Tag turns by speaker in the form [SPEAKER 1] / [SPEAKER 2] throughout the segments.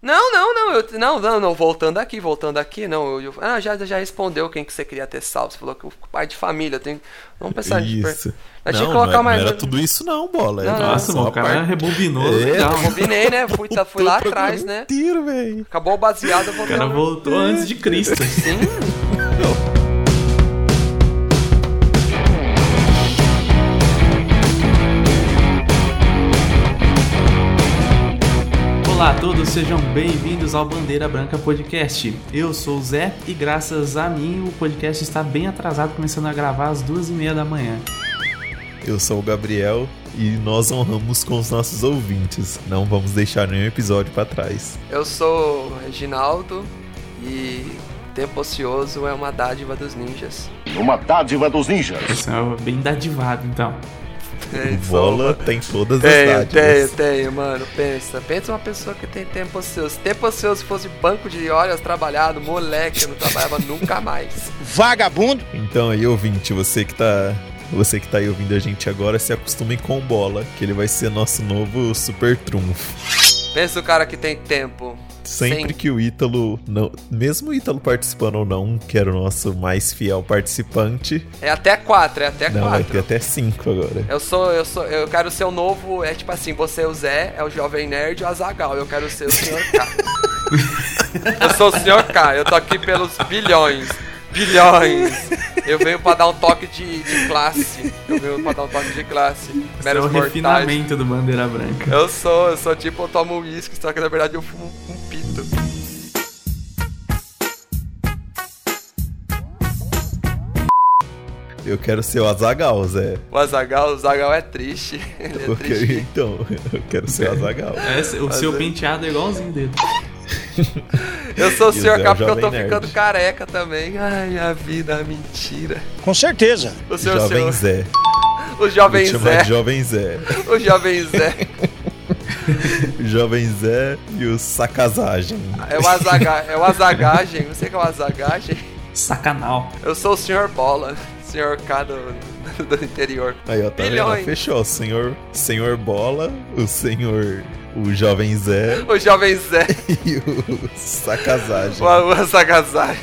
[SPEAKER 1] Não, não, não, eu, não, não, não, voltando aqui, voltando aqui, não, eu, eu- ah, já, já respondeu quem que você queria ter salvo, você falou que o pai de família, eu tenho, vamos pensar, de-
[SPEAKER 2] Isso.
[SPEAKER 1] nós
[SPEAKER 2] não,
[SPEAKER 1] tinha que colocar
[SPEAKER 2] não,
[SPEAKER 1] mais, um.
[SPEAKER 2] não era tudo isso não, bola.
[SPEAKER 1] Não,
[SPEAKER 2] Era
[SPEAKER 1] não.
[SPEAKER 3] Nossa,
[SPEAKER 2] só
[SPEAKER 3] mano,
[SPEAKER 2] a
[SPEAKER 3] o cara
[SPEAKER 2] parte-
[SPEAKER 3] rebobinou.
[SPEAKER 2] É.
[SPEAKER 3] legal.
[SPEAKER 1] combinei, né, fui, tá- fui lá
[SPEAKER 2] Todo o programa
[SPEAKER 1] atrás, né,
[SPEAKER 2] Inteiro, velho.
[SPEAKER 1] acabou o baseado, eu
[SPEAKER 3] O
[SPEAKER 1] voltei
[SPEAKER 3] cara
[SPEAKER 1] lá.
[SPEAKER 3] voltou antes de Cristo.
[SPEAKER 1] É. Sim,
[SPEAKER 3] Olá a todos, sejam bem-vindos ao Bandeira Branca Podcast. Eu sou o Zé e graças a mim o podcast está bem atrasado, começando a gravar às duas e meia da manhã.
[SPEAKER 2] Eu sou o Gabriel e nós honramos com os nossos ouvintes. Não vamos deixar nenhum episódio pra trás.
[SPEAKER 1] eu sou o Reginaldo e tempo ocioso é uma dádiva dos ninjas,
[SPEAKER 4] Uma dádiva dos ninjas.
[SPEAKER 3] Você é bem dadivado, então.
[SPEAKER 1] É,
[SPEAKER 2] o
[SPEAKER 1] sou-
[SPEAKER 2] bola tem todas as
[SPEAKER 1] Tenho,
[SPEAKER 2] idades.
[SPEAKER 1] tenho, tenho, mano. Pensa. Pensa uma pessoa que tem tempo ocioso. Se Tempo ocioso fosse banco de horas trabalhado, moleque, eu não trabalhava nunca mais.
[SPEAKER 4] Vagabundo.
[SPEAKER 2] Então aí, ouvinte, você que tá. Você que tá aí ouvindo a gente agora, se acostume com o bola, que ele vai ser nosso novo super trunfo.
[SPEAKER 1] Pensa o cara que tem tempo. Sim.
[SPEAKER 2] Sempre que o Ítalo, não, mesmo o Ítalo participando ou não, que era o nosso mais fiel participante,
[SPEAKER 1] É até quatro, é até
[SPEAKER 2] não, vai ter
[SPEAKER 1] quatro.
[SPEAKER 2] até cinco agora.
[SPEAKER 1] Eu sou, eu sou, eu quero ser o novo. É tipo assim, você é o Zé, é o Jovem Nerd e o Azagal. Eu quero ser o Sr. K. eu sou o Sr. K, eu tô aqui pelos bilhões. Bilhões! Eu venho pra dar um toque de, de classe. Eu venho pra dar um toque de classe.
[SPEAKER 3] Esse é o
[SPEAKER 1] Meros mortais.
[SPEAKER 3] refinamento do Bandeira Branca.
[SPEAKER 1] Eu sou, eu sou tipo, eu tomo uísque, só que na verdade eu fumo um pito.
[SPEAKER 2] Eu quero ser o Azagal, Zé.
[SPEAKER 1] O Azagal, o Azagal é triste. Ele é
[SPEAKER 2] Eu quero-
[SPEAKER 1] triste.
[SPEAKER 2] então, eu quero ser o Azagal.
[SPEAKER 1] É.
[SPEAKER 3] Esse- o seu penteado é igualzinho dele.
[SPEAKER 1] Eu sou o
[SPEAKER 2] E o
[SPEAKER 1] Sr.
[SPEAKER 2] Zé é
[SPEAKER 1] K
[SPEAKER 2] o
[SPEAKER 1] porque eu tô
[SPEAKER 2] jovem
[SPEAKER 1] ficando
[SPEAKER 2] nerd.
[SPEAKER 1] careca também. Ai, a vida, a mentira.
[SPEAKER 4] Com certeza.
[SPEAKER 1] O seu,
[SPEAKER 2] Jovem
[SPEAKER 1] seu,
[SPEAKER 2] Zé.
[SPEAKER 1] o
[SPEAKER 2] Vou
[SPEAKER 1] jovem
[SPEAKER 2] te chamar
[SPEAKER 1] Zé.
[SPEAKER 2] de Jovem Zé.
[SPEAKER 1] O jovem Zé.
[SPEAKER 2] Jovem Zé e o Sacasagem.
[SPEAKER 1] É o Azaga, é o Azagagem. Não sei o que é o Azagagem.
[SPEAKER 3] Sacanal.
[SPEAKER 1] Eu sou o Sr. Bola. Sr. K do, do interior.
[SPEAKER 2] Aí, ó, tá
[SPEAKER 1] Bilhões.
[SPEAKER 2] vendo? Fechou. Senhor, senhor Bola, o senhor. O Jovem Zé
[SPEAKER 1] O jovem Zé.
[SPEAKER 2] e o Sacasagem.
[SPEAKER 1] O, o Azagazai.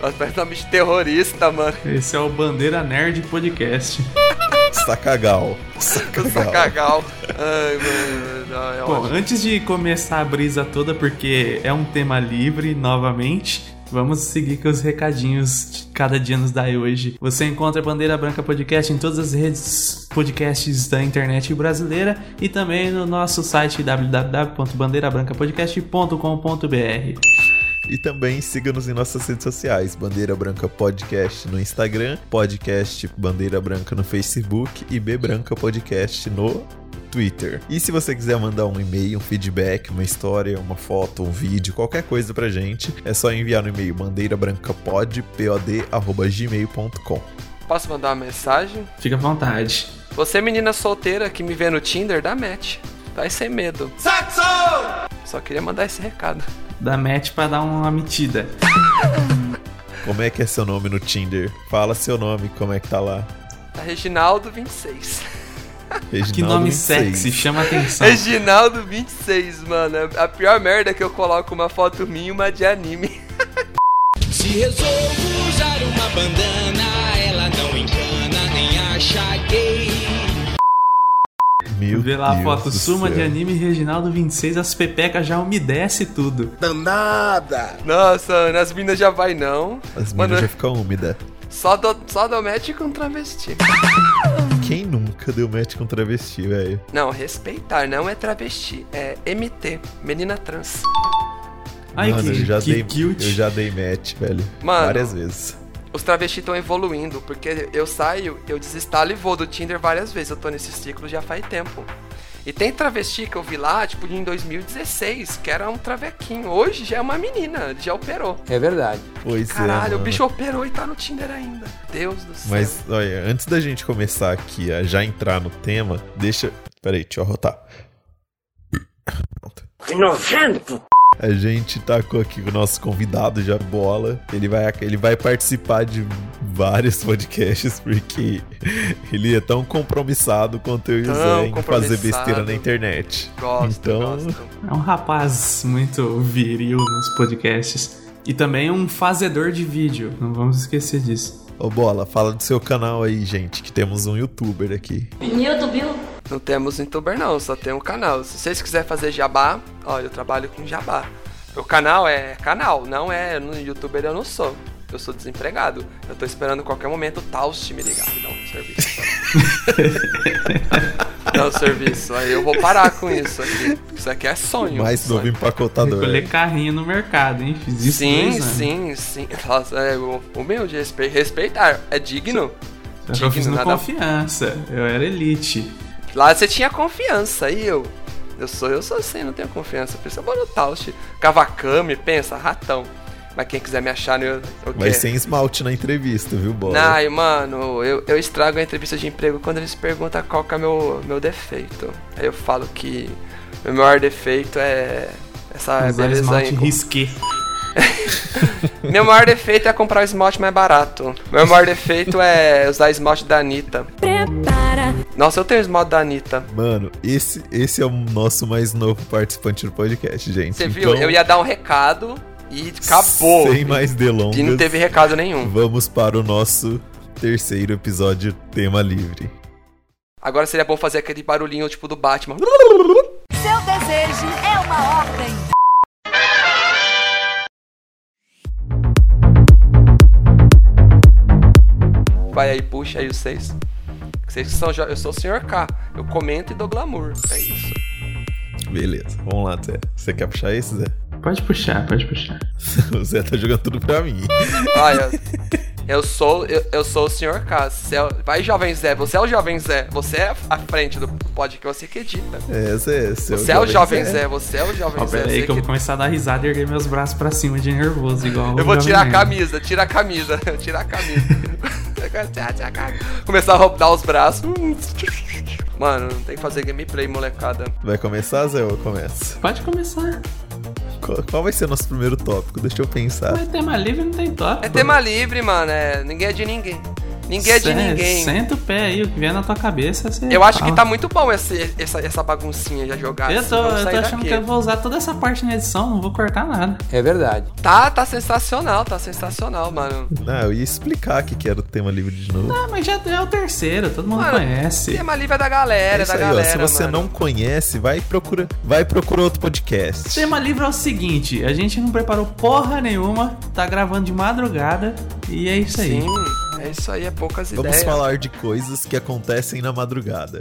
[SPEAKER 1] Nós parece um bicho terrorista, mano.
[SPEAKER 3] Esse é o Bandeira Nerd Podcast.
[SPEAKER 2] Sacagal.
[SPEAKER 1] O
[SPEAKER 2] Sacagal.
[SPEAKER 1] Sacagal. Ai, mano. não, é
[SPEAKER 3] Bom,
[SPEAKER 1] ótimo.
[SPEAKER 3] antes de começar a brisa toda, porque é um tema livre novamente. Vamos seguir com os recadinhos que cada dia nos dá hoje. Você encontra Bandeira Branca Podcast em todas as redes podcasts da internet brasileira e também no nosso site www.bandeirabrancapodcast.com.br.
[SPEAKER 2] E também siga-nos em nossas redes sociais: Bandeira Branca Podcast no Instagram, Podcast Bandeira Branca no Facebook e B Branca Podcast no Twitter. E se você quiser mandar um e-mail, um feedback, uma história, uma foto, um vídeo, qualquer coisa pra gente, é só enviar no e-mail bandeirabrancapod.pod@gmail.com.
[SPEAKER 1] Posso mandar uma mensagem?
[SPEAKER 3] Fica à vontade.
[SPEAKER 1] Você, menina solteira que me vê no Tinder, dá match. Vai sem medo. Só queria mandar esse recado.
[SPEAKER 3] Dá match pra dar uma metida.
[SPEAKER 2] Como é que é seu nome no Tinder? Fala seu nome, como é que tá lá?
[SPEAKER 1] Tá Reginaldo 26.
[SPEAKER 3] Que
[SPEAKER 2] Reginaldo
[SPEAKER 3] nome É
[SPEAKER 2] 26.
[SPEAKER 3] sexy, chama
[SPEAKER 2] Tá.
[SPEAKER 3] atenção.
[SPEAKER 1] Reginaldo 26, mano. A pior merda é que eu coloco uma foto minha e uma de anime.
[SPEAKER 5] Se resolvo usar uma bandana, ela não encana nem acha gay.
[SPEAKER 2] Meu
[SPEAKER 3] Vê lá a
[SPEAKER 2] Deus
[SPEAKER 3] foto
[SPEAKER 2] do
[SPEAKER 3] Suma de
[SPEAKER 2] céu.
[SPEAKER 3] Anime Reginaldo 26, as pepecas já umedece tudo.
[SPEAKER 4] Danada.
[SPEAKER 1] Nossa, mano, as minas já vai não.
[SPEAKER 2] As
[SPEAKER 1] Mano,
[SPEAKER 2] meninas já ficam úmidas.
[SPEAKER 1] Só do, só do match com travesti.
[SPEAKER 2] Quem nunca deu match com travesti, velho?
[SPEAKER 1] Não, respeitar, não é travesti. É MT, menina trans.
[SPEAKER 3] Ai,
[SPEAKER 2] Mano,
[SPEAKER 3] que,
[SPEAKER 2] eu já
[SPEAKER 3] que
[SPEAKER 2] dei,
[SPEAKER 3] cute.
[SPEAKER 2] Eu já dei match, velho.
[SPEAKER 1] Mano.
[SPEAKER 2] Várias vezes.
[SPEAKER 1] Os travestis estão evoluindo, porque eu saio, eu desinstalo e vou do Tinder várias vezes. Eu tô nesse ciclo já faz tempo. E tem travesti que eu vi lá, tipo, em 2016, que era um travequinho. Hoje já é uma menina, já operou.
[SPEAKER 2] É Pois é.
[SPEAKER 1] Caralho,
[SPEAKER 2] mano.
[SPEAKER 1] o bicho operou e tá no Tinder ainda. Deus do céu.
[SPEAKER 2] Mas, olha, antes da gente começar aqui a já entrar no tema, deixa. Peraí, deixa eu arrotar.
[SPEAKER 6] Nojento!
[SPEAKER 2] A gente tacou aqui com o nosso convidado já bola. Ele vai, ele vai participar de vários podcasts, porque ele é tão compromissado quanto eu e o
[SPEAKER 1] Tão
[SPEAKER 2] Zé em fazer
[SPEAKER 1] compromissado.
[SPEAKER 2] besteira na internet.
[SPEAKER 1] Gosto,
[SPEAKER 2] Então-
[SPEAKER 1] gosto.
[SPEAKER 3] É um rapaz muito viril nos podcasts. E também um fazedor de vídeo. Não vamos esquecer disso.
[SPEAKER 2] Ô Bola, fala do seu canal aí, gente, que temos um youtuber aqui.
[SPEAKER 1] Não temos youtuber não, só tem um canal. Se vocês quiserem fazer jabá, ó, eu trabalho com jabá. O canal é canal, não é no youtuber eu não sou. Eu sou desempregado. Eu tô esperando qualquer momento o Taust me ligar me dar um serviço. Dá um serviço. Aí eu vou parar com isso aqui. Isso aqui é sonho.
[SPEAKER 2] Mais
[SPEAKER 1] sonho.
[SPEAKER 2] novo empacotador.
[SPEAKER 3] Colher carrinho no mercado, hein? Fiz isso né?
[SPEAKER 1] Sim,
[SPEAKER 3] dois anos.
[SPEAKER 1] sim, sim. Nossa, é o, o meu de respe- respeitar. É digno.
[SPEAKER 3] Só É que eu fiz
[SPEAKER 1] Digno,
[SPEAKER 3] no
[SPEAKER 1] nada-
[SPEAKER 3] confiança. Eu era elite.
[SPEAKER 1] Lá você tinha confiança, e eu? Eu sou, eu sou assim, não tenho confiança. Pensa, bora no Taust. Cavacame, pensa, ratão. Mas quem quiser me achar, né, eu, eu
[SPEAKER 2] Vai sem esmalte na entrevista, viu, Bola? né?
[SPEAKER 1] Ai, mano, eu, eu estrago a entrevista de emprego quando eles perguntam qual que é meu, meu defeito. Aí eu falo que meu maior defeito é essa
[SPEAKER 3] Usar
[SPEAKER 1] beleza
[SPEAKER 3] esmalte
[SPEAKER 1] aí.
[SPEAKER 3] risqué.
[SPEAKER 1] Meu maior defeito é comprar o esmalte mais barato. Meu maior defeito é usar esmalte da Anitta.
[SPEAKER 6] Prepara,
[SPEAKER 1] Nossa, eu tenho esmalte da Anitta.
[SPEAKER 2] Mano, esse, esse é o nosso mais novo participante do podcast, gente.
[SPEAKER 1] Você viu?
[SPEAKER 2] Então,
[SPEAKER 1] Eu ia dar um recado e acabou.
[SPEAKER 2] Sem mais delongas.
[SPEAKER 1] E não teve recado nenhum.
[SPEAKER 2] Vamos para o nosso terceiro episódio tema livre.
[SPEAKER 1] Agora seria bom fazer aquele barulhinho tipo do Batman.
[SPEAKER 7] Seu desejo é uma ordem.
[SPEAKER 1] Vai aí, puxa aí os seis. Vocês que são jo- Eu sou o Sr. K. Eu comento e dou glamour. É isso.
[SPEAKER 2] Beleza, vamos lá, Zé. Você quer puxar esse, Zé?
[SPEAKER 3] Pode puxar, pode puxar.
[SPEAKER 2] O Zé tá jogando tudo pra mim.
[SPEAKER 1] Olha. Eu sou, eu, eu sou o Sr. K. Você é o- vai, jovem Zé. Você é o jovem Zé. Você é a frente do podcast que você acredita.
[SPEAKER 2] É, Zé, seu
[SPEAKER 1] Você é o jovem Zé. Você é o jovem
[SPEAKER 3] Ó,
[SPEAKER 1] Zé.
[SPEAKER 3] Ah, pera aí
[SPEAKER 1] Você
[SPEAKER 3] que eu
[SPEAKER 1] que-
[SPEAKER 3] vou começar a dar risada e erguer meus braços pra cima de nervoso, igual o
[SPEAKER 1] Eu vou
[SPEAKER 3] Jovem
[SPEAKER 1] tirar a
[SPEAKER 3] Nerd.
[SPEAKER 1] camisa, tira a camisa, eu tirar a camisa. Eu quero tirar- tirar a camisa. Começar a rodar os braços. Mano, tem que fazer gameplay, molecada.
[SPEAKER 2] Vai começar, Zé, ou eu começo?
[SPEAKER 3] Pode começar.
[SPEAKER 2] Qual, qual vai ser o nosso primeiro tópico? Deixa eu pensar.
[SPEAKER 3] Mas tema livre não tem top.
[SPEAKER 1] É tema livre, mano. É, ninguém é de ninguém. Ninguém é de ninguém.
[SPEAKER 3] Senta o pé aí, o que vier na tua cabeça você
[SPEAKER 1] Eu acho
[SPEAKER 3] fala.
[SPEAKER 1] que tá muito bom esse- essa, essa baguncinha já jogada.
[SPEAKER 3] Eu
[SPEAKER 1] assim.
[SPEAKER 3] tô,
[SPEAKER 1] Vamos
[SPEAKER 3] eu tô
[SPEAKER 1] sair
[SPEAKER 3] achando
[SPEAKER 1] daqui. É.
[SPEAKER 3] que eu vou usar toda essa parte na edição, não vou cortar nada.
[SPEAKER 1] Tá, tá sensacional, tá sensacional, mano.
[SPEAKER 2] Ah, eu ia explicar o que que era o tema livre de novo.
[SPEAKER 3] Ah, mas já é o terceiro, todo mundo
[SPEAKER 1] Mano,
[SPEAKER 3] conhece.
[SPEAKER 1] Tema livre é da galera,
[SPEAKER 2] É
[SPEAKER 1] é
[SPEAKER 2] isso
[SPEAKER 1] da
[SPEAKER 2] aí, ó.
[SPEAKER 1] galera.
[SPEAKER 2] Se você
[SPEAKER 1] mano.
[SPEAKER 2] não conhece, vai procura, vai procura outro podcast.
[SPEAKER 3] Tema livre é o seguinte, a gente não preparou porra nenhuma, tá gravando de madrugada e é isso aí.
[SPEAKER 1] Sim, é isso aí, é poucas
[SPEAKER 2] Vamos
[SPEAKER 1] ideias.
[SPEAKER 2] falar de coisas que acontecem na madrugada.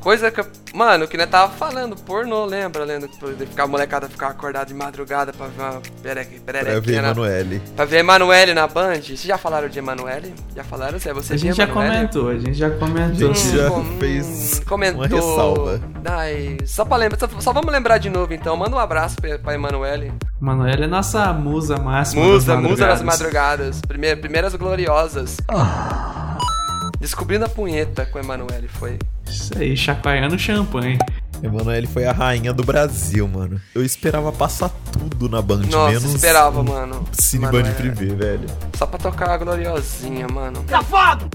[SPEAKER 1] Coisa que. eu- Mano, que nós tava falando, pornô, lembra? Lendo de ficar a molecada ficar acordada de madrugada pra ver uma pererequinha
[SPEAKER 2] Pra ver
[SPEAKER 1] na-
[SPEAKER 2] Emanuele.
[SPEAKER 1] Pra ver Emanuele na Band. Vocês já falaram de Emanuele? Já falaram? Zé? Você
[SPEAKER 3] A
[SPEAKER 1] viu
[SPEAKER 3] gente já
[SPEAKER 1] Emanuele?
[SPEAKER 3] comentou, a gente já comentou.
[SPEAKER 2] A gente já
[SPEAKER 1] com-
[SPEAKER 2] fez
[SPEAKER 1] comentou.
[SPEAKER 2] uma ressalva.
[SPEAKER 1] Ai, só, pra lembrar, só, só vamos lembrar de novo então. Manda um abraço pra, pra Emanuele.
[SPEAKER 3] Mano, ela é nossa musa máxima.
[SPEAKER 1] Musa,
[SPEAKER 3] das
[SPEAKER 1] musa das
[SPEAKER 3] madrugadas.
[SPEAKER 1] madrugadas. Primeira- primeiras gloriosas. Descobrindo a punheta com Emanuele foi.
[SPEAKER 3] Isso aí, chacoalhando champanhe.
[SPEAKER 2] Emanuele foi a rainha do Brasil, mano. Eu esperava passar tudo na Band,
[SPEAKER 1] Nossa,
[SPEAKER 2] menos
[SPEAKER 1] esperava, mano.
[SPEAKER 2] Cine
[SPEAKER 1] Emanuele.
[SPEAKER 2] Band Privé, velho.
[SPEAKER 1] Só pra tocar a gloriosinha, mano.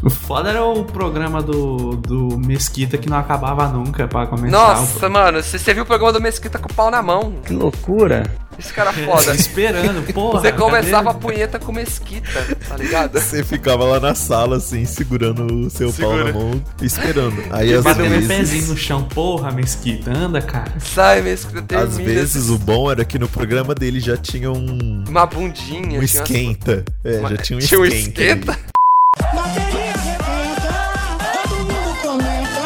[SPEAKER 3] O foda era o programa do, do Mesquita que não acabava nunca pra começar.
[SPEAKER 1] Nossa, mano, você você viu o programa do Mesquita com o pau na mão.
[SPEAKER 3] que loucura.
[SPEAKER 1] Esse tá cara
[SPEAKER 3] É,
[SPEAKER 1] foda.
[SPEAKER 3] Esperando, porra. tá
[SPEAKER 1] Você começava a
[SPEAKER 3] cadê?
[SPEAKER 1] punheta com Mesquita, tá ligado?
[SPEAKER 2] Você ficava lá na sala, assim, segurando o seu pau na mão, esperando. Aí às
[SPEAKER 3] Bateu meu pezinho no
[SPEAKER 2] vezes.
[SPEAKER 3] chão, porra, Mesquita, anda, cara.
[SPEAKER 1] Sai, Mesquita, termina.
[SPEAKER 2] Às vezes
[SPEAKER 1] assim.
[SPEAKER 2] o bom era que no programa dele já tinha um.
[SPEAKER 1] Uma bundinha.
[SPEAKER 2] Um
[SPEAKER 1] tinha umas-
[SPEAKER 2] esquenta. É,
[SPEAKER 1] uma-
[SPEAKER 2] já tinha um
[SPEAKER 1] tinha um esquenta?
[SPEAKER 2] esquenta. ali.
[SPEAKER 8] Bateria repleta, todo mundo comenta.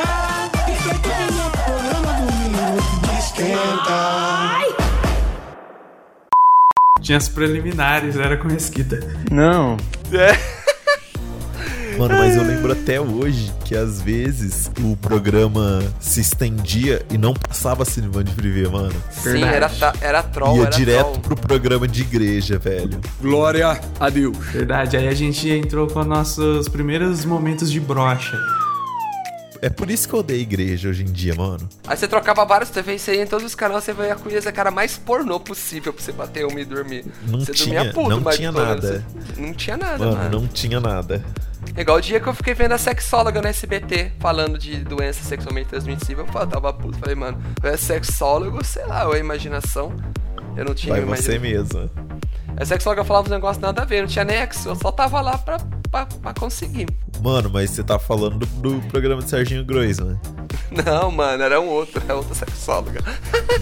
[SPEAKER 8] Respeitando o programa do Minuto de Esquenta.
[SPEAKER 3] Tinha as preliminares, era com Mesquita.
[SPEAKER 2] Mano, mas eu lembro até hoje que às vezes o programa se estendia e não passava Cineband Privé, mano.
[SPEAKER 1] Sim, era, ta- era troll,
[SPEAKER 2] Ia
[SPEAKER 1] era
[SPEAKER 2] direto
[SPEAKER 1] troll.
[SPEAKER 2] pro programa de igreja, velho.
[SPEAKER 5] Glória a Deus.
[SPEAKER 3] Verdade, aí a gente entrou com nossos primeiros momentos de brocha.
[SPEAKER 2] É por isso que eu odeio igreja hoje em dia, mano.
[SPEAKER 1] Aí você trocava várias TVs, você ia em todos os canais, você veio a conhecer a cara mais pornô possível pra você bater uma e dormir.
[SPEAKER 2] Não
[SPEAKER 1] você
[SPEAKER 2] tinha- não tinha
[SPEAKER 1] pelo menos você-
[SPEAKER 2] nada.
[SPEAKER 1] Não tinha nada, mano.
[SPEAKER 2] Mano, não tinha nada.
[SPEAKER 1] É Igual o dia que eu fiquei vendo a sexóloga no SBT falando de doença sexualmente transmissível, eu falava, tava puto, falei, mano, eu é sexólogo, sei lá, ou é imaginação. Eu não tinha
[SPEAKER 2] Vai
[SPEAKER 1] imagina-
[SPEAKER 2] você mesmo.
[SPEAKER 1] A sexóloga falava uns negócios nada a ver, não tinha nexo, eu só tava lá pra, pra, pra conseguir.
[SPEAKER 2] Mano, mas você tá falando do, do programa de Serginho Groisman.
[SPEAKER 1] Não, mano, era um outro, era outra sexóloga.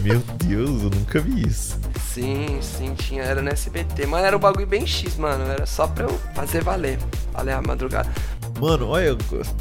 [SPEAKER 2] Meu Deus, eu nunca vi isso.
[SPEAKER 1] Sim, sim, tinha, era no SBT. Mano, era um bagulho bem X, mano, era só pra eu fazer valer. Valer a madrugada.
[SPEAKER 2] Mano, olha,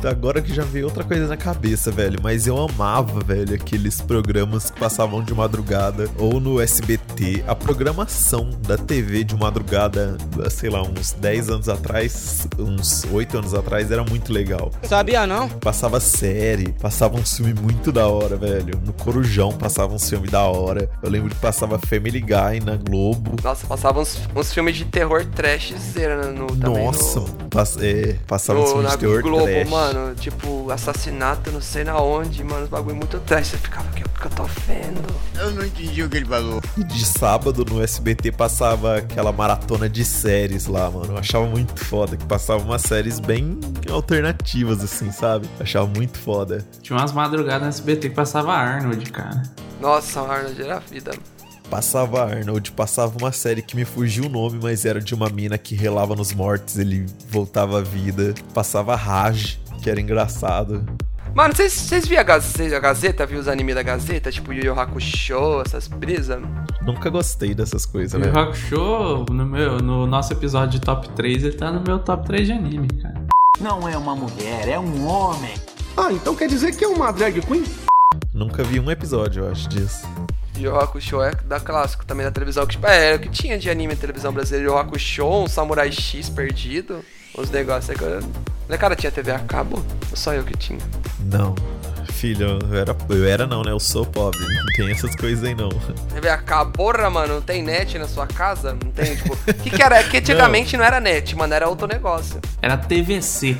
[SPEAKER 2] agora que já veio outra coisa na cabeça, velho. Mas eu amava, velho, aqueles programas que passavam de madrugada ou no SBT. A programação da TV de madrugada, sei lá, uns 10 anos atrás, uns 8 anos atrás, era muito legal.
[SPEAKER 5] Sabia não?
[SPEAKER 2] Passava série, passava um filme muito da hora, velho. No Corujão passava um filme da hora. Eu lembro que passava Family Guy na Globo.
[SPEAKER 1] Nossa, passava uns, uns filmes de terror trashzeira no, também.
[SPEAKER 2] Nossa,
[SPEAKER 1] no...
[SPEAKER 2] mano, pass- é, passava um
[SPEAKER 1] No,
[SPEAKER 2] filme
[SPEAKER 1] na
[SPEAKER 2] de terror
[SPEAKER 1] Globo,
[SPEAKER 2] trash.
[SPEAKER 1] mano, tipo, assassinato, não sei na onde, mano, os bagulho muito atrás. Você ficava, o que, que eu tô vendo?
[SPEAKER 4] Eu não entendi o que ele falou.
[SPEAKER 2] De sábado no SBT passava aquela maratona de séries lá, mano. Eu achava muito foda, que passava umas séries bem alternativas, assim, sabe? Eu Achava muito foda.
[SPEAKER 3] Tinha umas madrugadas no SBT que passava Arnold, cara.
[SPEAKER 1] Nossa, Arnold era vida.
[SPEAKER 2] Passava Arnold, passava uma série que me fugiu o nome, mas era de uma mina que relava nos mortos, ele voltava à vida. Passava Raj, que era engraçado.
[SPEAKER 1] Mano, vocês- vocês viam a Gazeta, a Gazeta, viu os animes da Gazeta? Tipo, Yu Yu Hakusho, essas brisas?
[SPEAKER 2] Nunca gostei dessas coisas, né?
[SPEAKER 3] E o
[SPEAKER 2] velho.
[SPEAKER 3] Rock Show, no, meu, no nosso episódio de top 3, ele tá no meu top 3 de anime, cara.
[SPEAKER 6] Não é uma mulher, é um homem.
[SPEAKER 9] Ah, então quer dizer que é uma drag queen?
[SPEAKER 2] Nunca vi um episódio, eu acho, disso.
[SPEAKER 1] Yu Yu Hakusho é da clássico, também da televisão. Que, tipo, é, era o que tinha de anime na televisão brasileira. Yu Yu Hakusho, um Samurai X perdido, uns negócios. aí que eu- Molecada, tinha TV a cabo? Ou só eu que tinha?
[SPEAKER 2] Não. Filho, eu era, eu era não, né? Eu sou pobre. Não tem essas coisas aí, não.
[SPEAKER 1] TV a cabo, porra, mano, não tem net na sua casa? Não tem, tipo... O que que era? É que antigamente não era net, mano, era outro negócio.
[SPEAKER 3] Era TVC.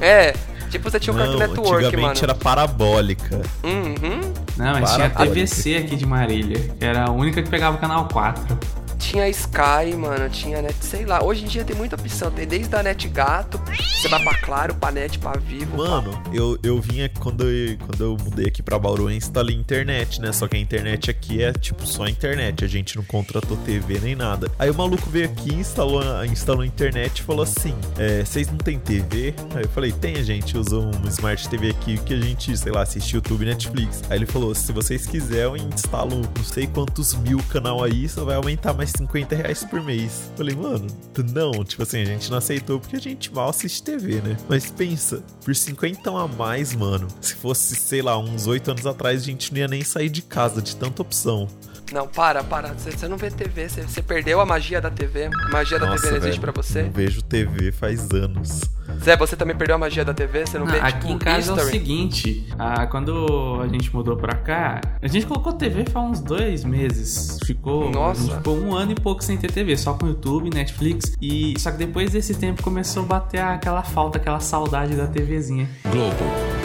[SPEAKER 1] É, tipo você tinha o
[SPEAKER 2] não,
[SPEAKER 1] Cartoon Network,
[SPEAKER 2] antigamente
[SPEAKER 1] mano.
[SPEAKER 2] era parabólica.
[SPEAKER 1] Uhum.
[SPEAKER 3] Não, mas
[SPEAKER 2] Para,
[SPEAKER 3] tinha
[SPEAKER 2] pode.
[SPEAKER 3] TVC aqui de Marília, que era a única que pegava o canal 4.
[SPEAKER 1] Tinha Sky, mano, tinha net, sei lá. Hoje em dia tem muita opção, tem desde a Net Gato, você vai pra Claro, pra Net, pra Vivo. pra-
[SPEAKER 2] Mano, eu, eu vinha quando eu, quando eu mudei aqui pra Bauru, eu instalei internet, né? Só que a internet aqui é tipo só internet, a gente não contratou TV nem nada. Aí o maluco veio aqui, instalou, a- instalou a internet e falou assim: é, vocês não tem TV? Aí eu falei: tem, a gente usa um Smart TV aqui que a gente, sei lá, assiste YouTube né? Tipo, e Netflix. Aí ele falou: se vocês quiserem, eu instalo não sei quantos mil canal aí, só vai aumentar mais 50 reais por mês. Eu Falei, mano, tu não, tipo assim, a gente não aceitou porque a gente mal assiste TV, né? Mas pensa, por 50 a mais, mano, se fosse, sei lá, uns 8 anos atrás, a gente não ia nem sair de casa de tanta opção.
[SPEAKER 1] Não, para, para. Você, você não vê TV, você, você perdeu a magia da TV. A magia da TV não existe pra você.
[SPEAKER 2] Não vejo TV faz anos.
[SPEAKER 1] Zé, você também perdeu a magia da TV? Você não,
[SPEAKER 3] Não,
[SPEAKER 1] vê,
[SPEAKER 3] aqui
[SPEAKER 1] tipo,
[SPEAKER 3] em casa é o
[SPEAKER 1] history?
[SPEAKER 3] seguinte, ah, quando a gente mudou pra cá, a gente colocou TV faz uns dois meses. Ficou,
[SPEAKER 1] Nossa.
[SPEAKER 3] a gente ficou um ano e pouco sem ter TV, só com YouTube, Netflix. E só que depois desse tempo começou a bater aquela falta, aquela saudade da TVzinha.
[SPEAKER 6] Globo,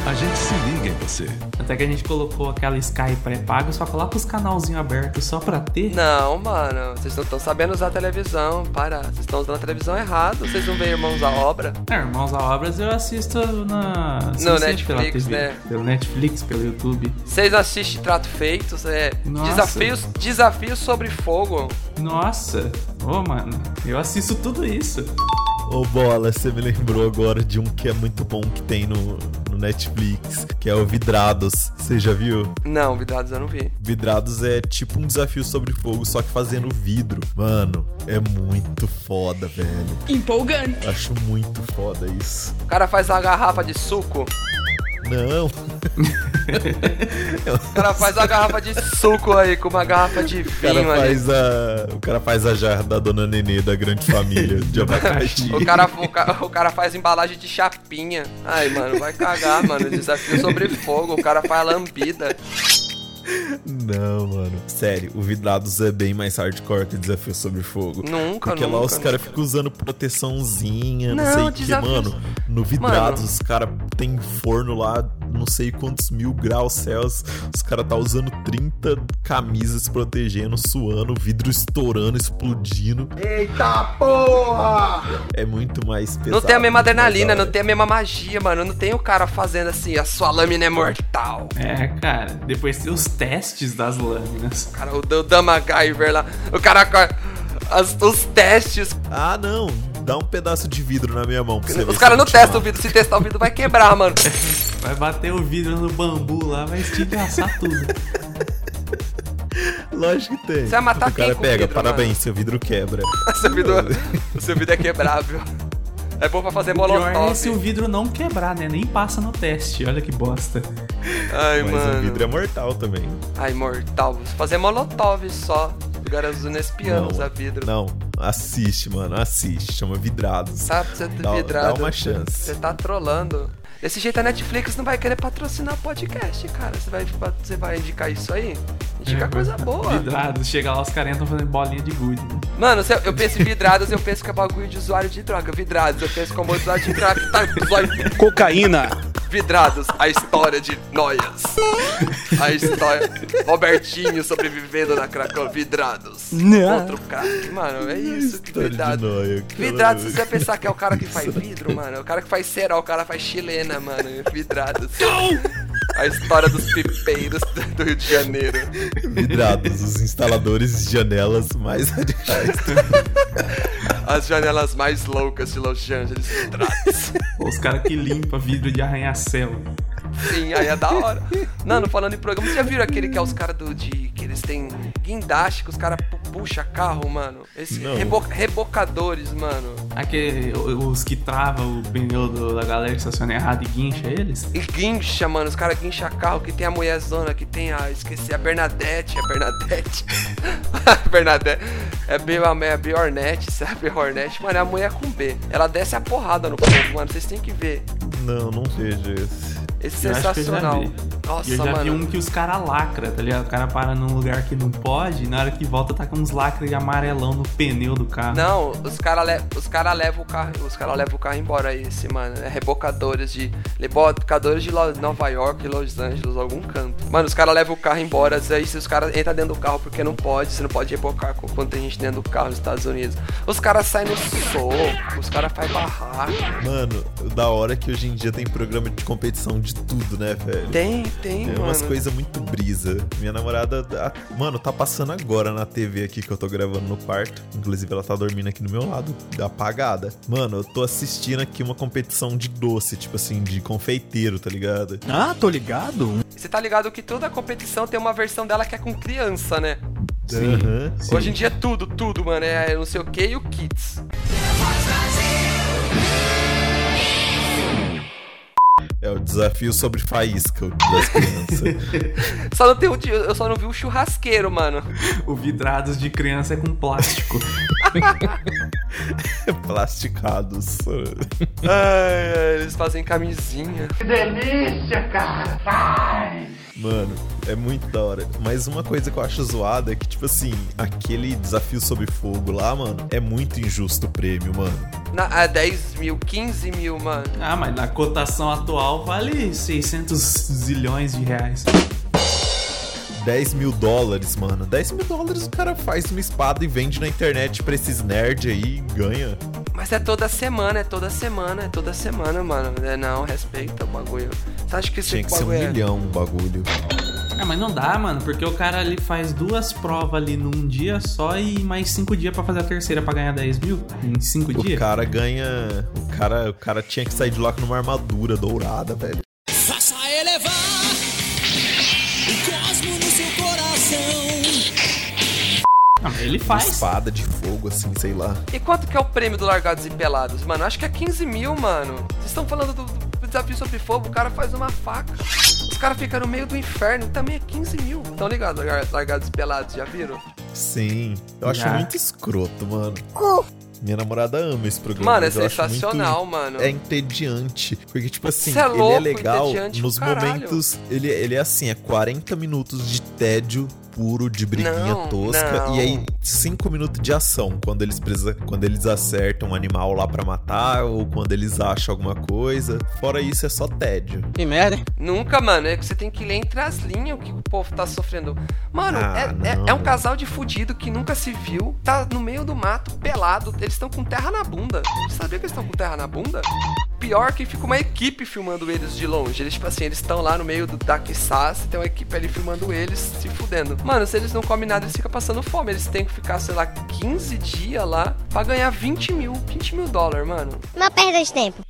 [SPEAKER 6] a gente se liga em você.
[SPEAKER 3] Até que a gente colocou aquela Sky pré-pago, só coloca os canalzinhos abertos só pra ter.
[SPEAKER 1] Não, mano, vocês não estão sabendo usar a televisão. Para, vocês estão usando a televisão errado. Vocês não veem irmãos à obra.
[SPEAKER 3] É, Irmãos a Obras eu assisto na...
[SPEAKER 1] No
[SPEAKER 3] sempre pela
[SPEAKER 1] Netflix,
[SPEAKER 3] TV,
[SPEAKER 1] né?
[SPEAKER 3] Pelo Netflix, pelo YouTube.
[SPEAKER 1] Vocês assistem Trato Feito, é,
[SPEAKER 3] Nossa.
[SPEAKER 1] desafios, desafios sobre fogo.
[SPEAKER 3] Nossa, ô mano, eu assisto tudo isso.
[SPEAKER 2] Ô bola, você me lembrou agora de um que é muito bom que tem no, no Netflix, que é o Vidrados. Você já viu?
[SPEAKER 1] Não, vidrados eu não vi.
[SPEAKER 2] Vidrados é tipo um desafio sobre fogo, só que fazendo vidro. Mano, é muito foda, velho.
[SPEAKER 10] Empolgante.
[SPEAKER 2] Acho muito foda isso.
[SPEAKER 1] O cara faz uma garrafa de suco.
[SPEAKER 2] Não.
[SPEAKER 1] O cara faz uma garrafa de suco aí, com uma garrafa de
[SPEAKER 2] O cara
[SPEAKER 1] vinho ali.
[SPEAKER 2] faz a. O cara faz a jarra da dona Nenê da grande família de abacaxi.
[SPEAKER 1] O cara, o, ca- o cara faz embalagem de chapinha. Ai, mano, vai cagar, mano. Desafio sobre fogo. O cara faz lambida.
[SPEAKER 2] Não, mano. Sério, o Vidrados é bem mais hardcore que desafio sobre fogo.
[SPEAKER 1] Nunca,
[SPEAKER 2] Porque lá
[SPEAKER 1] nunca,
[SPEAKER 2] os caras
[SPEAKER 1] nunca.
[SPEAKER 2] ficam usando proteçãozinha, não,
[SPEAKER 1] Não,
[SPEAKER 2] sei o que,
[SPEAKER 1] desafio-
[SPEAKER 2] mano. No vidrados,
[SPEAKER 1] Mano.
[SPEAKER 2] os caras tem forno lá, não não sei quantos mil graus Celsius. Os caras tá usando 30 camisas se protegendo, suando, vidro estourando, explodindo.
[SPEAKER 8] Eita porra!
[SPEAKER 2] É muito mais pesado.
[SPEAKER 1] Não tem a mesma
[SPEAKER 2] muito mais
[SPEAKER 1] adrenalina,
[SPEAKER 2] da hora.
[SPEAKER 1] não tem a mesma magia, mano. Não tem o cara fazendo assim, a sua lâmina é mortal.
[SPEAKER 3] É, cara. Depois tem os testes das lâminas.
[SPEAKER 1] Cara, o Dan Dan MacGyver lá, o cara com a- as- os testes.
[SPEAKER 2] Ah, não. Dá um pedaço de vidro na minha mão pra você ver
[SPEAKER 1] Os
[SPEAKER 2] se
[SPEAKER 1] caras não
[SPEAKER 2] eu continuar.
[SPEAKER 1] testam o vidro, se testar o vidro vai quebrar, mano.
[SPEAKER 3] Vai bater o vidro no bambu lá, vai estilhaçar tudo.
[SPEAKER 2] Lógico que tem.
[SPEAKER 1] Você vai matar
[SPEAKER 2] o
[SPEAKER 1] quem
[SPEAKER 2] cara
[SPEAKER 1] com
[SPEAKER 2] pega,
[SPEAKER 1] vidro,
[SPEAKER 2] parabéns,
[SPEAKER 1] mano?
[SPEAKER 2] seu vidro quebra.
[SPEAKER 1] seu, vidro, seu vidro é quebrável. É bom pra fazer
[SPEAKER 3] Pior é
[SPEAKER 1] molotov.
[SPEAKER 3] se o vidro não quebrar, né? Nem passa no teste. Olha que bosta.
[SPEAKER 1] Ai,
[SPEAKER 2] Mas o
[SPEAKER 1] mano.
[SPEAKER 2] vidro é mortal também.
[SPEAKER 1] Ai, mortal. Fazer molotov só. Garas Nespianos a vidro.
[SPEAKER 2] Não, assiste, mano, assiste. Chama Vidrados.
[SPEAKER 1] Sabe, você
[SPEAKER 2] Dá-
[SPEAKER 1] tá
[SPEAKER 2] dá
[SPEAKER 1] vidrado.
[SPEAKER 2] uma chance.
[SPEAKER 1] Você tá trolando. Desse jeito a Netflix não vai querer patrocinar podcast, cara. Você vai, você vai indicar isso aí?
[SPEAKER 2] É.
[SPEAKER 1] Indica coisa boa.
[SPEAKER 3] Vidrado. É. Chega lá, os caras estão fazendo bolinha de gude. Né?
[SPEAKER 1] Mano, se eu, eu penso em vidrados, eu penso que é bagulho de usuário de droga. Vidrados, eu penso como usuário de droga. Tá, usuário de
[SPEAKER 4] Cocaína.
[SPEAKER 1] vidrados, a história de noias. A história. Robertinho sobrevivendo na Cracó. Vidrados. Outro crack. Mano, é isso que
[SPEAKER 2] História de
[SPEAKER 1] vidrado.
[SPEAKER 2] nóia, cara.
[SPEAKER 1] Vidrado, se você pensar que é o cara que faz vidro, mano, é o cara que faz cerol, o cara faz chilena, mano. Vidrados. A história dos pipeiros do Rio de Janeiro.
[SPEAKER 2] Vidrados, os instaladores de janelas mais radicais.
[SPEAKER 1] As janelas mais loucas de Los Angeles. Vidrados.
[SPEAKER 3] Pô, Os caras que limpam vidro de arranha-céu.
[SPEAKER 1] Sim, aí é da hora. Mano, falando em programa, vocês já viram aquele que é os caras do. De, que eles têm guindaste, que os caras pu- puxa carro, mano? Esse
[SPEAKER 2] Não.
[SPEAKER 1] rebo- rebocadores, mano.
[SPEAKER 3] Aquele, os que travam o pneu do- da galera que estaciona errado e guincha eles.
[SPEAKER 1] E guincha, mano. Os caras guincha carro, que tem a mulherzona, que tem a. Esqueci, a Bernadette, a Bernadette. a Bernadette. É B, a B Hornet, sabe? Hornet, mano, é a mulher com B. Ela desce a porrada no povo, mano. Vocês têm que ver.
[SPEAKER 2] Não, não vejo esse.
[SPEAKER 1] Esse
[SPEAKER 3] Eu acho que eu já
[SPEAKER 1] sensacional.
[SPEAKER 3] vi.
[SPEAKER 1] Nossa,
[SPEAKER 3] E eu já
[SPEAKER 1] mano.
[SPEAKER 3] vi um que os caras lacra, tá ligado? O cara para num lugar que não pode e na hora que volta tá com uns lacres de amarelão no pneu do carro.
[SPEAKER 1] Não, os caras le os cara levam o carro, os cara leva o carro embora esse, mano. É rebocadores de rebocadores de Lo- Nova York, Los Angeles, algum canto. Mano, os caras levam o carro embora, aí se os caras entram dentro do carro porque não pode, você não pode rebocar co- quando tem gente dentro do carro nos Estados Unidos. Os caras saem no soco, os caras fazem barraco.
[SPEAKER 2] Mano, o da hora é que hoje em dia tem programa de competição de tudo, né, velho?
[SPEAKER 1] Tem, tem,
[SPEAKER 2] É
[SPEAKER 1] mano.
[SPEAKER 2] umas coisas muito brisa. Minha namorada. a- mano, tá passando agora na TV aqui que eu tô gravando no quarto. Inclusive, ela tá dormindo aqui do meu lado, apagada. Mano, eu tô assistindo aqui uma competição de doce, tipo assim, de confeiteiro, tá ligado?
[SPEAKER 4] Ah, tô ligado.
[SPEAKER 1] Você tá ligado que toda competição tem uma versão dela que é com criança, né?
[SPEAKER 3] Sim.
[SPEAKER 2] Aham.
[SPEAKER 3] Sim.
[SPEAKER 1] Hoje em dia é tudo, tudo, mano. É não sei o que e o Kids.
[SPEAKER 2] É o desafio sobre faísca das crianças.
[SPEAKER 1] Só não tem o, de- eu só não vi o churrasqueiro, mano.
[SPEAKER 3] O vidrados de criança é com plástico.
[SPEAKER 2] Plasticados.
[SPEAKER 1] Ai, ai, eles fazem camisinha.
[SPEAKER 2] Mano, é muito da hora. Mas uma coisa que eu acho zoada é que, tipo assim, aquele desafio sobre fogo lá, mano, é muito injusto o prêmio, mano.
[SPEAKER 1] Na, ah, 10 mil, 15 mil, mano.
[SPEAKER 3] ah, mas na cotação atual vale 600 zilhões de reais.
[SPEAKER 2] 10 mil dólares, mano. 10 mil dólares o cara faz uma espada e vende na internet pra esses nerds aí e ganha.
[SPEAKER 1] Mas é toda semana, é toda semana, é toda semana, mano. É, não, respeita o bagulho. Você acha que esse
[SPEAKER 2] Tinha que ser um
[SPEAKER 1] bagulho é...
[SPEAKER 2] milhão o bagulho.
[SPEAKER 3] Ah, mas não dá, mano, porque o cara ali faz duas provas ali num dia só e mais cinco dias pra fazer a terceira pra ganhar 10 mil em cinco
[SPEAKER 2] O
[SPEAKER 3] dias.
[SPEAKER 2] cara ganha. O cara, o cara tinha que sair de lá com uma armadura dourada, velho.
[SPEAKER 5] Faça elevar o cosmo no seu coração.
[SPEAKER 3] Ah, mas ele
[SPEAKER 2] Uma
[SPEAKER 3] faz.
[SPEAKER 2] espada de fogo, assim, sei lá.
[SPEAKER 1] E quanto que é o prêmio do Largados e Pelados, mano? Acho que é 15 mil, mano. Vocês estão falando do, do desafio sobre fogo, o cara faz uma faca. Os caras ficam no meio do inferno, também é 15 mil. Tão ligado, Larga- Largados e Pelados, já viram?
[SPEAKER 2] Sim. Eu acho
[SPEAKER 3] Ah.
[SPEAKER 2] muito escroto, mano. Minha namorada ama esse programa.
[SPEAKER 1] Mano, é
[SPEAKER 2] mas eu acho muito-
[SPEAKER 1] sensacional, mano.
[SPEAKER 2] É entediante. Porque, tipo assim,
[SPEAKER 1] Isso é
[SPEAKER 2] ele é
[SPEAKER 1] louco,
[SPEAKER 2] legal
[SPEAKER 1] entediante
[SPEAKER 2] nos
[SPEAKER 1] pro caralho.
[SPEAKER 2] momentos. Ele, ele é assim, é 40 minutos de tédio puro de briguinha
[SPEAKER 1] Não,
[SPEAKER 2] tosca.
[SPEAKER 1] não.
[SPEAKER 2] E aí, cinco minutos de ação. Quando eles, precisa, quando eles acertam um animal lá pra matar, ou quando eles acham alguma coisa. Fora isso, é só tédio.
[SPEAKER 10] Que merda, hein?
[SPEAKER 1] Nunca, mano. É que você tem que ler entre as linhas o que o povo tá sofrendo. Mano,
[SPEAKER 2] Ah,
[SPEAKER 1] é- é,
[SPEAKER 2] não.
[SPEAKER 1] é, um casal de fudido que nunca se viu, tá no meio do mato, pelado. Eles estão com terra na bunda. Você sabia que eles estão com terra na bunda? Pior que fica uma equipe filmando eles de longe. Eles, tipo assim, eles estão lá no meio do Dakisass, tem uma equipe ali filmando eles, se fudendo. Mano, se eles não comem nada, eles ficam passando fome. Eles têm que ficar, sei lá, 15 dias lá pra ganhar 20 mil, 20 mil dólares, mano.
[SPEAKER 11] Uma perda de tempo.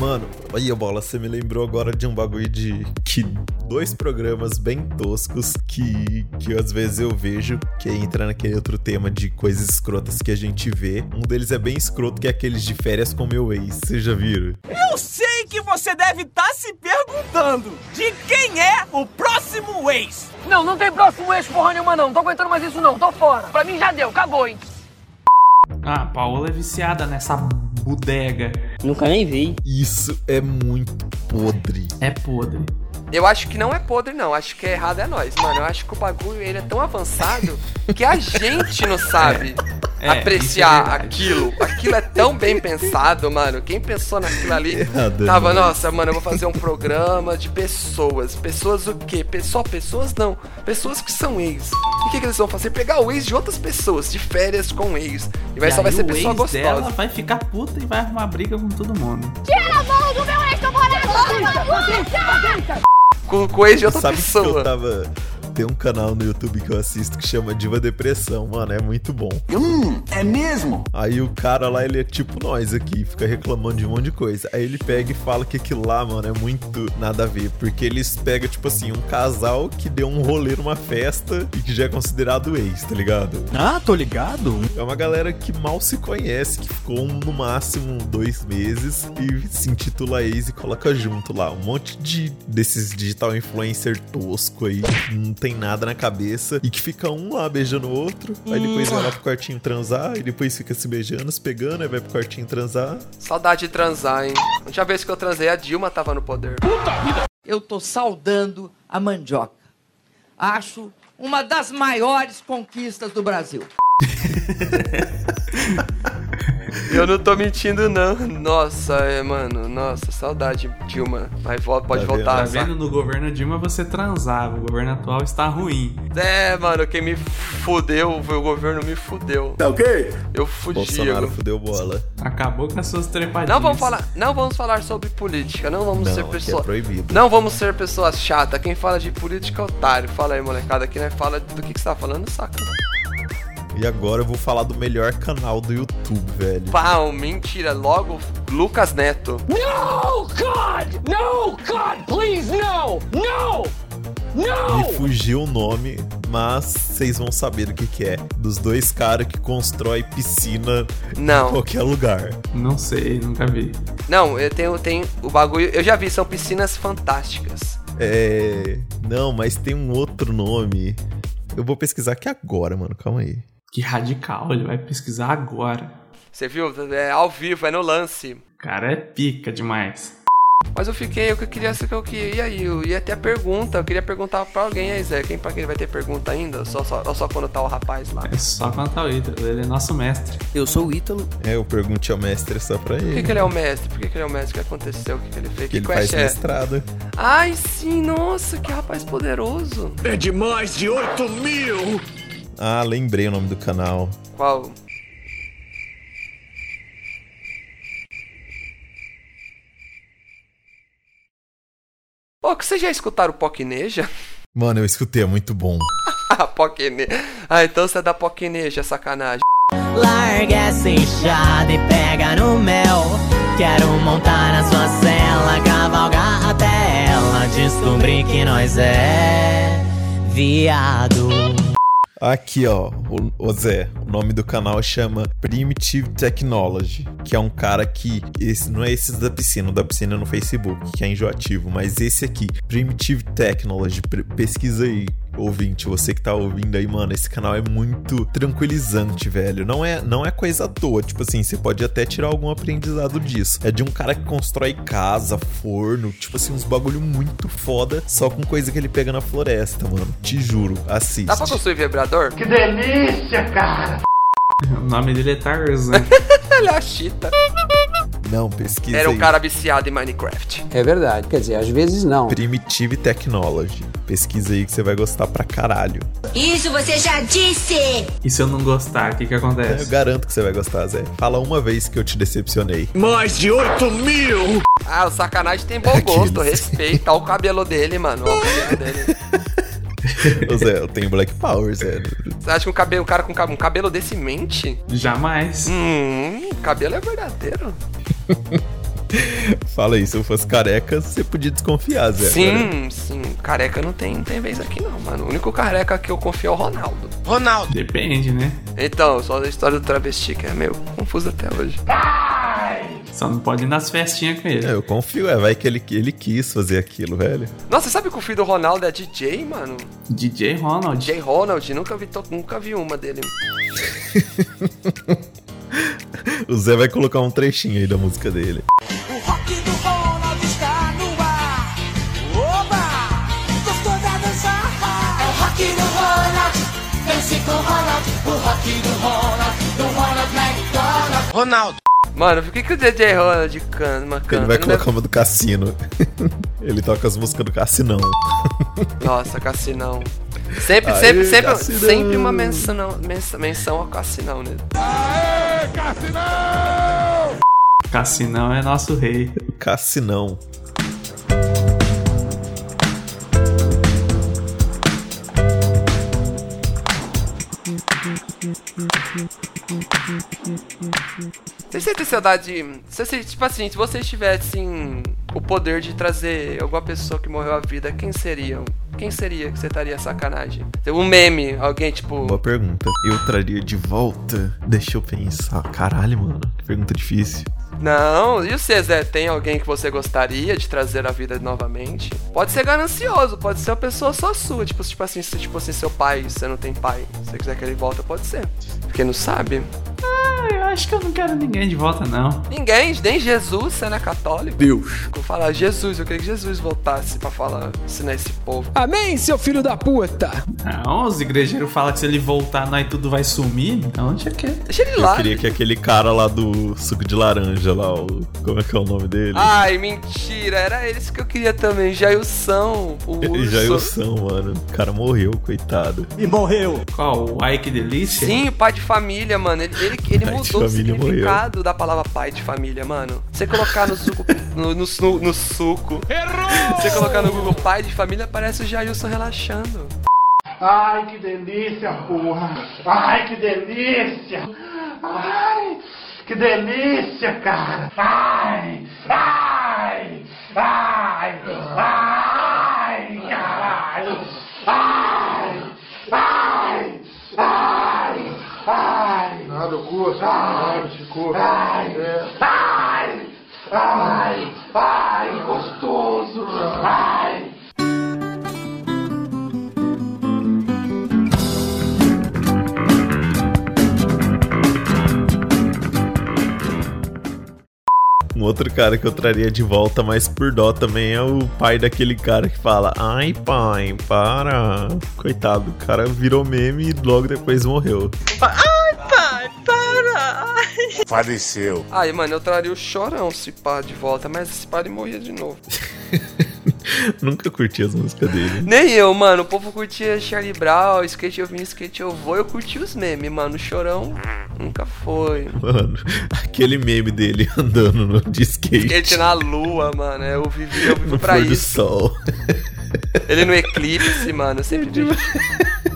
[SPEAKER 2] Mano, aí, bola, você me lembrou agora de um bagulho de que dois programas bem toscos que, que às vezes eu vejo, que entra naquele outro tema de coisas escrotas que a gente vê. Um deles é bem escroto, que é aqueles de férias com meu ex. Vocês já viram?
[SPEAKER 5] Eu sei que você deve estar se perguntando de quem é o próximo ex.
[SPEAKER 7] Não, não tem próximo eixo porra nenhuma não. Tô aguentando mais isso não. Tô fora. Pra mim já deu. Acabou, hein?
[SPEAKER 3] Ah, a Paola é viciada nessa bodega.
[SPEAKER 10] Nunca nem vi.
[SPEAKER 2] Isso é muito podre.
[SPEAKER 3] É podre.
[SPEAKER 1] Eu acho que não é podre, não. Acho que é errado é nós, mano. Eu acho que o bagulho ele é tão avançado que a gente não sabe
[SPEAKER 3] É,
[SPEAKER 1] apreciar
[SPEAKER 3] isso é verdade.
[SPEAKER 1] aquilo. Aquilo é tão bem pensado, mano. Quem pensou naquilo ali
[SPEAKER 2] Errado é
[SPEAKER 1] tava,
[SPEAKER 2] nós.
[SPEAKER 1] nossa, mano, eu vou fazer um programa de pessoas. Pessoas o quê? Pe- Só pessoas não. Pessoas que são ex. E o que, que eles vão fazer? Pegar o ex de outras pessoas, de férias com ex. E vai
[SPEAKER 3] E
[SPEAKER 1] só vai
[SPEAKER 3] aí
[SPEAKER 1] ser
[SPEAKER 3] o
[SPEAKER 1] pessoa
[SPEAKER 3] ex
[SPEAKER 1] gostosa.
[SPEAKER 3] dela vai ficar puta e vai arrumar briga com todo mundo.
[SPEAKER 11] Tira a mão do meu ex-namorado!
[SPEAKER 1] Com, com o ex de outra
[SPEAKER 2] Sabe que eu
[SPEAKER 1] pessoa.
[SPEAKER 2] tava. Tem um canal no YouTube que eu assisto que chama Diva Depressão, mano, é muito bom.
[SPEAKER 6] Hum, é mesmo?
[SPEAKER 2] Aí o cara lá, ele é tipo nós aqui, fica reclamando de um monte de coisa. Aí ele pega e fala que aquilo lá, mano, é muito nada a ver. Porque eles pegam, tipo assim, um casal que deu um rolê numa festa e que já é considerado ex, tá ligado?
[SPEAKER 10] Ah, tô ligado.
[SPEAKER 2] É uma galera que mal se conhece, que ficou um, no máximo dois meses e se intitula ex e coloca junto lá. Um monte de desses digital influencer tosco aí, que não tem nada na cabeça e que fica um lá beijando o outro, aí depois vai lá pro quartinho transar, e depois fica se beijando, se pegando, aí vai pro quartinho transar.
[SPEAKER 1] Saudade de transar, hein? A última vez que eu transei, a Dilma tava no poder.
[SPEAKER 5] Eu tô saudando a mandioca. Acho uma das maiores conquistas do Brasil.
[SPEAKER 1] Eu não tô mentindo, não. Nossa, é, mano. Nossa, saudade, Dilma. Mas vo- pode
[SPEAKER 2] Tá vendo?
[SPEAKER 1] voltar.
[SPEAKER 2] Tá
[SPEAKER 3] Tá
[SPEAKER 1] saca?
[SPEAKER 3] vendo? No governo Dilma você transava. O governo atual está ruim.
[SPEAKER 2] Tá
[SPEAKER 1] É, mano, quem me fudeu, foi o governo me fudeu.
[SPEAKER 8] Tá ok?
[SPEAKER 1] Eu fudi.
[SPEAKER 2] Bolsonaro
[SPEAKER 1] eu-
[SPEAKER 2] fudeu bola.
[SPEAKER 3] Acabou com as suas trepadinhas.
[SPEAKER 1] Não vamos falar, não vamos falar sobre política, não vamos
[SPEAKER 2] Não,
[SPEAKER 1] ser
[SPEAKER 2] aqui é
[SPEAKER 1] pessoas.
[SPEAKER 2] proibido.
[SPEAKER 1] não vamos ser pessoas chatas. Quem fala de política é otário. Fala aí, molecada, aqui né? Fala do que, que você tá falando, saca?
[SPEAKER 2] E agora eu vou falar do melhor canal do YouTube, velho.
[SPEAKER 1] Pau, mentira. Logo, Lucas Neto.
[SPEAKER 2] Me fugiu o nome, mas vocês vão saber do que, que é. Dos dois caras que constrói piscina em
[SPEAKER 1] Não.
[SPEAKER 2] qualquer lugar.
[SPEAKER 3] Não sei, nunca vi.
[SPEAKER 1] Não, eu tenho, tenho o bagulho. Eu já vi, são piscinas fantásticas.
[SPEAKER 2] É. Não, mas tem um outro nome. Eu vou pesquisar aqui agora, mano. Calma aí.
[SPEAKER 3] Que radical, ele vai pesquisar agora.
[SPEAKER 1] Você viu? É ao vivo, é no lance.
[SPEAKER 3] O cara é pica demais.
[SPEAKER 1] Mas eu fiquei, eu que queria ser que eu queria. E aí, eu ia ter a pergunta. Eu queria perguntar pra alguém aí, Zé. Quem pra quem vai ter pergunta ainda? Só, só, ou só quando tá o rapaz lá.
[SPEAKER 3] É só contar o Ítalo, ele é nosso mestre.
[SPEAKER 10] Eu sou o Ítalo.
[SPEAKER 2] É, eu perguntei ao mestre só pra
[SPEAKER 1] Por que,
[SPEAKER 2] ele.
[SPEAKER 1] que ele é o mestre? Por que, que ele é o mestre? O que aconteceu? O que, que ele fez?
[SPEAKER 2] Que ele
[SPEAKER 1] quest
[SPEAKER 2] faz
[SPEAKER 1] é?
[SPEAKER 2] mestrado.
[SPEAKER 1] Ai, sim, nossa, que rapaz poderoso.
[SPEAKER 4] É de mais de 8 mil.
[SPEAKER 2] Ah, lembrei o nome do canal.
[SPEAKER 1] Qual? Pô, que vocês já escutaram o Poquineja?
[SPEAKER 2] Mano, eu escutei, é muito bom.
[SPEAKER 1] Ah, Poquineja. Ah, então você é da Poquineja, sacanagem.
[SPEAKER 5] Larga essa enxada e pega no mel. Quero montar na sua cela, cavalgar até ela. Descobrir que nós é viado.
[SPEAKER 2] Aqui, ó, o, o Zé, o nome do canal chama Primitive Technology, que é um cara que. Esse, não é esse da piscina, o da piscina é no Facebook, que é enjoativo, mas esse aqui, Primitive Technology, pre- pesquisa aí. ouvinte, você que tá ouvindo aí, mano, esse canal é muito tranquilizante, velho. Não é, não é coisa à toa. Tipo assim, você pode até tirar algum aprendizado disso. É de um cara que constrói casa, forno, tipo assim, uns bagulho muito foda, só com coisa que ele pega na floresta, mano. Te juro, assiste.
[SPEAKER 1] Dá pra construir vibrador?
[SPEAKER 8] Que delícia, cara!
[SPEAKER 3] O nome dele é Tarzan.
[SPEAKER 1] Ele é a chita.
[SPEAKER 2] Não, pesquisa
[SPEAKER 1] Era um
[SPEAKER 2] aí.
[SPEAKER 1] cara viciado em Minecraft.
[SPEAKER 10] É verdade. Quer dizer, às vezes não.
[SPEAKER 2] Primitive Technology. Pesquisa aí que você vai gostar pra caralho.
[SPEAKER 11] Isso você já disse!
[SPEAKER 3] E se eu não gostar, o que que
[SPEAKER 2] É, Eu
[SPEAKER 3] acontece?
[SPEAKER 2] garanto que você vai gostar, Zé. Fala uma vez que eu te decepcionei.
[SPEAKER 4] Mais de 8 mil!
[SPEAKER 1] Ah, o sacanagem tem bom gosto,
[SPEAKER 2] Aqueles.
[SPEAKER 1] respeita. Olha o cabelo dele, mano. Olha o cabelo dele.
[SPEAKER 2] Ô, Zé, eu tenho Black Power, Zé.
[SPEAKER 1] Você acha que um, cabelo, um cara com cab- um cabelo desse mente?
[SPEAKER 3] Jamais.
[SPEAKER 1] Hum, cabelo é verdadeiro.
[SPEAKER 2] Fala aí, se eu fosse careca, você podia desconfiar, Zé. Agora,
[SPEAKER 1] Sim, sim. Careca não tem, não tem vez aqui não, mano. O único careca que eu confio é o Ronaldo.
[SPEAKER 12] Ronaldo.
[SPEAKER 3] Depende, né?
[SPEAKER 1] Então, só a história do travesti que é meio confusa até hoje.
[SPEAKER 3] Só não pode ir nas festinhas com ele.
[SPEAKER 2] é, eu confio, é, vai que ele, ele quis fazer aquilo, velho.
[SPEAKER 1] Nossa, você sabe que o filho do Ronaldo é DJ, mano?
[SPEAKER 3] DJ Ronald.
[SPEAKER 1] DJ Ronald, nunca vi, to- nunca vi uma dele.
[SPEAKER 2] O Zé vai colocar um trechinho aí da música dele.
[SPEAKER 12] O rock do Ronald está no ar. Oba! Gostou da dança? É o rock do Ronald. Dance com o Ronald. O rock do Ronald. Do Ronald McDonald. Ronaldo.
[SPEAKER 1] Mano, por que, que o DJ Ronald canta? Uma canta?
[SPEAKER 2] Ele vai
[SPEAKER 1] Não é- deve-
[SPEAKER 2] colocar uma do Cassino. ele toca as músicas do Cassinão. um-
[SPEAKER 1] Nossa, Cassinão. Sempre,
[SPEAKER 2] Aê,
[SPEAKER 1] sempre, sempre,
[SPEAKER 2] Cassinão.
[SPEAKER 1] sempre uma menção, menção, menção ao Cassinão, né?
[SPEAKER 3] Cassinão é nosso rei.
[SPEAKER 2] Cassinão.
[SPEAKER 1] Vocês sentem saudade. Se, se, tipo assim, se vocês tivessem o poder de trazer alguma pessoa que morreu à vida, quem seriam? Quem seria que você estaria sacanagem? Um meme, alguém tipo.
[SPEAKER 2] Boa pergunta. Eu traria de volta. Deixa eu pensar. Caralho, mano. Que pergunta difícil.
[SPEAKER 1] Não, e você, Zé? Tem alguém que você gostaria de trazer à vida novamente? Pode ser ganancioso, pode ser uma pessoa só sua. Tipo, tipo assim, se, tipo assim, seu pai, se você não tem pai, se você quiser que ele volta, pode ser. Porque não sabe.
[SPEAKER 3] Ah, eu acho que eu não quero ninguém de volta, não.
[SPEAKER 1] Ninguém, nem Jesus, você não é católico.
[SPEAKER 10] Deus.
[SPEAKER 1] Vou falar, Jesus, eu queria que Jesus voltasse pra falar, ensinar esse povo.
[SPEAKER 10] Amém, seu filho da puta.
[SPEAKER 3] Ah, os igrejeiros falam que se ele voltar, nós tudo vai sumir. Então, deixa quieto.
[SPEAKER 1] Deixa ele
[SPEAKER 2] Eu
[SPEAKER 1] lá.
[SPEAKER 2] queria que aquele cara lá do suco de laranja lá, o... como é que é o nome dele?
[SPEAKER 1] Ai, mentira, era eles que eu queria também. Jailson, o
[SPEAKER 2] E
[SPEAKER 1] urso.
[SPEAKER 2] Jailson, mano. O cara morreu, coitado.
[SPEAKER 12] E morreu.
[SPEAKER 3] Qual? O Ai que delícia?
[SPEAKER 1] Sim, o pai de família, mano. Ele, ele, ele
[SPEAKER 2] Pai de
[SPEAKER 1] mudou o
[SPEAKER 2] família morreu.
[SPEAKER 1] significado da palavra pai de família, mano. Você colocar no suco. No, no, su- no suco. Errou! Você colocar no Google pai de família, aparece o Jailson relaxando.
[SPEAKER 8] Ai, que delícia, porra! Ai, que delícia! Ai, que delícia, cara! Ai, ai, ai, ai, caralho! Ai, ai, ai, ai! Nada, o assim, curso, ai, Chico! Ai, ai, ai, ai, gostoso! Ai!
[SPEAKER 2] Um outro cara que eu traria de volta, mas por dó também, é o pai daquele cara que fala: Ai, pai, para. Coitado, o cara virou meme e logo depois morreu.
[SPEAKER 12] Faleceu.
[SPEAKER 1] Aí, mano, eu traria o chorão se pá de volta, mas esse pá ele morria de novo.
[SPEAKER 2] Nunca curti as músicas dele.
[SPEAKER 1] Nem eu, mano. O povo curtia Charlie Brown, skate eu vim, skate eu vou. Eu curti os memes, mano. O chorão nunca foi.
[SPEAKER 2] Mano, aquele meme dele andando no de skate.
[SPEAKER 1] Skate na lua, mano. É, Eu vivi, eu vivo
[SPEAKER 2] no
[SPEAKER 1] pra
[SPEAKER 2] pôr do
[SPEAKER 1] isso.
[SPEAKER 2] sol.
[SPEAKER 1] Ele no eclipse, mano. Eu sempre vi.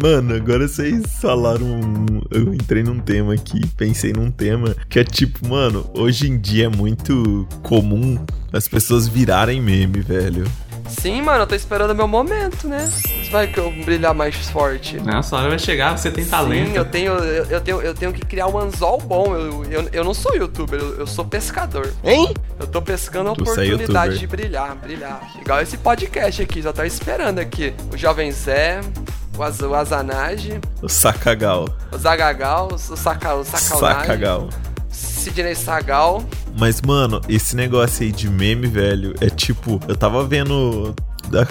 [SPEAKER 2] Mano, agora vocês falaram. um- Eu entrei num tema aqui, pensei num tema que é tipo, mano, hoje em dia é muito comum as pessoas virarem meme, velho.
[SPEAKER 1] Sim, mano, eu tô esperando o meu momento, né? Tô vai que eu brilhar mais forte.
[SPEAKER 3] Nossa, Né, a hora vai chegar, você tem talento.
[SPEAKER 1] Sim, eu tenho, eu, eu tenho, eu tenho que criar um anzol bom. Eu, eu, eu não sou youtuber, eu, eu sou pescador.
[SPEAKER 13] Hein?
[SPEAKER 1] Eu tô pescando a
[SPEAKER 2] Tu é
[SPEAKER 1] oportunidade
[SPEAKER 2] youtuber.
[SPEAKER 1] de brilhar, brilhar. Igual esse podcast aqui, já tá esperando aqui. O Jovem Zé, o, Az, o Azanage,
[SPEAKER 2] O Sacagal.
[SPEAKER 1] o Zagagal, o Saca, o Sacalnage,
[SPEAKER 2] Sacagal.
[SPEAKER 1] Sidney Sagal.
[SPEAKER 2] Mas, mano, esse negócio aí de meme, velho, é tipo, eu tava vendo.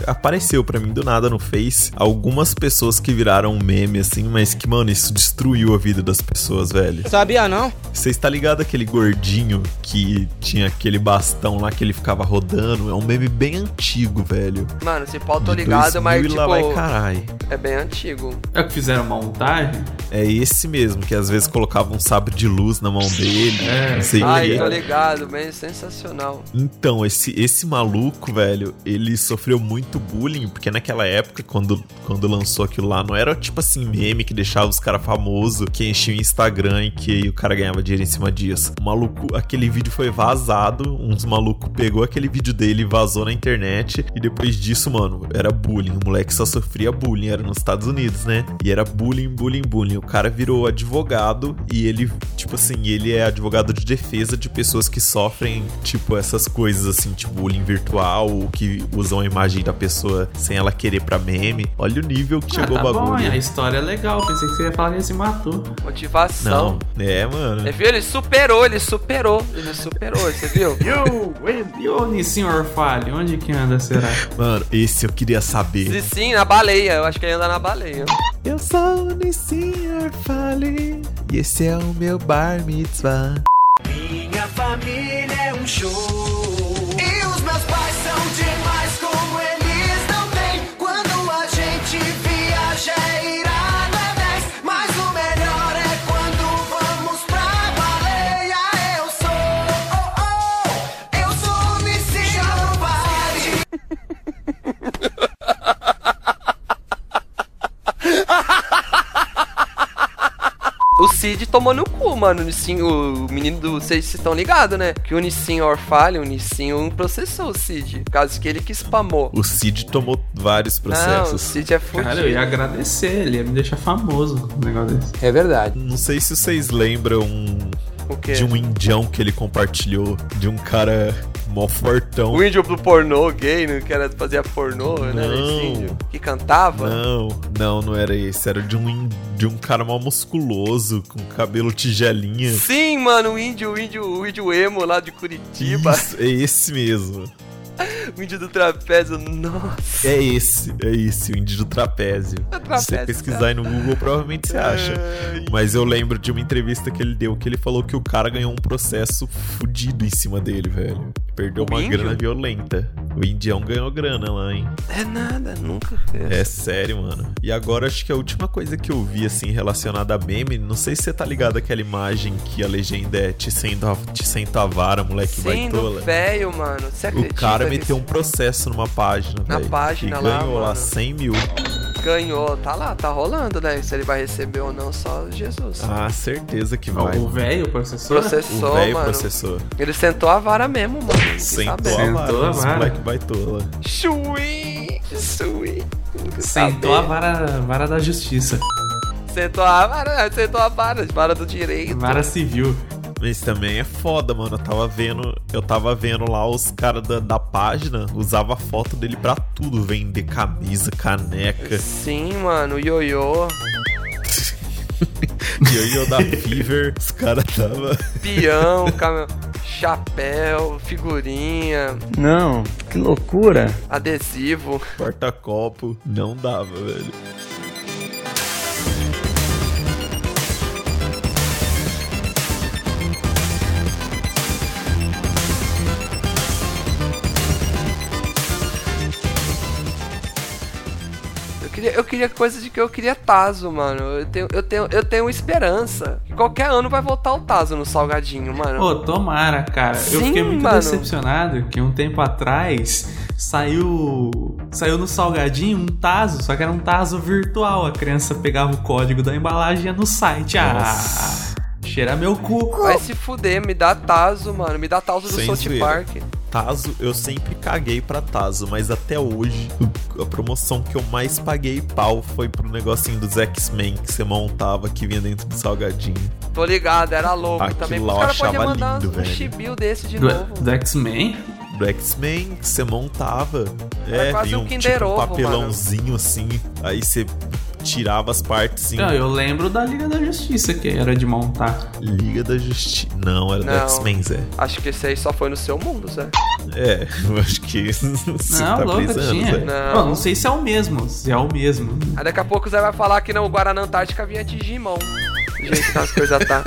[SPEAKER 2] a- Apareceu pra mim do nada no Face algumas pessoas que viraram meme, assim, mas que, mano, isso destruiu a vida das pessoas, velho.
[SPEAKER 13] Sabia não?
[SPEAKER 2] Você está ligado aquele gordinho que tinha aquele bastão lá que ele ficava rodando? É um meme bem antigo, velho.
[SPEAKER 1] Mano, esse pau tô
[SPEAKER 2] De
[SPEAKER 1] ligado, mas
[SPEAKER 2] 2000 e
[SPEAKER 1] tipo.
[SPEAKER 2] lá vai carai.
[SPEAKER 1] É bem antigo.
[SPEAKER 3] É o que fizeram montagem?
[SPEAKER 2] É esse mesmo, que às vezes colocava um sabre de luz na mão dele.
[SPEAKER 3] É.
[SPEAKER 2] não sei o
[SPEAKER 1] Ai,
[SPEAKER 2] quê.
[SPEAKER 1] tô ligado, bem sensacional.
[SPEAKER 2] Então, esse, esse maluco, velho, ele sofreu muito bullying, porque naquela época, quando, quando lançou aquilo lá, não era tipo assim, meme que deixava os caras famosos, que enchia o Instagram e que o cara ganhava dinheiro em cima disso. O maluco, aquele vídeo foi vazado, uns maluco pegou aquele vídeo dele e vazou na internet, e depois disso, mano, era bullying. O moleque só sofria bullying, era nos Estados Unidos, né? E era bullying, bullying, bullying. O cara virou advogado e ele, tipo assim, ele é advogado de defesa de pessoas que sofrem, tipo, essas coisas assim, tipo bullying virtual, ou que usam a imagem da pessoa sem ela querer pra meme. Olha o nível que chegou
[SPEAKER 3] ah,
[SPEAKER 2] o
[SPEAKER 3] tá bom,
[SPEAKER 2] bagulho.
[SPEAKER 3] a história é legal. Pensei que você ia falar que ele se matou.
[SPEAKER 1] Motivação.
[SPEAKER 2] Não, é, mano.
[SPEAKER 1] Ele viu? Ele superou, ele superou, ele superou, você viu?
[SPEAKER 3] E o Nissin Orfale, onde que anda, será?
[SPEAKER 2] Mano, esse eu queria saber.
[SPEAKER 1] E sim, na baleia, eu acho que ele anda na baleia.
[SPEAKER 2] Eu sou o Nissin Fale e esse é o meu bar mitzvah.
[SPEAKER 12] Minha família é um show. E os meus pais são demais, como eles não têm. Quando a gente viaja é irado, é 10. Mas o melhor é quando vamos pra baleia. Eu sou, oh, oh, eu sou o Nissin Vale.
[SPEAKER 1] O Cid tomou no cu, mano. O, Nissin, o menino do. Vocês estão ligados, né? Que o Nissin Orfalho, o Nissin um processou o Cid. Por causa que ele que spamou.
[SPEAKER 2] O Cid tomou vários
[SPEAKER 1] Não, o
[SPEAKER 2] processos.
[SPEAKER 1] Cid é fudido.
[SPEAKER 3] Cara, eu ia agradecer, ele ia me deixar famoso com um negócio desse.
[SPEAKER 10] É verdade.
[SPEAKER 2] Não sei se vocês lembram
[SPEAKER 1] O quê?
[SPEAKER 2] de um indião que ele compartilhou, de um cara mó fortão.
[SPEAKER 1] O Um índio do pornô gay, né? Que era fazia pornô, né?
[SPEAKER 2] Não.
[SPEAKER 1] Esse índio. Que cantava.
[SPEAKER 2] Não, não, não era esse. Era de um, in- de um cara mó musculoso, com cabelo tigelinha.
[SPEAKER 1] Sim, mano, o índio, o índio, o índio emo lá de Curitiba.
[SPEAKER 2] Isso, é esse mesmo.
[SPEAKER 1] O índio do trapézio, nossa.
[SPEAKER 2] É esse, é esse, o índio do trapézio.
[SPEAKER 1] É trapézio,
[SPEAKER 2] Se você pesquisar aí no Google, provavelmente você acha. Mas eu lembro de uma entrevista que ele deu que ele falou que o cara ganhou um processo fudido em cima dele, velho. Perdeu
[SPEAKER 1] O
[SPEAKER 2] uma
[SPEAKER 1] índio?
[SPEAKER 2] grana violenta. O indião ganhou grana lá, hein?
[SPEAKER 1] É nada, nunca
[SPEAKER 2] É sério, mano. E agora acho que a última coisa que eu vi, assim, relacionada a meme, não sei se você tá ligado àquela imagem que a legenda é te sento a, te sento a vara,
[SPEAKER 1] Sim,
[SPEAKER 2] moleque é vai
[SPEAKER 1] no
[SPEAKER 2] tola.
[SPEAKER 1] velho, mano. Você
[SPEAKER 2] O
[SPEAKER 1] acredita?
[SPEAKER 2] cara
[SPEAKER 1] que
[SPEAKER 2] meteu um processo numa página,
[SPEAKER 1] Na
[SPEAKER 2] velho,
[SPEAKER 1] página
[SPEAKER 2] e
[SPEAKER 1] lá,
[SPEAKER 2] ganhou lá
[SPEAKER 1] mano.
[SPEAKER 2] 100 mil.
[SPEAKER 1] Ganhou, tá lá, tá rolando, né? Se ele vai receber ou não, só Jesus.
[SPEAKER 2] Ah, certeza que vai.
[SPEAKER 3] O velho processou?
[SPEAKER 1] processou,
[SPEAKER 2] o velho
[SPEAKER 1] mano.
[SPEAKER 2] processou.
[SPEAKER 1] Ele sentou a vara mesmo, mano. Tem que
[SPEAKER 2] Sentou
[SPEAKER 1] saber.
[SPEAKER 2] a
[SPEAKER 3] Sentou a
[SPEAKER 2] vara, esse
[SPEAKER 3] vara.
[SPEAKER 2] moleque baitola.
[SPEAKER 1] Chui, chui. Tem que
[SPEAKER 3] Sentou a
[SPEAKER 1] saber.
[SPEAKER 3] vara, vara da justiça,
[SPEAKER 1] Sentou a vara, sentou a vara, vara do direito.
[SPEAKER 3] vara civil.
[SPEAKER 2] Mas também é foda, mano. Eu tava vendo, eu tava vendo lá os caras da, da página, usava a foto dele pra tudo, vender camisa, caneca,
[SPEAKER 1] Sim, mano, o ioiô,
[SPEAKER 2] ioiô da Fever. Os caras tava
[SPEAKER 1] peão, cam- chapéu, figurinha,
[SPEAKER 13] Não, que loucura.
[SPEAKER 1] adesivo.
[SPEAKER 2] porta-copo, não dava, velho.
[SPEAKER 1] Eu queria, eu queria coisa de que eu queria Tazo, mano. Eu tenho, eu tenho, eu tenho esperança que qualquer ano vai voltar o Tazo no salgadinho, mano.
[SPEAKER 3] Pô, tomara, cara. eu
[SPEAKER 1] Sim,
[SPEAKER 3] fiquei muito
[SPEAKER 1] mano.
[SPEAKER 3] decepcionado que um tempo atrás saiu saiu no salgadinho um taso, só que era um taso virtual. A criança pegava o código da embalagem e ia no site. Ah, Cheirar meu cu.
[SPEAKER 1] Vai se fuder, me dá Tazo, mano. Me dá Tazo do
[SPEAKER 2] Sem
[SPEAKER 1] South
[SPEAKER 2] zoeira.
[SPEAKER 1] Park.
[SPEAKER 2] Tazo, eu sempre caguei pra Tazo, mas até hoje a promoção que eu mais paguei pau foi pro negocinho dos X-Men que você montava que vinha dentro do salgadinho.
[SPEAKER 1] Tô ligado, era louco
[SPEAKER 2] Aquilo
[SPEAKER 1] também.
[SPEAKER 2] lá
[SPEAKER 1] Os
[SPEAKER 2] eu
[SPEAKER 1] caras podiam
[SPEAKER 2] achava
[SPEAKER 1] mandar
[SPEAKER 2] lindo,
[SPEAKER 1] um
[SPEAKER 2] velho.
[SPEAKER 1] chibio desse de
[SPEAKER 2] Do-
[SPEAKER 1] novo.
[SPEAKER 3] Do X-Men?
[SPEAKER 2] Do X-Men que você montava.
[SPEAKER 1] Era
[SPEAKER 2] é,
[SPEAKER 1] quase
[SPEAKER 2] vinha
[SPEAKER 1] um
[SPEAKER 2] um,
[SPEAKER 1] Kinder
[SPEAKER 2] tipo, um
[SPEAKER 1] Ovo,
[SPEAKER 2] papelãozinho assim, aí você tirava as partes. Assim,
[SPEAKER 3] Não, Então, eu lembro da Liga da Justiça que era de montar.
[SPEAKER 2] Liga da Justiça. Não, era do
[SPEAKER 1] Não.
[SPEAKER 2] X-Men, Zé.
[SPEAKER 1] Acho que esse aí só foi no seu mundo, Zé.
[SPEAKER 2] É, eu acho que você
[SPEAKER 3] não,
[SPEAKER 2] tá
[SPEAKER 3] louco,
[SPEAKER 2] brisando,
[SPEAKER 3] tinha.
[SPEAKER 2] Zé.
[SPEAKER 1] Não.
[SPEAKER 3] Bom, não sei se é o mesmo. Se é o mesmo.
[SPEAKER 1] Aí daqui a pouco o Zé vai falar que não, o Guaraná Antártica vinha Digimon. Do jeito que as coisas tá.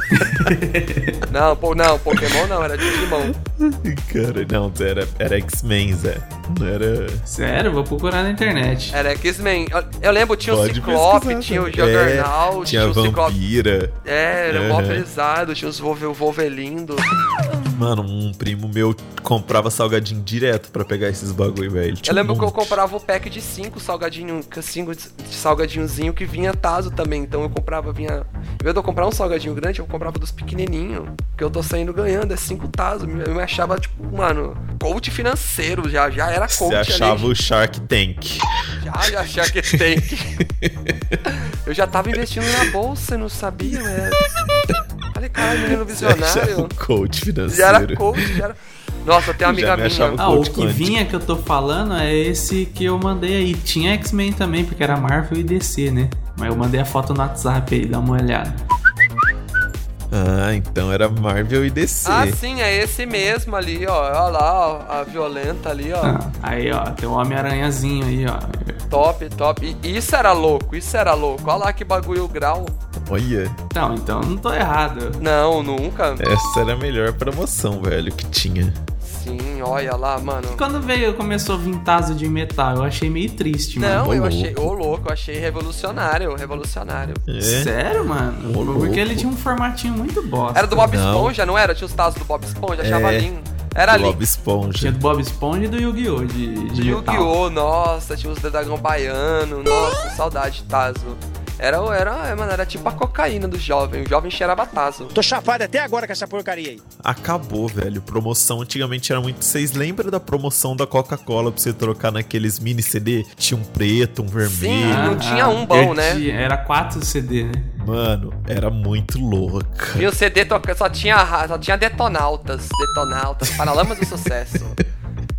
[SPEAKER 1] não, po- não, Pokémon não, era Digimon.
[SPEAKER 2] Cara, não, Zé, era, era X-Men, Zé. Não era.
[SPEAKER 3] Sério, vou procurar na internet.
[SPEAKER 1] Era X-Men. Eu, eu lembro, tinha o
[SPEAKER 2] Pode
[SPEAKER 1] Ciclope,
[SPEAKER 2] pesquisar,
[SPEAKER 1] tinha o
[SPEAKER 2] Zé.
[SPEAKER 1] Jogernal,
[SPEAKER 2] É,
[SPEAKER 1] tinha
[SPEAKER 2] tinha
[SPEAKER 1] o Ciclope.
[SPEAKER 2] Vampira.
[SPEAKER 1] É, era mó
[SPEAKER 2] Uhum.
[SPEAKER 1] pesado, tinha os Volve- o Volvelindo.
[SPEAKER 2] Mano, um primo meu comprava salgadinho direto pra pegar esses bagulho, velho. Ele
[SPEAKER 1] Eu
[SPEAKER 2] tinha
[SPEAKER 1] lembro
[SPEAKER 2] um
[SPEAKER 1] que eu comprava o pack de 5 salgadinho, cinco de de salgadinhozinho que vinha Tazo também. Então eu comprava, vinha. Em vez de eu comprar um salgadinho grande, eu comprava dos pequenininhos. Que eu tô saindo ganhando, é 5 Tazo. Eu me achava, tipo, mano, coach financeiro já. Já era coach
[SPEAKER 2] Você achava
[SPEAKER 1] um ali.
[SPEAKER 2] o Shark Tank.
[SPEAKER 1] Já, já achava que tem. eu já tava investindo na bolsa e não sabia, né? Falei, caralho, menino
[SPEAKER 2] Você achava
[SPEAKER 1] visionário.
[SPEAKER 2] o coach
[SPEAKER 1] Já
[SPEAKER 2] um financeiro.
[SPEAKER 1] era coach, já era. Nossa, tem uma
[SPEAKER 2] Já
[SPEAKER 1] amiga
[SPEAKER 2] me
[SPEAKER 1] minha.
[SPEAKER 2] achava
[SPEAKER 3] Ah, o
[SPEAKER 2] Coach
[SPEAKER 3] que
[SPEAKER 2] Quantic.
[SPEAKER 3] vinha que eu tô falando é esse que eu mandei aí. Tinha X-Men também, porque era Marvel e DC, né? Mas eu mandei a foto no WhatsApp aí, dá uma olhada.
[SPEAKER 2] Ah, então era Marvel e DC.
[SPEAKER 1] Ah, sim, é esse mesmo ali, ó. Olha lá, ó, a violenta ali, ó.
[SPEAKER 3] Ah, aí, ó, tem um Homem-Aranhazinho aí, ó.
[SPEAKER 1] Top, top. E isso era louco, isso era louco. Olha lá que bagulho grau.
[SPEAKER 2] Olha,
[SPEAKER 3] Não, então não tô errado.
[SPEAKER 1] Não, nunca.
[SPEAKER 2] essa era a melhor promoção, velho, que tinha.
[SPEAKER 1] Sim, olha lá, mano.
[SPEAKER 3] Quando veio, começou a vir taso de metal, eu achei meio triste, mano.
[SPEAKER 1] Não, eu
[SPEAKER 2] ô
[SPEAKER 1] achei. Ô, louco, eu achei revolucionário, revolucionário.
[SPEAKER 2] É.
[SPEAKER 3] Sério, mano?
[SPEAKER 2] Ô, louco.
[SPEAKER 3] Porque ele tinha um formatinho muito bosta.
[SPEAKER 1] Era do Bob
[SPEAKER 2] Não.
[SPEAKER 1] Esponja, não era? Tinha os tazos do Bob Esponja, achava
[SPEAKER 2] É.
[SPEAKER 1] lindo. Era
[SPEAKER 2] Do
[SPEAKER 1] lindo.
[SPEAKER 2] Bob Esponja.
[SPEAKER 3] Tinha do Bob Esponja e do Yu-Gi-Oh! de, de metal.
[SPEAKER 1] Yu-Gi-Oh! Nossa, tinha os dragão baiano. Nossa, saudade, Tazo. Era, era, é, mano, era tipo a cocaína do jovem. O jovem cheirava Tazo.
[SPEAKER 4] Tô chapado até agora com essa porcaria aí.
[SPEAKER 2] Acabou, velho. Promoção antigamente era muito. Vocês lembram da promoção da Coca-Cola pra você trocar naqueles mini CD? Tinha um preto, um vermelho.
[SPEAKER 1] não tinha um
[SPEAKER 3] Ah, eu
[SPEAKER 1] bom, né?
[SPEAKER 3] tinha- Era 4 CD, né?
[SPEAKER 2] Mano, era muito louca.
[SPEAKER 1] E o CD toca- só tinha, ra- só tinha detonautas, detonautas, paralamas do sucesso.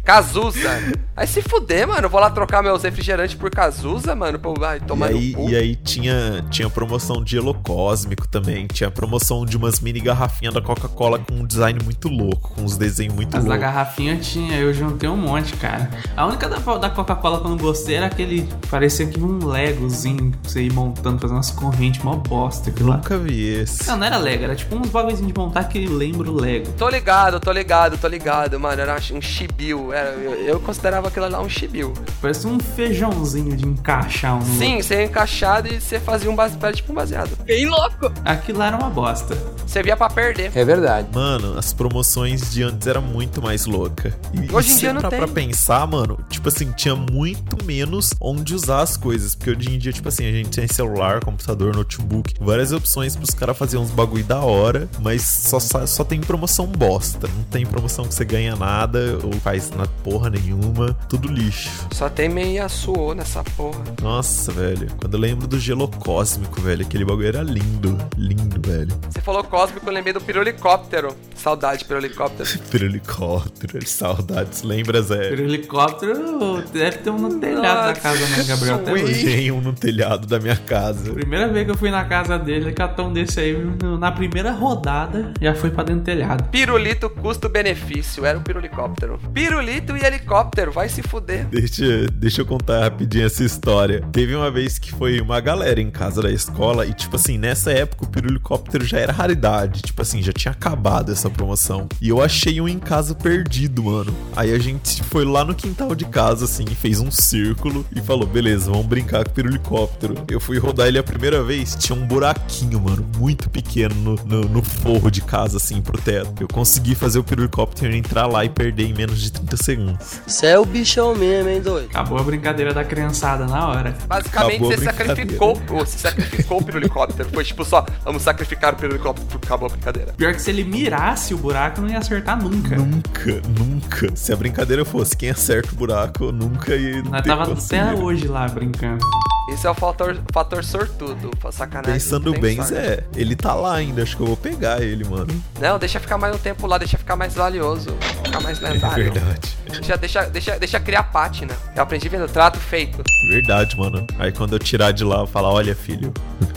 [SPEAKER 1] Cazuza. Aí se fuder, mano. Eu vou lá trocar meus refrigerantes por Cazuza, mano. Pô, vai
[SPEAKER 2] E
[SPEAKER 1] tomar
[SPEAKER 2] aí,
[SPEAKER 1] no cu.
[SPEAKER 2] e aí tinha, tinha promoção de Elo Cósmico também. Tinha promoção de umas mini garrafinhas da Coca-Cola com um design muito louco, com uns desenhos muito
[SPEAKER 3] Mas na
[SPEAKER 2] loucos.
[SPEAKER 3] garrafinha tinha, eu juntei um monte, cara. A única da, da Coca-Cola que eu não gostei era aquele. Parecia que um Legozinho pra você ir montando, fazendo umas correntes, mó bosta aquilo lá.
[SPEAKER 2] Nunca vi esse.
[SPEAKER 3] Não, não era Lego, era tipo uns bagulhozinhos de montar que lembra o Lego.
[SPEAKER 1] Tô ligado, tô ligado, tô ligado, mano. Era um chibiu. Era, eu, eu considerava aquilo lá um chibiu.
[SPEAKER 3] Parece um feijãozinho de encaixar um.
[SPEAKER 2] Hum.
[SPEAKER 3] no
[SPEAKER 1] Sim, você ia encaixado e você fazia um baseado, tipo um baseado.
[SPEAKER 7] Bem louco.
[SPEAKER 3] outro. Aquilo lá era uma bosta.
[SPEAKER 1] Você via pra perder.
[SPEAKER 10] É verdade.
[SPEAKER 2] Mano, as promoções de antes era muito mais louca. E
[SPEAKER 1] Hoje em
[SPEAKER 2] se
[SPEAKER 1] dia não
[SPEAKER 2] entrar
[SPEAKER 1] tem.
[SPEAKER 2] pra pensar, mano, tipo assim, tinha muito menos onde usar as coisas. Porque hoje em dia, tipo assim, a gente tem celular, computador, notebook, várias opções pros caras fazerem uns bagulho da hora, mas só, sa- só tem promoção bosta. Não tem promoção que você ganha nada ou faz na porra nenhuma. Tudo lixo.
[SPEAKER 1] Só tem meia suô nessa porra.
[SPEAKER 2] Nossa, velho. Quando eu lembro do gelo cósmico, velho, aquele bagulho era lindo. Lindo, velho.
[SPEAKER 1] Você falou cósmico, eu lembrei do pirulicóptero. Saudade, pirulicóptero.
[SPEAKER 2] Pelo helicóptero, saudades. Lembra, Zé?
[SPEAKER 3] Pelo helicóptero deve ter um no telhado da casa do Gabriel até
[SPEAKER 2] Eu
[SPEAKER 3] hoje.
[SPEAKER 2] tenho um no telhado da minha casa.
[SPEAKER 3] Primeira vez que eu fui na casa dele, catou um desse aí no- na primeira rodada, já foi pra dentro do telhado.
[SPEAKER 1] Pirulito custo-benefício, era o pirulicóptero. Pirulito e helicóptero, vai se fuder.
[SPEAKER 2] Deixa, deixa eu contar rapidinho essa história. Teve uma vez que foi uma galera em casa da escola e, tipo assim, nessa época o pirulicóptero já era raridade. Tipo assim, já tinha acabado essa promoção. E eu achei um em casa perdido, mano. Aí a gente foi lá no quintal de casa, assim, fez um círculo e falou: beleza, vamos brincar com o pirulicóptero. Eu fui rodar ele a primeira vez, tinha um buraquinho, mano, muito pequeno no, no, no forro de casa, assim, pro teto. Eu consegui fazer o pirulicóptero entrar lá e perder em menos de 30 segundos.
[SPEAKER 14] Você é o bichão mesmo, hein, doido?
[SPEAKER 3] Acabou a brincadeira da criançada na hora.
[SPEAKER 1] Basicamente,
[SPEAKER 2] Acabou a
[SPEAKER 1] você
[SPEAKER 2] brincadeira.
[SPEAKER 1] sacrificou, você sacrificou pelo helicóptero. Foi tipo só, vamos sacrificar pelo helicóptero, acabou a brincadeira.
[SPEAKER 3] Pior que se ele mirasse o buraco, não ia acertar nunca.
[SPEAKER 2] Nunca, nunca. Se a brincadeira fosse quem acerta o buraco, eu nunca ia.
[SPEAKER 3] Nós
[SPEAKER 2] ter
[SPEAKER 3] tava até
[SPEAKER 2] conseguido.
[SPEAKER 3] hoje lá brincando.
[SPEAKER 1] Esse é o fator, fator sortudo, pra sacanagem.
[SPEAKER 2] Pensando
[SPEAKER 1] Tem
[SPEAKER 2] né? bem,
[SPEAKER 1] sorte.
[SPEAKER 2] Zé, ele tá lá ainda. Acho que eu vou pegar ele, mano.
[SPEAKER 1] Não, deixa ficar mais um tempo lá, deixa ficar mais valioso, ficar mais
[SPEAKER 2] É
[SPEAKER 1] lendário.
[SPEAKER 2] verdade.
[SPEAKER 1] Deixa, deixa, deixa, deixa criar pátina. Eu aprendi vendo trato feito.
[SPEAKER 2] Verdade, mano. Aí quando eu tirar de lá, eu falar: olha, filho,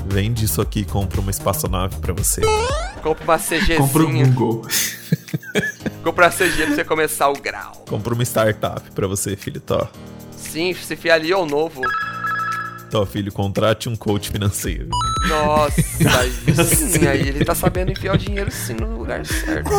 [SPEAKER 2] vende isso aqui e compra uma espaçonave pra você.
[SPEAKER 1] Compra uma CGzinha.
[SPEAKER 2] Compra um o Google.
[SPEAKER 1] Compra uma CG pra você começar o grau.
[SPEAKER 2] Compra uma startup pra você, filho. Tó,
[SPEAKER 1] Sim, se fia ali ou novo.
[SPEAKER 2] tó, filho, contrate um coach financeiro.
[SPEAKER 1] Nossa,
[SPEAKER 2] Eu
[SPEAKER 1] aí sim,
[SPEAKER 2] sei.
[SPEAKER 1] aí ele tá sabendo enfiar o dinheiro sim no lugar certo.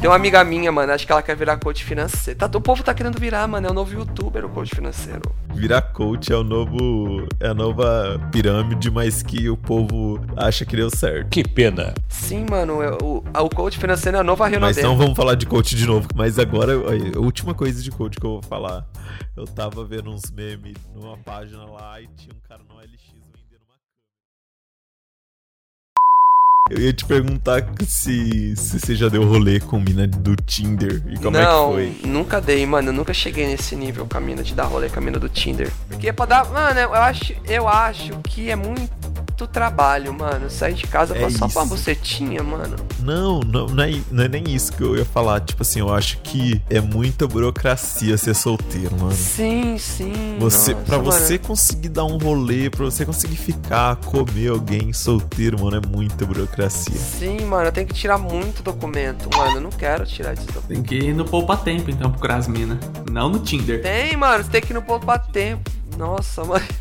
[SPEAKER 1] Tem uma amiga minha, mano, acho que ela quer virar coach financeiro. Tá- o povo tá querendo virar, mano, é o novo youtuber, o coach financeiro.
[SPEAKER 2] Virar coach é o novo. É a nova pirâmide, mas que o povo acha que deu certo. Que pena.
[SPEAKER 1] Sim, mano, é o, a- o coach financeiro é a nova
[SPEAKER 2] Mas
[SPEAKER 1] Renaudet.
[SPEAKER 2] não vamos falar de coach de novo, mas agora olha, a última coisa de coach que eu vou falar. Eu tava vendo uns memes numa página lá e tinha um cara no LX vendendo uma câmera. Eu ia te perguntar se, se você já deu rolê com mina do Tinder e como
[SPEAKER 1] não,
[SPEAKER 2] é que foi.
[SPEAKER 1] nunca dei, mano. Eu nunca cheguei nesse nível com a mina de dar rolê com a mina do Tinder. Porque é pra dar. Mano, eu acho, eu acho que é muito trabalho, mano. Sair de casa
[SPEAKER 2] É
[SPEAKER 1] pra só pra uma
[SPEAKER 2] isso.
[SPEAKER 1] bucetinha, mano.
[SPEAKER 2] Não, não, não, é, não é nem isso que eu ia falar. Tipo assim, eu acho que é muita burocracia ser solteiro, mano.
[SPEAKER 1] Sim, sim.
[SPEAKER 2] Você,
[SPEAKER 1] nossa,
[SPEAKER 2] pra
[SPEAKER 1] mano.
[SPEAKER 2] você conseguir dar um rolê, pra você conseguir ficar, comer alguém solteiro, mano, é muita burocracia.
[SPEAKER 1] Sim, mano, eu tenho que tirar muito documento, mano. Eu não quero tirar esse documento.
[SPEAKER 3] Tem que ir no poupa tempo então procurar as minas. Não no Tinder.
[SPEAKER 1] Tem, mano, você tem que ir no Poupa Tempo. Nossa, mano.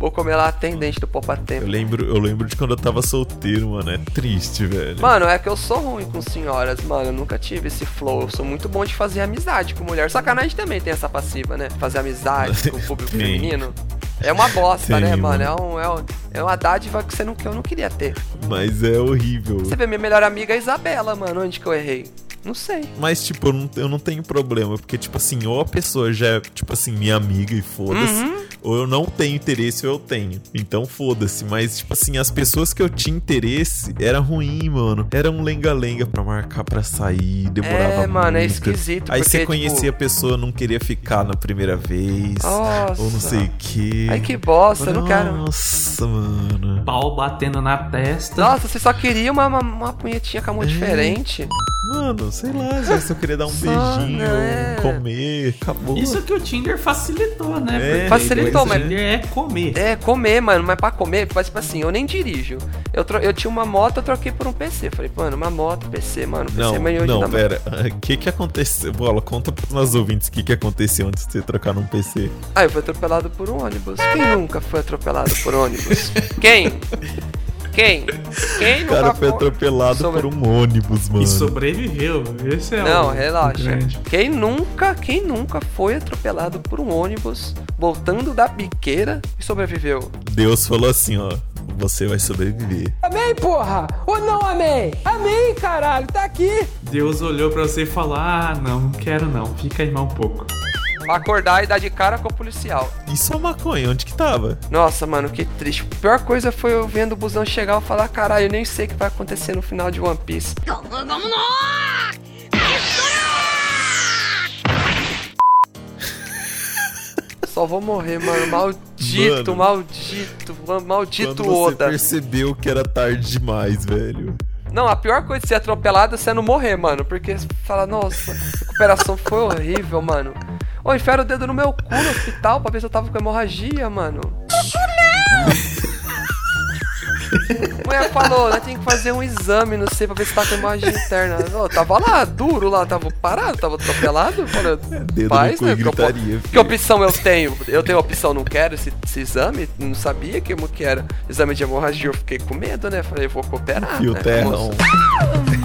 [SPEAKER 1] Vou comer lá atendente do Poupa Tempo.
[SPEAKER 2] Eu lembro, eu lembro de quando eu tava solteiro, mano. É triste, velho.
[SPEAKER 1] Mano, é que eu sou ruim com senhoras, mano. Eu nunca tive esse flow. Eu sou muito bom de fazer amizade com mulher. Sacanagem também tem essa passiva, né? Fazer amizade com o público
[SPEAKER 2] Tem.
[SPEAKER 1] feminino. É uma bosta,
[SPEAKER 2] Tem,
[SPEAKER 1] né, mano?
[SPEAKER 2] mano.
[SPEAKER 1] É, um, é, um- é uma dádiva que, você não, que eu não queria ter.
[SPEAKER 2] Mas é horrível.
[SPEAKER 1] Você vê, minha melhor amiga é a Isabela, mano. Onde que eu errei? Não sei.
[SPEAKER 2] Mas, tipo, eu não, eu não tenho problema. Porque, tipo assim, ou a pessoa já é, tipo assim, minha amiga e foda-se.
[SPEAKER 1] Uhum.
[SPEAKER 2] Ou eu não tenho interesse ou eu tenho. Então, foda-se. Mas, tipo assim, as pessoas que eu tinha interesse era ruim, mano. Era um lenga-lenga pra marcar pra sair. Demorava
[SPEAKER 1] É, mano, é
[SPEAKER 2] muito.
[SPEAKER 1] esquisito,
[SPEAKER 2] Aí
[SPEAKER 1] porque,
[SPEAKER 2] você
[SPEAKER 1] tipo-
[SPEAKER 2] conhecia a pessoa, não queria ficar na primeira vez.
[SPEAKER 1] Nossa.
[SPEAKER 2] Ou não sei o quê.
[SPEAKER 1] Ai, que bosta, eu não quero.
[SPEAKER 2] Nossa, mano.
[SPEAKER 3] Pau batendo na testa.
[SPEAKER 1] Nossa, você só queria uma, uma, uma punhetinha com amor diferente.
[SPEAKER 2] Mano, sei lá, às vezes se eu queria dar um
[SPEAKER 1] Só,
[SPEAKER 2] beijinho,
[SPEAKER 1] né?
[SPEAKER 2] comer, acabou.
[SPEAKER 3] Isso que o Tinder facilitou, né?
[SPEAKER 2] É,
[SPEAKER 3] Porque
[SPEAKER 1] Facilitou,
[SPEAKER 3] depois
[SPEAKER 1] mas-
[SPEAKER 3] o Tinder é comer.
[SPEAKER 1] É, comer, mano, mas pra comer, mas tipo assim, eu nem dirijo. Eu, tro- eu tinha uma moto, eu troquei por um PC. Falei, mano, uma moto, PC, mano, PC
[SPEAKER 2] Não,
[SPEAKER 1] manhã de
[SPEAKER 2] não,
[SPEAKER 1] dar-
[SPEAKER 2] pera. O que que aconteceu? Bola, conta pros nossos ouvintes o que que aconteceu antes de você trocar num PC.
[SPEAKER 1] Ah, eu fui atropelado por um ônibus. Quem nunca foi atropelado por ônibus? Quem? Quem? Quem
[SPEAKER 2] O
[SPEAKER 1] nunca
[SPEAKER 2] cara foi
[SPEAKER 1] foi?
[SPEAKER 2] atropelado
[SPEAKER 1] Sobre-
[SPEAKER 2] por um ônibus, mano.
[SPEAKER 3] E sobreviveu. Esse é o-
[SPEAKER 1] Não,
[SPEAKER 3] o
[SPEAKER 1] relaxa.
[SPEAKER 3] grande.
[SPEAKER 1] Quem nunca, quem nunca foi atropelado por um ônibus voltando da biqueira e sobreviveu?
[SPEAKER 2] Deus falou assim, ó. Você vai sobreviver.
[SPEAKER 10] Amém, porra! Ou não amém? Amém, caralho, tá aqui!
[SPEAKER 3] Deus olhou pra você e falou: Ah, não, não quero não. Fica aí mais um pouco.
[SPEAKER 1] Pra acordar e dar de cara com o policial.
[SPEAKER 2] Isso é maconha, onde que tava?
[SPEAKER 1] Nossa, mano, que triste. A pior coisa foi eu vendo o busão chegar e falar, caralho, eu nem sei o que vai acontecer no final de One Piece. Só vou morrer, mano. Maldito,
[SPEAKER 2] Mano.
[SPEAKER 1] maldito, ma- maldito
[SPEAKER 2] Quando você
[SPEAKER 1] Oda.
[SPEAKER 2] percebeu que era tarde demais, velho.
[SPEAKER 1] Não, a pior coisa de ser atropelado é você não morrer, mano. Porque você fala, nossa, a recuperação foi horrível, mano. Ô, enfiaram o dedo no meu cu no hospital pra ver se eu tava com hemorragia, mano. Mulher falou, nós tem que fazer um exame, não sei, pra ver se tá com hemorragia interna. Ô, tava lá, duro lá, tava parado, tava atropelado. Falei,
[SPEAKER 2] Dedo
[SPEAKER 1] paz,
[SPEAKER 2] no cu
[SPEAKER 1] né?
[SPEAKER 2] e
[SPEAKER 1] Que, eu po-
[SPEAKER 2] gritaria.
[SPEAKER 1] que opção eu tenho? Eu tenho a opção, não quero esse, esse exame? Não sabia que, que era exame de hemorragia, eu fiquei com medo, né? Falei, vou cooperar.
[SPEAKER 2] E o
[SPEAKER 1] né,
[SPEAKER 2] terrão.
[SPEAKER 1] moça?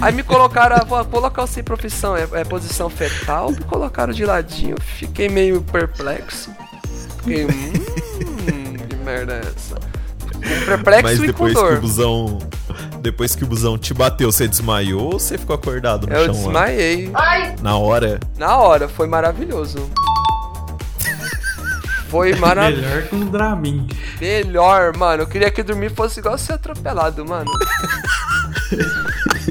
[SPEAKER 1] Aí me colocaram, ah, vou colocar sem profissão, é, é posição fetal, me colocaram de ladinho, fiquei meio perplexo. Fiquei, hum, que merda é essa? Com perplexo
[SPEAKER 2] Mas
[SPEAKER 1] e com
[SPEAKER 2] depois que
[SPEAKER 1] dor.
[SPEAKER 2] o busão. Depois que o busão te bateu, você desmaiou ou você ficou acordado no
[SPEAKER 1] Eu
[SPEAKER 2] chão? lá?
[SPEAKER 1] desmaiei. Ai!
[SPEAKER 2] Na hora?
[SPEAKER 1] Na hora, foi maravilhoso. Foi maravilhoso.
[SPEAKER 3] Melhor que um Dramin.
[SPEAKER 1] Melhor, mano. Eu queria que dormir fosse igual ser atropelado, mano.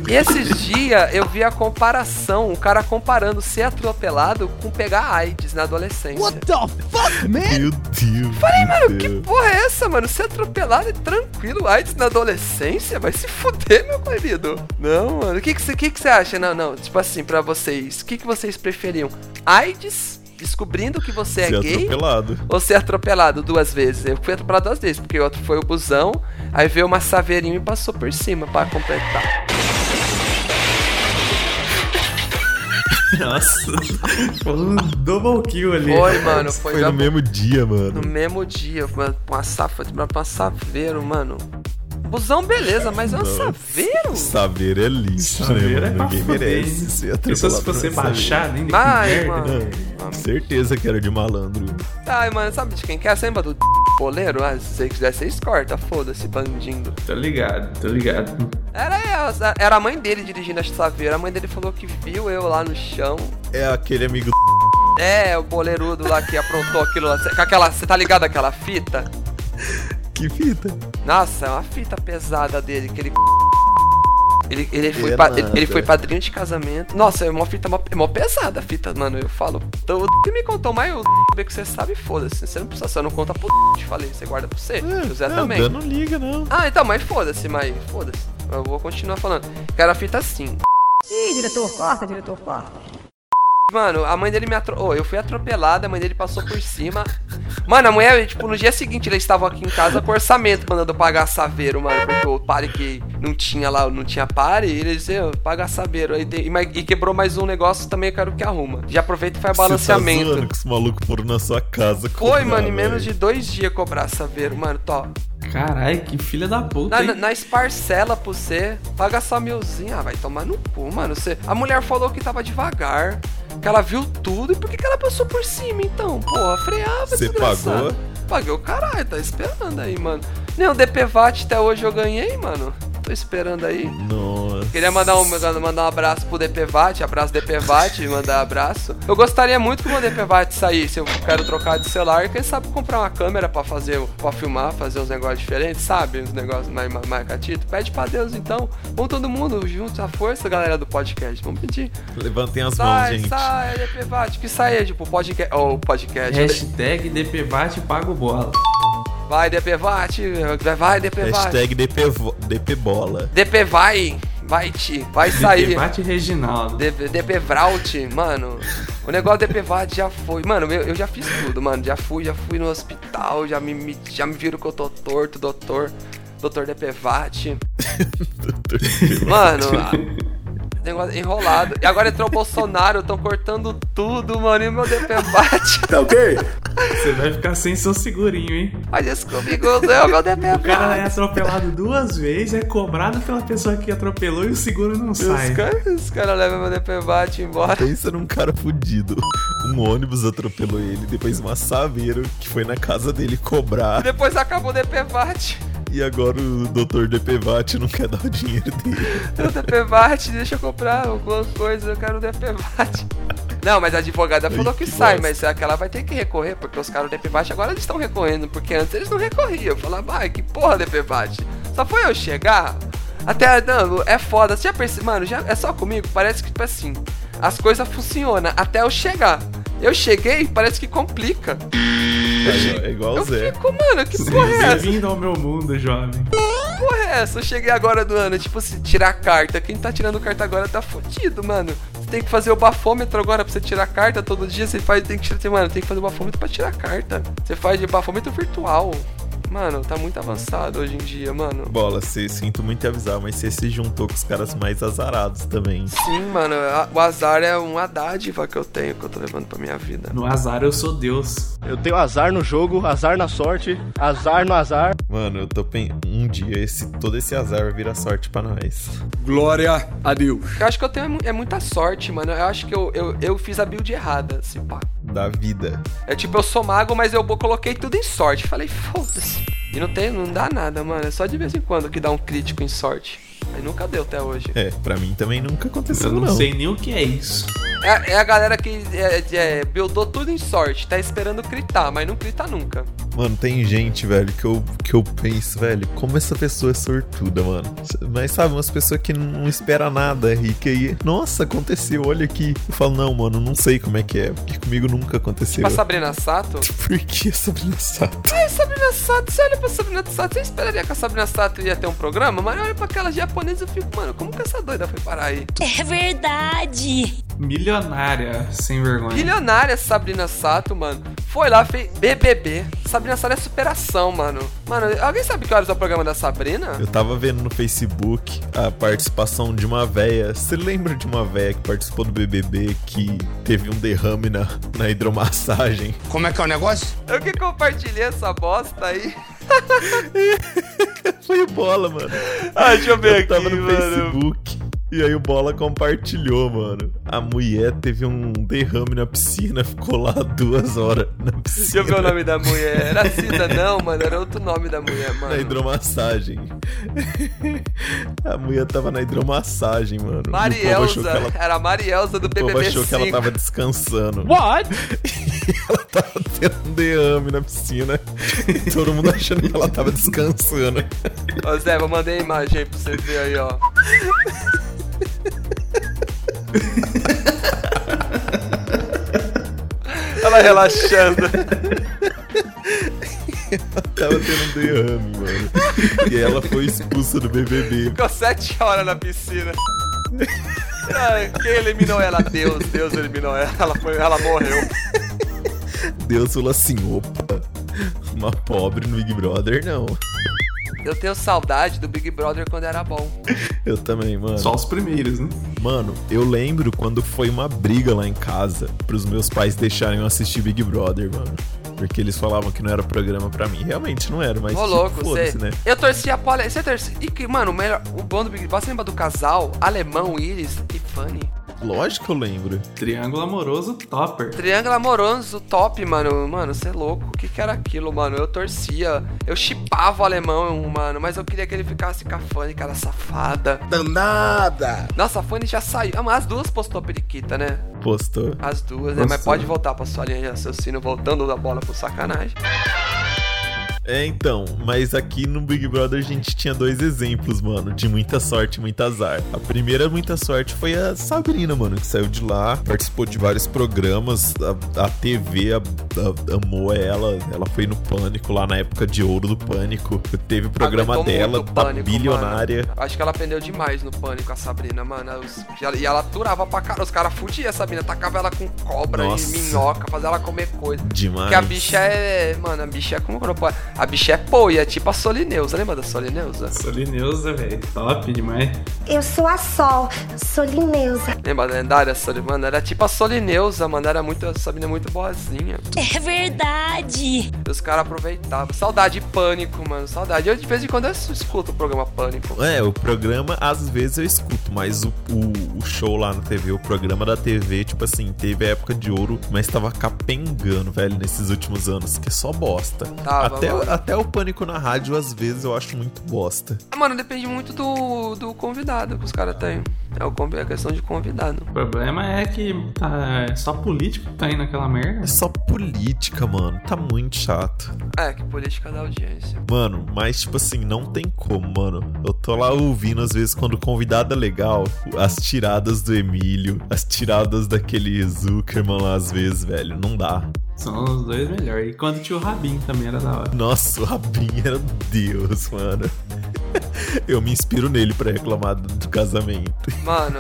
[SPEAKER 1] E esses dias eu vi a comparação, o cara comparando ser atropelado com pegar AIDS na adolescência. What the fuck, man?
[SPEAKER 2] Meu Deus.
[SPEAKER 1] Falei, mano,
[SPEAKER 2] do
[SPEAKER 1] que
[SPEAKER 2] céu.
[SPEAKER 1] porra é essa, mano? Ser atropelado é tranquilo, AIDS na adolescência? Vai se fuder, meu querido. Não, mano, o que que você que que você acha? Não, não, tipo assim, pra vocês, o que, que vocês preferiam? AIDS, descobrindo que você é
[SPEAKER 2] Ser
[SPEAKER 1] gay?
[SPEAKER 2] atropelado.
[SPEAKER 1] Ou ser atropelado duas vezes? Eu fui atropelado duas vezes, porque o outro foi o busão, aí veio uma saveirinha e passou por cima pra completar.
[SPEAKER 3] Nossa. Foi um double kill ali.
[SPEAKER 1] Foi, mano, foi,
[SPEAKER 2] Foi
[SPEAKER 1] da-
[SPEAKER 2] no mesmo dia, mano.
[SPEAKER 1] no mesmo dia, uma, uma safa, uma saveiro, mano. Busão, beleza, mas é um
[SPEAKER 2] Nossa.
[SPEAKER 1] saveiro?
[SPEAKER 2] Saber é lixo,
[SPEAKER 3] Saber
[SPEAKER 2] né,
[SPEAKER 3] é
[SPEAKER 2] mano?
[SPEAKER 3] pra
[SPEAKER 2] Ninguém
[SPEAKER 3] fuder,
[SPEAKER 2] merece
[SPEAKER 3] hein?
[SPEAKER 2] ser
[SPEAKER 3] E se
[SPEAKER 2] atropelado
[SPEAKER 3] fosse
[SPEAKER 2] por um
[SPEAKER 3] você
[SPEAKER 2] saber.
[SPEAKER 3] baixar, nem
[SPEAKER 1] Ai, mano.
[SPEAKER 2] Não, certeza que era de malandro.
[SPEAKER 1] Ai, mano, sabe de quem que é? Você lembra do boleiro? Ah, se você quiser, vocês corta, foda-se, bandindo.
[SPEAKER 3] Tô Tá ligado, tô ligado.
[SPEAKER 1] Era, ela- era a mãe dele dirigindo a saveira. A mãe dele falou que viu eu lá no chão.
[SPEAKER 2] É aquele amigo
[SPEAKER 1] É, o boleirudo lá que aprontou aquilo lá. Cê- Com aquela, você tá ligado aquela fita?
[SPEAKER 2] que fita.
[SPEAKER 1] Nossa, é uma fita pesada dele, que ele. Ele, ele, foi,
[SPEAKER 2] é
[SPEAKER 1] pa- ele,
[SPEAKER 2] nada.
[SPEAKER 1] ele foi padrinho de casamento. Nossa, é uma fita mó, é mó pesada a fita, mano. Eu falo, então, o que me contou mais, o que você sabe, foda-se. Você não precisa, você não conta pro te falei, você guarda pra você. o Zé
[SPEAKER 2] não,
[SPEAKER 1] também.
[SPEAKER 2] Dan não liga, não.
[SPEAKER 1] Ah, então, mas foda-se, mas foda-se. Eu vou continuar falando. Cara, a fita assim.
[SPEAKER 15] Ih, diretor, corta, diretor, corta.
[SPEAKER 1] Mano, a mãe dele me atropelou. eu fui atropelada, a mãe dele passou por cima. Mano, a mulher, tipo, no dia seguinte eles estavam aqui em casa com orçamento, mandando eu pagar saveiro, mano. Porque o pare que não tinha lá, não tinha pare, e eles diziam, pagar saveiro. Aí tem- e, mais- e quebrou mais um negócio também, eu quero que arruma. Já aproveita e faz
[SPEAKER 2] Você tá
[SPEAKER 1] É balanceamento.
[SPEAKER 2] zoando que os malucos foram na sua casa.
[SPEAKER 1] Foi,
[SPEAKER 2] cobrar,
[SPEAKER 1] mano, em menos de
[SPEAKER 2] velho.
[SPEAKER 1] dois dias cobrar saveiro, mano, top.
[SPEAKER 3] Caralho, que filha da puta,
[SPEAKER 1] Na,
[SPEAKER 3] hein?
[SPEAKER 1] na, nós parcela pra você, paga só milzinho. Ah, vai tomar no cu, mano. Você, a mulher falou que tava devagar, que ela viu tudo. E por que, que ela passou por cima, então? Porra, freava,
[SPEAKER 2] Você
[SPEAKER 1] desgraçado.
[SPEAKER 2] pagou?
[SPEAKER 1] Paguei o caralho, tá esperando aí, mano. Nem o DPVAT até hoje eu ganhei, mano. Tô esperando aí.
[SPEAKER 2] Nossa.
[SPEAKER 1] Queria mandar um, mandar um abraço pro DPVAT, abraço DPVAT, mandar abraço. Eu gostaria muito que o meu DPVAT saísse. Eu quero trocar de celular, quem sabe comprar uma câmera pra fazer, para filmar, fazer uns negócios diferentes, sabe? Uns negócios mais, mais, mais catito. Pede pra Deus então. Vamos todo mundo junto, a força, galera do podcast. Vamos pedir.
[SPEAKER 2] Levantem as mãos,
[SPEAKER 1] Sai,
[SPEAKER 2] gente.
[SPEAKER 1] sai, DPVAT, que saia, tipo, podcast. Ou podcast.
[SPEAKER 3] Hashtag DPBate pago bola.
[SPEAKER 1] Vai, DPVAT, vai, DPVAT.
[SPEAKER 2] Hashtag DPvo- DPBola.
[SPEAKER 1] DP vai, vai te, vai sair.
[SPEAKER 3] DPVAT Reginaldo.
[SPEAKER 1] DP, DP Vraut, mano. O negócio do DPVAT já foi. Mano, eu, eu já fiz tudo, mano. Já fui, já fui no hospital, já me, me- já me viram que eu tô torto, doutor. Doutor DPVAT. Mano, a- negócio enrolado. E agora entrou o Bolsonaro, tão cortando tudo, mano. E meu DPVAT.
[SPEAKER 3] Tá ok? Você vai ficar sem seu segurinho, hein?
[SPEAKER 1] Mas esse comigo é o meu
[SPEAKER 3] O cara é
[SPEAKER 1] DPVAT.
[SPEAKER 3] atropelado duas vezes, é cobrado pela pessoa que atropelou e o seguro não sai.
[SPEAKER 1] Os caras os cara levam meu DPVAT embora.
[SPEAKER 2] Pensa num cara fudido. Um ônibus atropelou ele, depois uma saveiro que foi na casa dele
[SPEAKER 1] E
[SPEAKER 2] cobrar.
[SPEAKER 1] depois acabou o DPVAT.
[SPEAKER 2] E agora o doutor DPVAT não quer dar o dinheiro dele. Tá,
[SPEAKER 1] Tem o DPVAT, deixa eu comprar alguma coisa, eu quero o DPVAT. Não, mas a advogada falou que,
[SPEAKER 2] que
[SPEAKER 1] sai,
[SPEAKER 2] bosta.
[SPEAKER 1] mas é que ela vai ter que recorrer, porque os caras do DPVAT agora eles estão recorrendo, porque antes eles não recorriam. Eu falava, ai, que porra DPVAT. Só foi eu chegar. Até, não, é foda. Você já percebeu, mano, já, é só comigo, parece que, tipo assim, as coisas funcionam até eu chegar. Eu cheguei, parece que complica.
[SPEAKER 2] Aí, ó, é igual o Zé.
[SPEAKER 1] Fico, mano, que porra é essa?
[SPEAKER 3] Bem-vindo ao meu mundo, jovem.
[SPEAKER 1] Que porra é essa? Eu cheguei agora do ano, tipo, se tirar carta. Quem tá tirando carta agora tá fudido, mano. Você tem que fazer o bafômetro agora pra você tirar carta todo dia. Você faz, tem que tirar, mano, tem que fazer o bafômetro pra tirar carta. Você faz de bafômetro virtual. Mano, tá muito avançado hoje em dia, mano.
[SPEAKER 2] Bola, você sinto muito te avisar, mas você se juntou com os caras mais azarados também.
[SPEAKER 1] Sim, mano, a- o azar é uma dádiva que eu tenho, que eu tô levando pra minha vida.
[SPEAKER 3] No azar eu sou Deus.
[SPEAKER 16] Eu tenho azar no jogo, azar na sorte, azar no azar.
[SPEAKER 2] Mano, eu tô pen... um dia esse todo esse azar vai virar sorte pra nós.
[SPEAKER 16] Glória a Deus.
[SPEAKER 1] Eu acho que eu tenho é mu- é muita sorte, mano. Eu acho que eu, eu, eu fiz a build errada, se pá.
[SPEAKER 2] da vida.
[SPEAKER 1] É tipo, eu sou mago, mas eu coloquei tudo em sorte. Falei, foda-se. E não, tem, não dá nada, mano. É só de vez em quando que dá um crítico em sorte. Mas nunca deu até hoje.
[SPEAKER 2] É, pra mim também nunca aconteceu,
[SPEAKER 3] Eu não,
[SPEAKER 2] não.
[SPEAKER 3] sei nem o que é isso.
[SPEAKER 1] É, é a galera que é, é, buildou tudo em sorte, tá esperando gritar, mas não grita nunca.
[SPEAKER 2] Mano, tem gente, velho, que eu, que eu penso, velho, como essa pessoa é sortuda, mano. Mas sabe, umas pessoas que não espera nada e que aí, nossa, aconteceu, olha aqui. Eu falo, não, mano, não sei como é que é, porque comigo nunca aconteceu.
[SPEAKER 1] Pra Sabrina Sato?
[SPEAKER 2] Por que a Sabrina Sato?
[SPEAKER 1] Ai, Sabrina Sato, você olha pra Sabrina Sato, você esperaria que a Sabrina Sato ia ter um programa, mas olha pra aquela japonesa e eu fico, mano, como que essa doida foi parar aí?
[SPEAKER 11] É verdade.
[SPEAKER 3] Milionária, sem vergonha.
[SPEAKER 1] Bilionária Sabrina Sato, mano. Foi lá, fez BBB. Sabrina Sato é superação, mano. Mano, alguém sabe que horas é o programa da Sabrina?
[SPEAKER 2] Eu tava vendo no Facebook a participação de uma véia. Você lembra de uma véia que participou do BBB que teve um derrame na, na hidromassagem?
[SPEAKER 9] Como é que é o negócio?
[SPEAKER 1] Eu que compartilhei essa bosta aí.
[SPEAKER 2] Foi o bola, mano.
[SPEAKER 1] Ah, deixa eu ver aqui,
[SPEAKER 2] eu tava no
[SPEAKER 1] mano.
[SPEAKER 2] Facebook. E aí o Bola compartilhou, mano. A mulher teve um derrame na piscina, ficou lá duas horas na piscina.
[SPEAKER 1] Deixa eu ver o nome da mulher. Era Cida, não, mano. Era outro nome da mulher,
[SPEAKER 2] Na
[SPEAKER 1] mano.
[SPEAKER 2] hidromassagem. a mulher tava na hidromassagem, mano. E o povo achou
[SPEAKER 1] Marielza.
[SPEAKER 2] que ela-
[SPEAKER 1] Era a Marielza do
[SPEAKER 2] O povo
[SPEAKER 1] BBB
[SPEAKER 2] achou
[SPEAKER 1] 5.
[SPEAKER 2] que ela tava descansando.
[SPEAKER 1] What?
[SPEAKER 2] Ela tava tendo um derrame na piscina. E todo mundo achando que ela tava descansando.
[SPEAKER 1] Ô, Zé, eu mandei a imagem aí pra você ver aí, ó. Ela relaxando.
[SPEAKER 2] Ela tava tendo um derrame, mano. E ela foi expulsa do BBB.
[SPEAKER 1] Ficou sete horas na piscina. Ai, Quem eliminou ela? Deus, Deus eliminou ela. Ela, foi, ela morreu.
[SPEAKER 2] Deus falou assim: opa, uma pobre no Big Brother, não.
[SPEAKER 1] Eu tenho saudade do Big Brother quando era bom.
[SPEAKER 2] Eu também, mano.
[SPEAKER 3] Só os primeiros, né?
[SPEAKER 2] Mano, eu lembro quando foi uma briga lá em casa pros meus pais deixarem eu assistir Big Brother, mano. Porque eles falavam que não era programa pra mim. Realmente não era, mas.
[SPEAKER 1] Ô,
[SPEAKER 2] tipo,
[SPEAKER 1] louco,
[SPEAKER 2] foda-se,
[SPEAKER 1] você.
[SPEAKER 2] né?
[SPEAKER 1] Eu torci a Paula. Você torcia. E que, mano, o melhor. O bom do Big Brother. Você lembra do casal? Alemão, Iris e Fanny?
[SPEAKER 2] Lógico que eu lembro.
[SPEAKER 3] Triângulo amoroso topper.
[SPEAKER 1] Triângulo Amoroso top, mano. Mano, você é louco. O que, que era aquilo, mano? Eu torcia. Eu chipava o alemão, mano. Mas eu queria que ele ficasse com a Fanny, cara safada.
[SPEAKER 9] Danada!
[SPEAKER 1] Nossa, a Fanny já saiu. Ah, mas as duas postou periquita, né?
[SPEAKER 2] Postou.
[SPEAKER 1] As duas, né? Mas
[SPEAKER 2] Postou.
[SPEAKER 1] pode voltar pra sua linha de raciocínio, voltando da bola pro sacanagem.
[SPEAKER 2] É, então, mas aqui no Big Brother a gente tinha dois exemplos, mano, de muita sorte e muito azar. A primeira muita sorte foi a Sabrina, mano, que saiu de lá, participou de vários programas, a, a TV a- a- amou ela, ela foi no Pânico lá na época de ouro do Pânico, teve o programa
[SPEAKER 1] Aguentou
[SPEAKER 2] dela,
[SPEAKER 1] muito o
[SPEAKER 2] tá
[SPEAKER 1] Pânico,
[SPEAKER 2] bilionária.
[SPEAKER 1] mano. Acho que ela aprendeu demais no pânico, a Sabrina, mano. Os- E ela, e ela aturava pra cara. Os caras fudiam a Sabrina, tacava ela com cobra
[SPEAKER 2] Nossa.
[SPEAKER 1] e minhoca, fazia ela comer coisa.
[SPEAKER 2] Demais.
[SPEAKER 1] Porque a bicha é. Mano, a bicha é como que eu não posso- A bicha é poia, tipo a Solineusa. Lembra da Solineusa?
[SPEAKER 3] Solineusa, velho. Top demais.
[SPEAKER 17] Eu sou a Sol, sou Lineusa.
[SPEAKER 1] Lembra da lendária Solineusa? Mano, era tipo a Solineusa, mano. Era muito. A Sabrina é muito boazinha.
[SPEAKER 11] É verdade.
[SPEAKER 1] Os caras aproveitavam. Saudade de pânico, mano. Saudade. Eu de vez em quando eu escuto o programa Pânico.
[SPEAKER 2] É, o programa às vezes eu escuto, mas o, o- o show lá na TV, o programa da TV, tipo assim, teve a época de ouro, mas tava capengando, velho, nesses últimos anos, que é só bosta.
[SPEAKER 1] Tava,
[SPEAKER 2] até,
[SPEAKER 1] mano.
[SPEAKER 2] até o pânico na rádio, às vezes, eu acho muito bosta.
[SPEAKER 1] Mano, depende muito do, do convidado que os caras têm. É o convi- a questão de convidado.
[SPEAKER 3] O problema é que tá, é só político que tá indo naquela merda.
[SPEAKER 2] É só política, mano. Tá muito chato.
[SPEAKER 1] É, que política da audiência.
[SPEAKER 2] Mano, mas tipo assim, não tem como, mano. Eu tô lá ouvindo, às vezes, quando convidado é legal, as tiradas do Emílio, as tiradas daquele Zuckerman lá, às vezes, velho. Não dá.
[SPEAKER 3] São os dois melhores. E quando tinha o Rabin também era da hora.
[SPEAKER 2] Nossa, o Rabin era um Deus, mano. Eu me inspiro nele pra reclamar do, do casamento.
[SPEAKER 1] Mano,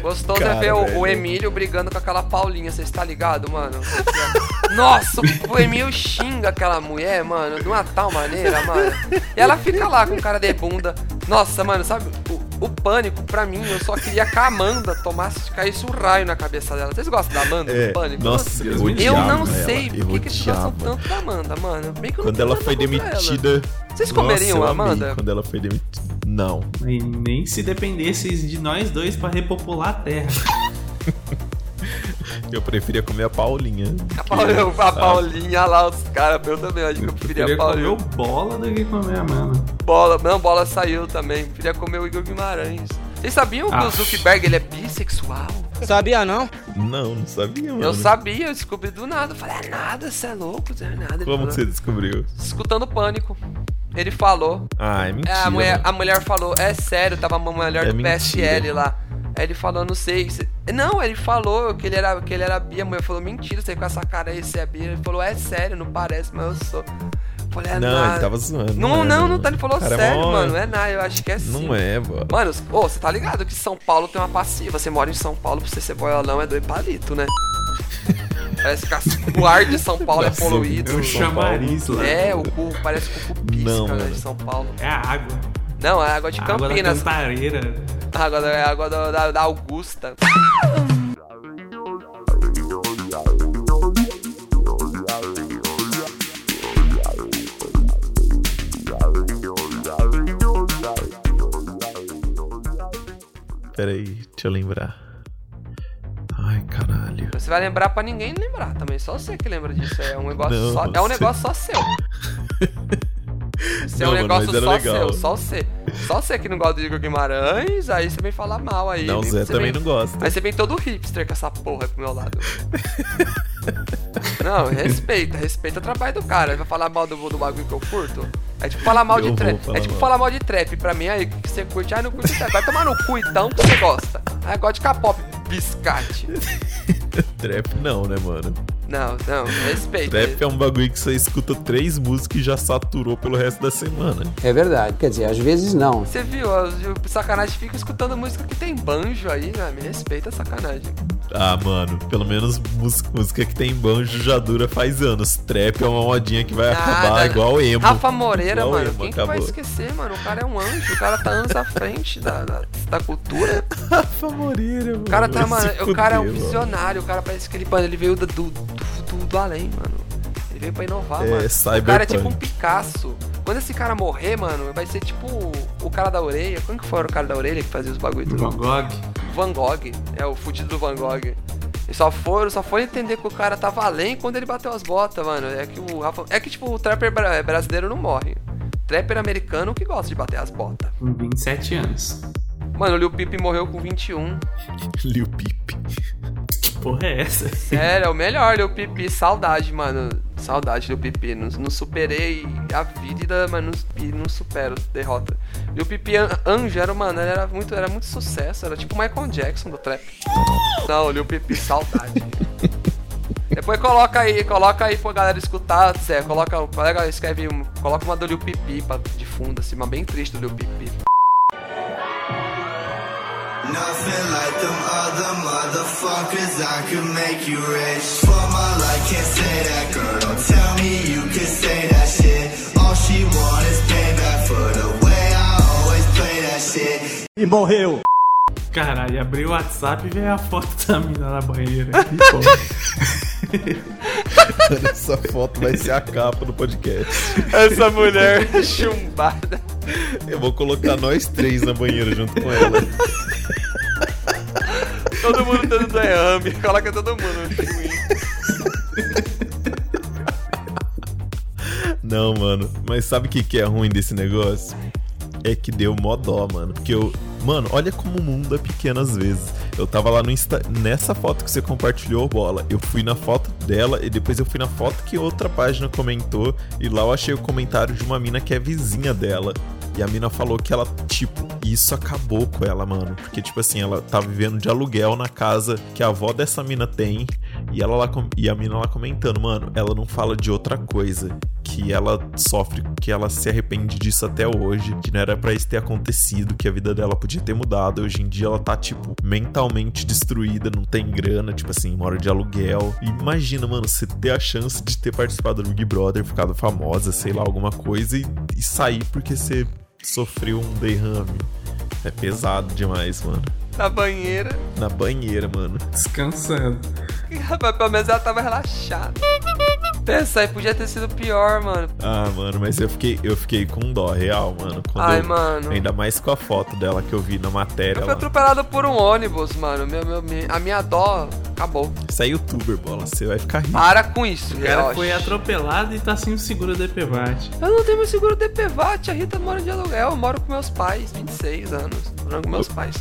[SPEAKER 1] gostou
[SPEAKER 2] Cara,
[SPEAKER 1] de ver o, o
[SPEAKER 2] é velho.
[SPEAKER 1] Emílio brigando com aquela Paulinha, você está ligado, mano? Nossa, o- o Emílio xinga aquela mulher, mano, de uma tal maneira, mano. E ela fica lá com cara de bunda. Nossa, mano, sabe? O, o pânico, pra mim, eu só queria que a Amanda tomasse, caísse um raio na cabeça dela. Vocês gostam da Amanda?
[SPEAKER 2] É,
[SPEAKER 1] do pânico?
[SPEAKER 2] nossa, eu
[SPEAKER 1] assim? eu
[SPEAKER 2] odiava
[SPEAKER 1] não
[SPEAKER 2] ela,
[SPEAKER 1] sei
[SPEAKER 2] eu
[SPEAKER 1] por que que eles gostam
[SPEAKER 2] odiava.
[SPEAKER 1] tanto da Amanda, mano. Bem que eu não
[SPEAKER 2] Quando
[SPEAKER 1] tenho
[SPEAKER 2] ela
[SPEAKER 1] nada
[SPEAKER 2] foi
[SPEAKER 1] contra ela.
[SPEAKER 2] demitida.
[SPEAKER 1] Vocês comeriam
[SPEAKER 2] Nossa, eu
[SPEAKER 1] a
[SPEAKER 2] amei
[SPEAKER 1] Amanda?
[SPEAKER 2] Quando ela foi demitida. Não.
[SPEAKER 3] E nem se dependesse de nós dois pra repopular a terra.
[SPEAKER 2] Eu preferia comer a Paulinha.
[SPEAKER 1] A, é Paul- a Paulinha lá, os caras, eu também, acho que eu preferia a
[SPEAKER 3] Queria comer
[SPEAKER 1] Paulinha.
[SPEAKER 3] o bola do que comer a mano.
[SPEAKER 1] Bola, não, bola saiu também. Queria comer o Igor Guimarães. Vocês sabiam que
[SPEAKER 3] Ah.
[SPEAKER 1] o Zuckerberg ele é bissexual?
[SPEAKER 14] Sabia não?
[SPEAKER 2] Não, não sabia, mano.
[SPEAKER 1] Eu sabia, eu descobri do nada. Eu falei, é nada, você é louco, você é nada. Ele
[SPEAKER 2] Como assim?
[SPEAKER 1] falou,
[SPEAKER 2] que você descobriu?
[SPEAKER 1] Escutando pânico. Ele falou.
[SPEAKER 2] Ah, é mentira.
[SPEAKER 1] É, a, mulher,
[SPEAKER 2] mano.
[SPEAKER 1] a mulher falou, é sério, tava uma mulher
[SPEAKER 2] É
[SPEAKER 1] do
[SPEAKER 2] mentira.
[SPEAKER 1] PSL lá. Aí ele falou, não sei. se- Não, ele falou que ele era, que ele era bi, a mulher falou, mentira, você com essa cara aí, você é bi. Ele falou, é sério, não parece, mas eu sou. Eu Falei, é
[SPEAKER 2] Não,
[SPEAKER 1] nada.
[SPEAKER 2] ele tava zoando,
[SPEAKER 1] Não,
[SPEAKER 2] mano.
[SPEAKER 1] não, não tá, ele falou
[SPEAKER 2] Cara, é
[SPEAKER 1] sério,
[SPEAKER 2] mó-
[SPEAKER 1] mano, não é nada, eu acho que é sim.
[SPEAKER 2] Não é, mano.
[SPEAKER 1] Mano, os- ô, você tá ligado que São Paulo tem uma passiva. Você mora em São Paulo, pra você ser boiolão é dois palito, né? Parece que a- o ar de São Paulo é
[SPEAKER 2] Nossa,
[SPEAKER 1] poluído.
[SPEAKER 2] eu chamariz lá.
[SPEAKER 1] É, o cu parece que o cu
[SPEAKER 2] Não,
[SPEAKER 1] pisca, né,
[SPEAKER 2] mano.
[SPEAKER 1] de São Paulo.
[SPEAKER 3] É a água.
[SPEAKER 1] Não, é água de
[SPEAKER 3] A água da
[SPEAKER 1] Campinas.
[SPEAKER 3] cantareira.
[SPEAKER 1] Água da, é água da, da- da Augusta.
[SPEAKER 2] Peraí, deixa eu lembrar. Ai, caralho.
[SPEAKER 1] Você vai lembrar pra ninguém lembrar também. Só você que lembra disso. É um negócio,
[SPEAKER 2] Não,
[SPEAKER 1] só, é um
[SPEAKER 2] você-
[SPEAKER 1] negócio só seu. Isso é
[SPEAKER 2] Não,
[SPEAKER 1] um
[SPEAKER 2] mano,
[SPEAKER 1] negócio
[SPEAKER 2] mas era
[SPEAKER 1] só
[SPEAKER 2] legal.
[SPEAKER 1] seu, só você. Só você que não gosta do Igor Guimarães, aí você vem falar mal aí.
[SPEAKER 2] Não,
[SPEAKER 1] vem-
[SPEAKER 2] Zé
[SPEAKER 1] você
[SPEAKER 2] também
[SPEAKER 1] vem-
[SPEAKER 2] não gosta.
[SPEAKER 1] Aí você vem todo hipster com essa porra pro meu lado. não, respeita, respeita o trabalho do cara. Vai falar mal do, do bagulho que eu curto? É tipo falar mal
[SPEAKER 2] Eu
[SPEAKER 1] de
[SPEAKER 2] vou
[SPEAKER 1] trap.
[SPEAKER 2] falar
[SPEAKER 1] É tipo
[SPEAKER 2] mal.
[SPEAKER 1] falar mal de trap pra mim aí, que você curte. Ah, não curte trap. Vai tomar no cu então que você gosta. Ah, gosta de K-pop, biscate.
[SPEAKER 2] Trap não, né, mano?
[SPEAKER 1] Não, não, respeita.
[SPEAKER 2] Trap é um bagulho que você escuta três músicas e já saturou pelo resto da semana.
[SPEAKER 18] É verdade, quer dizer, às vezes
[SPEAKER 2] um-
[SPEAKER 18] não.
[SPEAKER 1] Você viu, o sacanagem fica escutando música que tem banjo aí, né? Me respeita a sacanagem.
[SPEAKER 2] Ah, mano, pelo menos mus- música que tem banjo já dura faz anos. Trap é uma modinha que vai acabar igual emo.
[SPEAKER 1] Ah, tá. Rafa Moreira,
[SPEAKER 2] Igual
[SPEAKER 1] mano.
[SPEAKER 2] emo,
[SPEAKER 1] quem que vai
[SPEAKER 2] acabou.
[SPEAKER 1] esquecer, mano? O cara é um anjo. O cara tá anos à frente da, da, da cultura.
[SPEAKER 2] Rafa Moreira, mano.
[SPEAKER 1] O cara tá,
[SPEAKER 2] Vai
[SPEAKER 1] mano.
[SPEAKER 2] se
[SPEAKER 1] O cara é um
[SPEAKER 2] fuder, mano.
[SPEAKER 1] visionário. O cara parece que ele, mano, ele veio do, do, do, do além, mano. Ele veio pra inovar,
[SPEAKER 2] É,
[SPEAKER 1] mano. O
[SPEAKER 2] cyberpunk.
[SPEAKER 1] cara é tipo um Picasso. Quando esse cara morrer, mano, vai ser tipo o- o cara da orelha. Quando que foi o cara da orelha que fazia os bagulho? tudo?
[SPEAKER 3] Van Gogh.
[SPEAKER 1] Van Gogh. É o fudido do Van Gogh. E só foram, só foi entender que o cara tava além quando ele bateu as botas, mano. É que o Rafa. É que tipo, o trapper bra- brasileiro não morre. Trapper americano que gosta de bater as botas.
[SPEAKER 3] Com 27 anos.
[SPEAKER 1] Mano, o Lil Peep morreu com 21.
[SPEAKER 2] Lil Peep.
[SPEAKER 3] Que porra é essa?
[SPEAKER 1] Sério, é o melhor, Lil Peep. Saudade, mano. Saudade, Lil Peep. Não, não superei a vida, mas não, e não supero a derrota. Lil Peep an- anjo era, mano, ele era muito, era muito sucesso. Era tipo o Michael Jackson do trap. Não, Lil Peep, saudade. Depois coloca aí, coloca aí pra galera escutar, Zé. Coloca, colega, escreve, um- coloca uma do Lil Pipi pra, de fundo, assim, uma bem triste do Lil Pipi.
[SPEAKER 12] Nothing like them other motherfuckers. I could make you rich. For my life, can't say that, girl. Don't tell me you can say that shit. All she want is payback for the way I always play that shit.
[SPEAKER 4] E morreu.
[SPEAKER 3] Caralho, abri o WhatsApp e veio a foto da mina na banheira. Que porra.
[SPEAKER 2] Mano, essa foto vai ser a capa do podcast.
[SPEAKER 1] Essa mulher chumbada.
[SPEAKER 2] Eu vou colocar nós três na banheira junto com ela.
[SPEAKER 1] Todo mundo dando derrame, coloca todo mundo no pinguim.
[SPEAKER 2] Não, mano. Mas sabe o que, que é ruim desse negócio? É que deu mó dó, mano. Porque eu. Mano, olha como o mundo é pequeno às vezes. Eu tava lá no Insta. Nessa foto que você compartilhou, bola. Eu fui na foto dela e depois eu fui na foto que outra página comentou. E lá eu achei o comentário de uma mina que é vizinha dela. E a mina falou que ela, tipo, isso acabou com ela, mano. Porque, tipo assim, ela tá vivendo de aluguel na casa que a avó dessa mina tem. E ela lá com- e a mina lá comentando, mano, ela não fala de outra coisa. Que ela sofre, que ela se arrepende disso até hoje, que não era pra isso ter acontecido, que a vida dela podia ter mudado. Hoje em dia ela tá, tipo, mentalmente destruída, não tem grana, tipo assim, mora de aluguel. Imagina, mano, você ter a chance de ter participado do Big Brother, ficado famosa, sei lá, alguma coisa, e, e sair porque você sofreu um derrame. É pesado demais, mano.
[SPEAKER 1] Na banheira.
[SPEAKER 2] Na banheira, mano.
[SPEAKER 3] Descansando.
[SPEAKER 1] Rapaz, pelo menos ela tava relaxada. Pensa aí, podia ter sido pior, mano.
[SPEAKER 2] Ah, mano, mas eu fiquei, eu fiquei com dó real, mano. quando
[SPEAKER 1] Ai,
[SPEAKER 2] eu-
[SPEAKER 1] mano.
[SPEAKER 2] Ainda mais com a foto dela que eu vi na matéria.
[SPEAKER 1] Eu fui
[SPEAKER 2] lá.
[SPEAKER 1] atropelado por um ônibus, mano. Meu, meu, minha- a minha dó acabou.
[SPEAKER 2] Você é youtuber, bola. Você vai ficar rico.
[SPEAKER 1] Para com isso,
[SPEAKER 3] O cara
[SPEAKER 1] Leoche.
[SPEAKER 3] foi atropelado e tá sem o seguro da EPVAT.
[SPEAKER 1] Eu não tenho meu seguro DPVAT, a Rita mora de aluguel. Eu moro com meus pais, 26 anos. Morando com meus pais.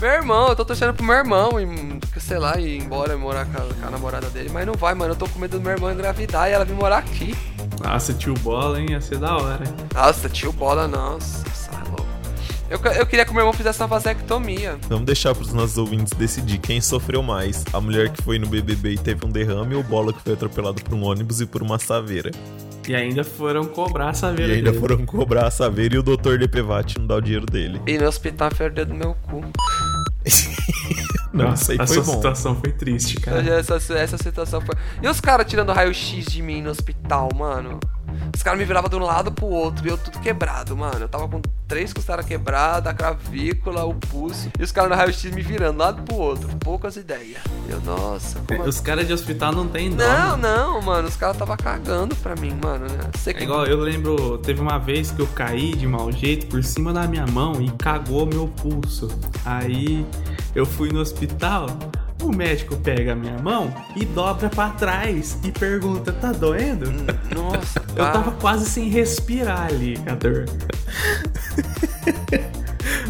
[SPEAKER 1] meu irmão, eu tô torcendo pro meu irmão, e, sei lá, ir embora e morar com a, com a namorada dele. Mas não vai, mano. Eu tô com medo do meu irmão engravidar e ela vir morar aqui.
[SPEAKER 3] Nossa, tio bola, hein? Ia ser da hora.
[SPEAKER 1] Nossa, tio bola, nossa. sai louco. Eu, que- eu queria que o meu irmão fizesse uma vasectomia.
[SPEAKER 2] Vamos deixar pros nossos ouvintes decidir quem sofreu mais. A mulher que foi no BBB e teve um derrame ou o bola que foi atropelado por um ônibus e por uma saveira.
[SPEAKER 3] E ainda foram cobrar a
[SPEAKER 2] E
[SPEAKER 3] saveira
[SPEAKER 2] ainda
[SPEAKER 3] dele.
[SPEAKER 2] foram cobrar a saveira e o doutor DPVAT não dá o dinheiro dele.
[SPEAKER 1] E no hospital foi o dedo do meu cu.
[SPEAKER 2] Não, isso
[SPEAKER 3] Nossa,
[SPEAKER 2] aí
[SPEAKER 3] a
[SPEAKER 2] foi
[SPEAKER 3] sua
[SPEAKER 2] bom.
[SPEAKER 3] situação foi triste, cara.
[SPEAKER 1] Essa, essa situação foi. E os caras tirando raio-x de mim no hospital, mano? Os caras me viravam de um lado pro outro e eu tudo quebrado, mano. Eu tava com três costelas quebradas, a cravícula, o pulso. E os caras no raio-x me virando de um lado pro outro. Poucas ideias. Eu, nossa. como
[SPEAKER 3] Os caras de hospital É. não tem dó.
[SPEAKER 1] Não,
[SPEAKER 3] mano.
[SPEAKER 1] não, mano. Os caras tava cagando pra mim, mano. Né? Sei que-
[SPEAKER 3] É igual eu lembro, teve uma vez que eu caí de mau jeito por cima da minha mão e cagou meu pulso. Aí eu fui no hospital, o médico pega a minha mão e dobra pra trás e pergunta: tá doendo?
[SPEAKER 1] Nossa,
[SPEAKER 3] Eu
[SPEAKER 1] cara.
[SPEAKER 3] tava quase sem respirar ali, a dor.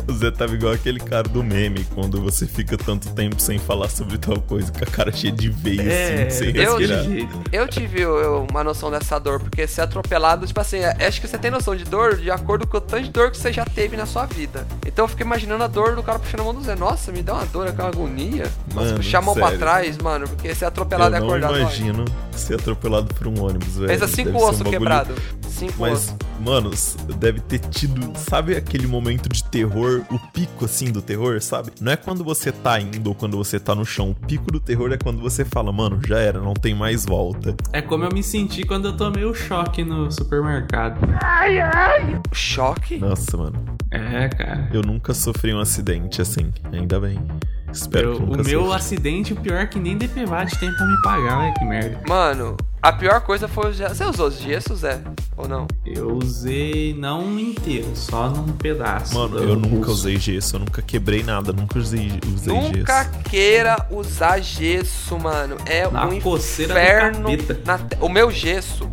[SPEAKER 2] O Zé tava igual aquele cara do meme, quando você fica tanto tempo sem falar sobre tal coisa, com a cara cheia de veia,
[SPEAKER 1] É,
[SPEAKER 2] assim, sem
[SPEAKER 1] eu
[SPEAKER 2] respirar.
[SPEAKER 1] tive, eu tive eu, uma noção dessa dor, porque ser atropelado, tipo assim, é- acho que você tem noção de dor de acordo com o tanto de dor que você já teve na sua vida. Então eu fiquei imaginando a dor do cara puxando a mão do Zé. Nossa, me dá uma dor, aquela agonia. Nossa,
[SPEAKER 2] Mano,
[SPEAKER 1] puxar a mão pra
[SPEAKER 2] sério.
[SPEAKER 1] trás, mano, porque ser
[SPEAKER 2] Eu
[SPEAKER 1] atropelado é
[SPEAKER 2] não
[SPEAKER 1] acordado. dói.
[SPEAKER 2] imagino ser atropelado por um ônibus, velho.
[SPEAKER 1] Pensa
[SPEAKER 2] Deve
[SPEAKER 1] cinco
[SPEAKER 2] ser um
[SPEAKER 1] ossos
[SPEAKER 2] bagulho-
[SPEAKER 1] quebrados. Cinco
[SPEAKER 2] Mas,
[SPEAKER 1] ossos.
[SPEAKER 2] mano, s- deve ter tido. Sabe aquele momento de terror, o pico assim do terror, sabe? Não é quando você tá indo ou quando você tá no chão. O pico do terror é quando você fala, mano, já era, não tem mais volta.
[SPEAKER 3] É como eu me senti quando eu tomei o choque no supermercado.
[SPEAKER 12] Ai, ai.
[SPEAKER 1] Choque?
[SPEAKER 2] Nossa, mano.
[SPEAKER 3] É, cara.
[SPEAKER 2] Eu nunca sofri um acidente assim. Ainda bem. Espero
[SPEAKER 3] Eu-
[SPEAKER 2] que nunca
[SPEAKER 3] o meu
[SPEAKER 2] sofra.
[SPEAKER 3] acidente, o pior é que nem DPVAT tem pra me pagar, olha que merda.
[SPEAKER 1] Mano, a pior coisa foi o Zé. Você usou os gessos, Zé? Ou não?
[SPEAKER 3] Eu usei não inteiro, só num pedaço.
[SPEAKER 2] Mano,
[SPEAKER 3] do
[SPEAKER 2] eu nunca
[SPEAKER 3] pulso.
[SPEAKER 2] usei gesso, eu nunca quebrei nada, nunca usei, usei
[SPEAKER 1] Nunca
[SPEAKER 2] gesso.
[SPEAKER 1] queira usar gesso, mano. É
[SPEAKER 3] Na
[SPEAKER 1] um
[SPEAKER 3] coceira do
[SPEAKER 1] inferno.
[SPEAKER 3] capeta.
[SPEAKER 1] na te- O meu gesso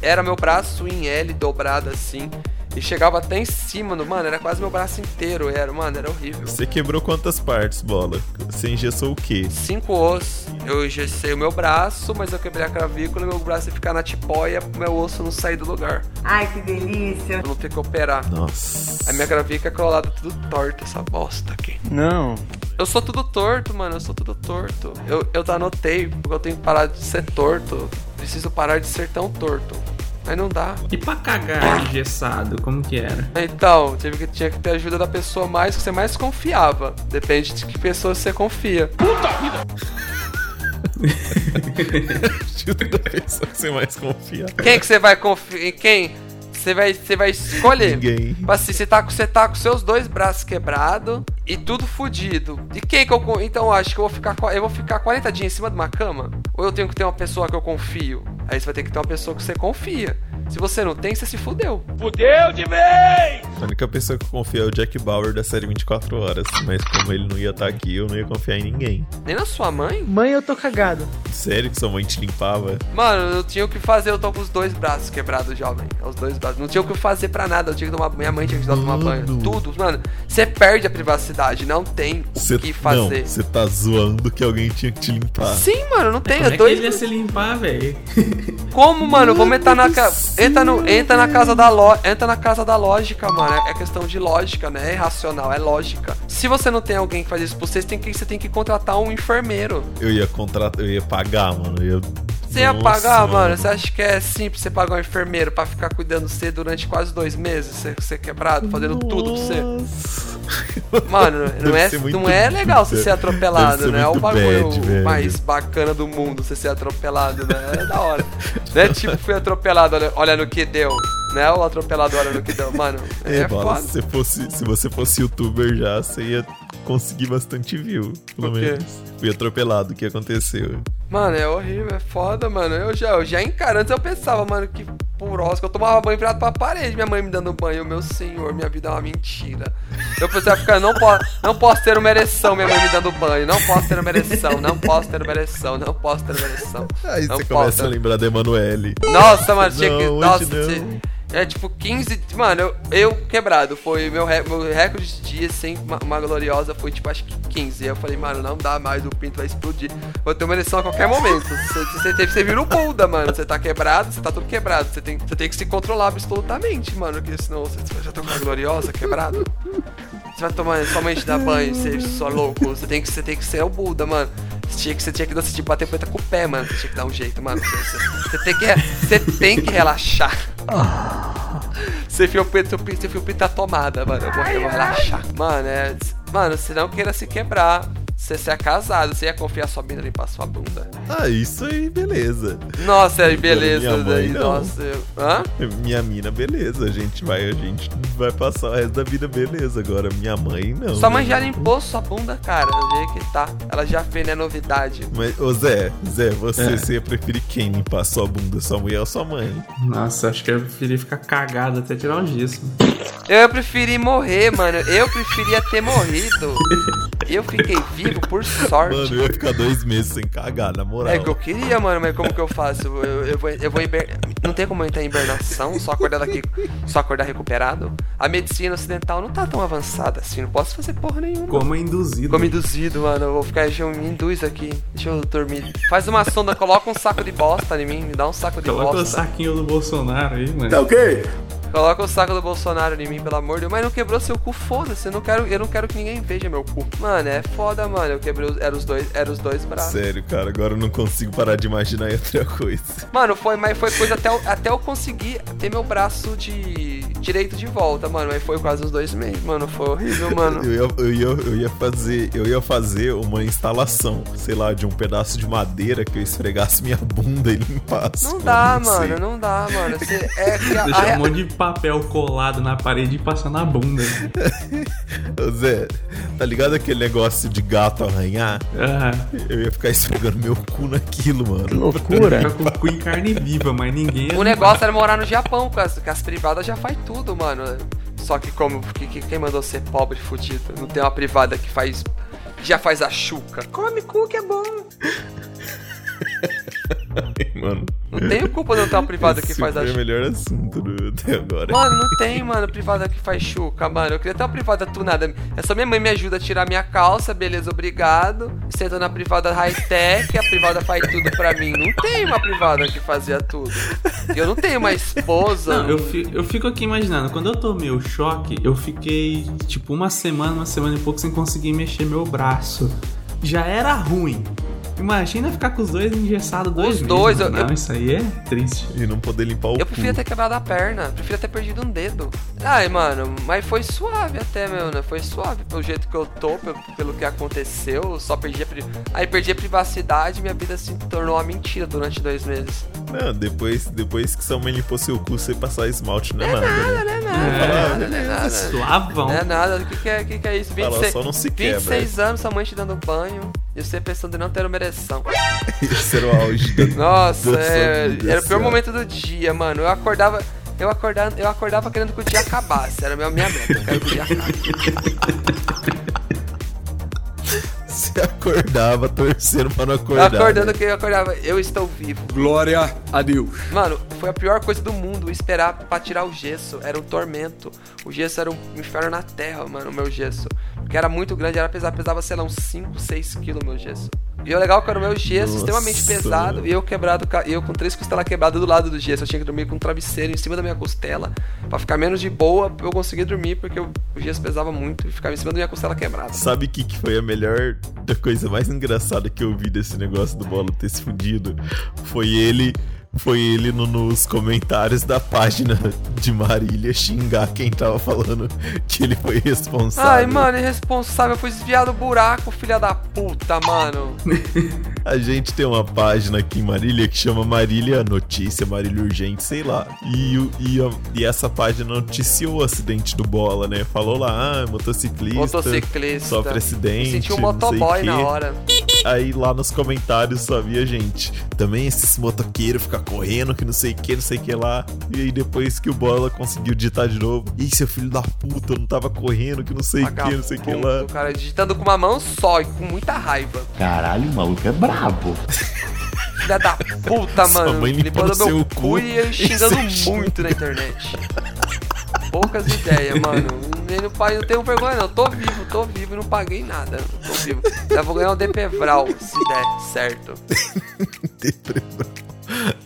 [SPEAKER 1] era meu braço em L dobrado assim. E chegava até em cima, do- mano. Era quase meu braço inteiro. Era, mano, era horrível.
[SPEAKER 2] Você quebrou quantas partes, bola? Você engessou o quê?
[SPEAKER 1] Cinco ossos. Eu engessei o meu braço, mas eu quebrei a cravícula. Meu braço ia ficar na tipóia pro meu osso não sair do lugar.
[SPEAKER 12] Ai, que delícia.
[SPEAKER 1] Eu não ter que operar.
[SPEAKER 2] Nossa.
[SPEAKER 1] A minha cravícula é colada tudo torta, essa bosta aqui.
[SPEAKER 13] Não.
[SPEAKER 1] Eu sou tudo torto, mano. Eu sou tudo torto. Eu, eu anotei, porque eu tenho que parar de ser torto. Preciso parar de ser tão torto. Mas não dá.
[SPEAKER 3] E pra cagar engessado, como que era?
[SPEAKER 1] Então, tive que, tinha que ter a ajuda da pessoa mais que você mais confiava. Depende de que pessoa você confia. Puta vida!
[SPEAKER 2] Ajuda a pessoa que você mais confia.
[SPEAKER 1] Quem que você vai confiar? Quem? Você vai, você vai escolher.
[SPEAKER 2] Ninguém.
[SPEAKER 1] Tipo assim, você tá, com, você tá com seus dois braços quebrados e tudo fudido. E quem que eu. con- Então eu acho que eu vou ficar. co- Eu vou ficar 40 dias em cima de uma cama? Ou eu tenho que ter uma pessoa que eu confio? Aí você vai ter que ter uma pessoa que você confia. Se você não tem, você se fudeu. Fudeu de vez!
[SPEAKER 2] A única pessoa que eu confio é o Jack Bauer da série 24 Horas. Mas como ele não ia estar aqui, eu não ia confiar em ninguém.
[SPEAKER 1] Nem na sua mãe?
[SPEAKER 13] Mãe, eu tô cagado.
[SPEAKER 2] Sério que sua mãe te limpava?
[SPEAKER 1] Mano, eu tinha o que fazer, eu tô com os dois braços quebrados, jovem. Os dois braços. Não tinha o que fazer pra nada, eu tinha que tomar Minha mãe tinha que dar tomar banho. Tudo, mano. Você perde a privacidade, não tem o
[SPEAKER 2] Cê-
[SPEAKER 1] que fazer.
[SPEAKER 2] Não, você tá zoando que alguém tinha que te limpar.
[SPEAKER 1] Sim, mano, não tem.
[SPEAKER 3] Como é
[SPEAKER 1] Eu
[SPEAKER 3] que
[SPEAKER 1] tô
[SPEAKER 3] ele ia se limpar, velho?
[SPEAKER 1] Como, mano? Vamos entrar na ca... entra, no... entra na casa da lo... entra na casa da lógica, mano. É questão de lógica, né? É racional, é lógica. Se você não tem alguém que faz isso pra você, você tem que, você tem que contratar um enfermeiro.
[SPEAKER 2] Eu ia contratar, eu ia pagar, mano. Eu ia...
[SPEAKER 1] Você ia
[SPEAKER 2] Nossa,
[SPEAKER 1] pagar, mano. Você acha que é simples você pagar um enfermeiro pra ficar cuidando de você durante quase dois meses? Você, você é quebrado, fazendo tudo pra você? Mano, não
[SPEAKER 2] Deve
[SPEAKER 1] é,
[SPEAKER 2] ser muito-
[SPEAKER 1] não é legal você ser
[SPEAKER 2] deve- deve
[SPEAKER 1] atropelado,
[SPEAKER 2] ser
[SPEAKER 1] né? É o
[SPEAKER 2] muito
[SPEAKER 1] bagulho
[SPEAKER 2] bad, velho.
[SPEAKER 1] mais bacana do mundo você ser atropelado, né? É da hora. Não é tipo, fui atropelado, olha, olha no que deu. Não é o atropelado, olha no que deu. Mano, é,
[SPEAKER 2] É, bola,
[SPEAKER 1] foda.
[SPEAKER 2] se, você fosse, se você fosse youtuber já, você ia conseguir bastante view, pelo
[SPEAKER 1] Por quê?
[SPEAKER 2] menos. Fui atropelado, o que aconteceu?
[SPEAKER 1] Mano, é horrível, é foda, mano. Eu já, eu já encarando, eu pensava, mano, que purosa, que eu tomava banho virado pra parede, minha mãe me dando banho, meu senhor, minha vida é uma mentira. Eu pensava, cara, não, po não posso ter uma ereção, minha mãe me dando banho, não posso ter uma ereção, não posso ter uma ereção, não posso ter uma ereção.
[SPEAKER 2] Aí
[SPEAKER 1] não
[SPEAKER 2] você
[SPEAKER 1] posso
[SPEAKER 2] começa a lembrar da Emanuele.
[SPEAKER 1] Nossa, mano, tinha que.
[SPEAKER 2] Não,
[SPEAKER 1] Nossa,
[SPEAKER 2] hoje não.
[SPEAKER 1] tinha- é tipo 15. Mano, eu, eu quebrado. Foi meu, re- meu recorde de dias sem uma, uma gloriosa foi tipo acho que 15. Aí eu falei, mano, não dá mais, o pinto vai explodir. Vou ter uma ereção a qualquer momento. Você, você, você, você vira o Buda, mano. Você tá quebrado, você tá tudo quebrado. Você tem, você tem que se controlar absolutamente, mano. Porque senão você, você já tá com a gloriosa quebrado. Você vai tomar sua mãe te dá banho, você só louco. Você tem que, você tem que ser o Buda, mano. Você tinha que, você tinha que assistir bater punheta com o pé, mano. Você tinha que dar um jeito, mano. Você, você- você tem, que, re- você tem que relaxar. Você enfia o pinto, seu pinto- você enfia o pinto na tomada, mano. Eu vou, eu vou relaxar. Mano, é. Mano, se não queira se quebrar, você, você é casado, você ia confiar sua mina limpar sua bunda.
[SPEAKER 2] Ah, isso aí, beleza.
[SPEAKER 1] Nossa, aí
[SPEAKER 2] Agora,
[SPEAKER 1] beleza,
[SPEAKER 2] minha
[SPEAKER 1] daí,
[SPEAKER 2] mãe, não.
[SPEAKER 1] nossa. eu- Hã?
[SPEAKER 2] Minha mina, beleza. A gente vai, a gente vai passar o resto da vida, beleza. Agora, minha mãe, não.
[SPEAKER 1] sua mãe
[SPEAKER 2] né?
[SPEAKER 1] já limpou sua bunda, cara. Do jeito que tá. Ela já fez, né? Novidade.
[SPEAKER 2] Mas, ô Zé, Zé, você,
[SPEAKER 3] É.
[SPEAKER 2] você ia preferir quem limpar sua bunda, sua mulher ou sua mãe?
[SPEAKER 3] Nossa, acho que eu preferia ficar cagado até tirar um gesso.
[SPEAKER 1] Eu preferi morrer, mano. Eu preferia ter morrido. Eu fiquei vivo por sorte.
[SPEAKER 2] Mano, eu ia ficar dois meses sem cagar, na moral.
[SPEAKER 1] É que eu queria, mano, mas como que eu faço? Eu, eu vou, eu vou hiber... Não tem como eu entrar em hibernação, só acordar daqui, só acordar recuperado. A medicina ocidental não tá tão avançada assim, não posso fazer porra nenhuma.
[SPEAKER 3] Como é induzido.
[SPEAKER 1] Como induzido, mano. Eu vou ficar, eu me induz aqui. Deixa eu dormir. Faz uma sonda, coloca um saco de bosta em mim, me dá um saco de
[SPEAKER 3] Coloca o
[SPEAKER 1] bosta.
[SPEAKER 3] saquinho do Bolsonaro aí,
[SPEAKER 4] Tá
[SPEAKER 3] mano.
[SPEAKER 1] Coloca o saco do Bolsonaro em mim, pelo amor de Deus. Mas não quebrou seu cu, foda-se. Eu não quero, eu não quero que ninguém veja meu cu. Mano, é foda, mano. Eu quebrei os, era os dois, era os dois braços.
[SPEAKER 2] Sério, cara, agora eu não consigo parar de imaginar outra coisa.
[SPEAKER 1] Mano, foi, mas foi coisa até, eu- até eu conseguir ter meu braço de direito de volta, mano. Mas foi quase os dois meses, mano. Foi horrível, mano.
[SPEAKER 2] Eu ia, eu, ia, eu ia fazer, eu ia fazer uma instalação, sei lá, de um pedaço de madeira que eu esfregasse minha bunda e limpasse.
[SPEAKER 1] Não
[SPEAKER 2] mano,
[SPEAKER 1] dá,
[SPEAKER 2] sei.
[SPEAKER 1] mano, não dá, mano. Você é que a,
[SPEAKER 3] Deixar
[SPEAKER 1] a-
[SPEAKER 3] um monte de papel colado na parede e passar na bunda.
[SPEAKER 1] né?
[SPEAKER 2] Ô, Zé, tá ligado aquele negócio de gato arranhar?
[SPEAKER 3] Ah,
[SPEAKER 2] Eu ia ficar esfregando meu cu naquilo, mano. Que
[SPEAKER 3] Ficar com o cu em carne viva, mas ninguém. é
[SPEAKER 1] O negócio era morar no Japão, que as, que as privadas já faz tudo, mano. Só que como que, que- quem mandou ser pobre fudido? Não tem uma privada que faz. que já faz a chuca.
[SPEAKER 10] Come cu que é bom.
[SPEAKER 2] Mano.
[SPEAKER 1] Não tenho culpa de não ter uma privada que
[SPEAKER 2] Esse é
[SPEAKER 1] faz a
[SPEAKER 2] foi
[SPEAKER 1] chuca.
[SPEAKER 2] o melhor assunto do, até agora.
[SPEAKER 1] Mano, não tem, mano, privada que faz chuca, mano. Eu queria ter uma privada tunada. É só minha mãe me ajuda a tirar minha calça, beleza, obrigado. Senta na privada high-tech, a privada faz tudo pra mim. Não tem uma privada que fazia tudo. Eu não tenho uma esposa.
[SPEAKER 3] Não, eu, fi- eu fico aqui imaginando, quando eu tomei o choque, eu fiquei tipo uma semana, uma semana e pouco sem conseguir mexer meu braço. Já era ruim. Imagina ficar com os dois engessados dois meses.
[SPEAKER 1] dois, eu-
[SPEAKER 3] Não,
[SPEAKER 1] eu-
[SPEAKER 3] isso aí é triste.
[SPEAKER 2] E não poder limpar o
[SPEAKER 1] Eu prefiro ter quebrado a perna, prefiro ter perdido um dedo. Ai, mano, mas foi suave até, meu, né? Foi suave pelo jeito que eu tô, pelo, pelo que aconteceu. eu Só perdi a pri... Aí perdi a privacidade, minha vida se tornou uma mentira durante dois meses.
[SPEAKER 2] Não, depois, depois que sua mãe limpou seu cu, você passar esmalte, não é nada. né?
[SPEAKER 1] Não, não é nada.
[SPEAKER 3] Suavão.
[SPEAKER 1] Não é nada. O que, que, é, o que, que é isso?
[SPEAKER 2] Fala, só não se quebra.
[SPEAKER 1] 26 anos, sua mãe te dando banho. E você pensando em não ter uma ereção.
[SPEAKER 2] Esse era o auge da,
[SPEAKER 1] Nossa,
[SPEAKER 2] da sua
[SPEAKER 1] é-
[SPEAKER 2] vida, assim,
[SPEAKER 1] era o pior
[SPEAKER 2] Zé.
[SPEAKER 1] momento do dia, mano. Eu acordava. Eu acordava, eu acordava querendo que o dia acabasse. Era a minha minha meta. Eu quero que o dia
[SPEAKER 2] Você acordava torcendo pra não acordar.
[SPEAKER 1] acabe. Acordando
[SPEAKER 2] né?
[SPEAKER 1] que eu acordava. Eu estou vivo.
[SPEAKER 9] Glória a Deus.
[SPEAKER 1] Mano, foi a pior coisa do mundo esperar pra tirar o gesso. Era um tormento. O gesso era um inferno na terra, mano, o meu gesso. Porque era muito grande, era pesado, pesava, sei lá, uns 5, 6 quilos meu gesso. E o legal é que era o meu gesso
[SPEAKER 2] Nossa,
[SPEAKER 1] extremamente pesado
[SPEAKER 2] mano.
[SPEAKER 1] e eu quebrado, ca- e eu com três costelas quebradas do lado do gesso. Eu tinha que dormir com um travesseiro em cima da minha costela. Pra ficar menos de boa, pra eu conseguir dormir, porque o o gesso pesava muito e ficava em cima da minha costela quebrada.
[SPEAKER 2] Sabe o que, que foi a melhor, a coisa mais engraçada que eu vi desse negócio do Bolo ter se fudido? Foi ele, foi ele no- nos comentários da página de Marília xingar quem tava falando que ele foi responsável.
[SPEAKER 1] Ai, mano, irresponsável, eu fui desviado do buraco, filha da puta, mano.
[SPEAKER 2] A gente tem uma página aqui em Marília que chama Marília Notícia, Marília Urgente, sei lá. E, o- e, a- e essa página noticiou o acidente do Bola, né? Falou lá, ah, motociclista.
[SPEAKER 1] Motociclista.
[SPEAKER 2] Sofre acidente.
[SPEAKER 1] Me senti um
[SPEAKER 2] não sei
[SPEAKER 1] motoboy
[SPEAKER 2] quê.
[SPEAKER 1] na hora.
[SPEAKER 2] Aí lá nos comentários só via gente. Também esses motoqueiros ficam correndo, que não sei o que, não sei o que lá. E aí depois que o Bola conseguiu digitar de novo. Ei, seu filho da puta, eu não tava correndo, que não sei o que, não sei o que lá.
[SPEAKER 1] O cara digitando com uma mão só e com muita raiva.
[SPEAKER 2] Caralho, o maluco é brabo.
[SPEAKER 1] Filha da puta,
[SPEAKER 2] Sua
[SPEAKER 1] mano.
[SPEAKER 2] mãe limpando
[SPEAKER 1] Limpando
[SPEAKER 2] seu
[SPEAKER 1] meu
[SPEAKER 2] cu
[SPEAKER 1] cu e eu
[SPEAKER 2] e
[SPEAKER 1] xingando
[SPEAKER 2] você
[SPEAKER 1] muito na internet. Poucas ideias, mano. Nem no pai, não tenho vergonha, não. Tô vivo, tô vivo, não paguei nada. Tô vivo. Já vou ganhar um DPVral, se der certo.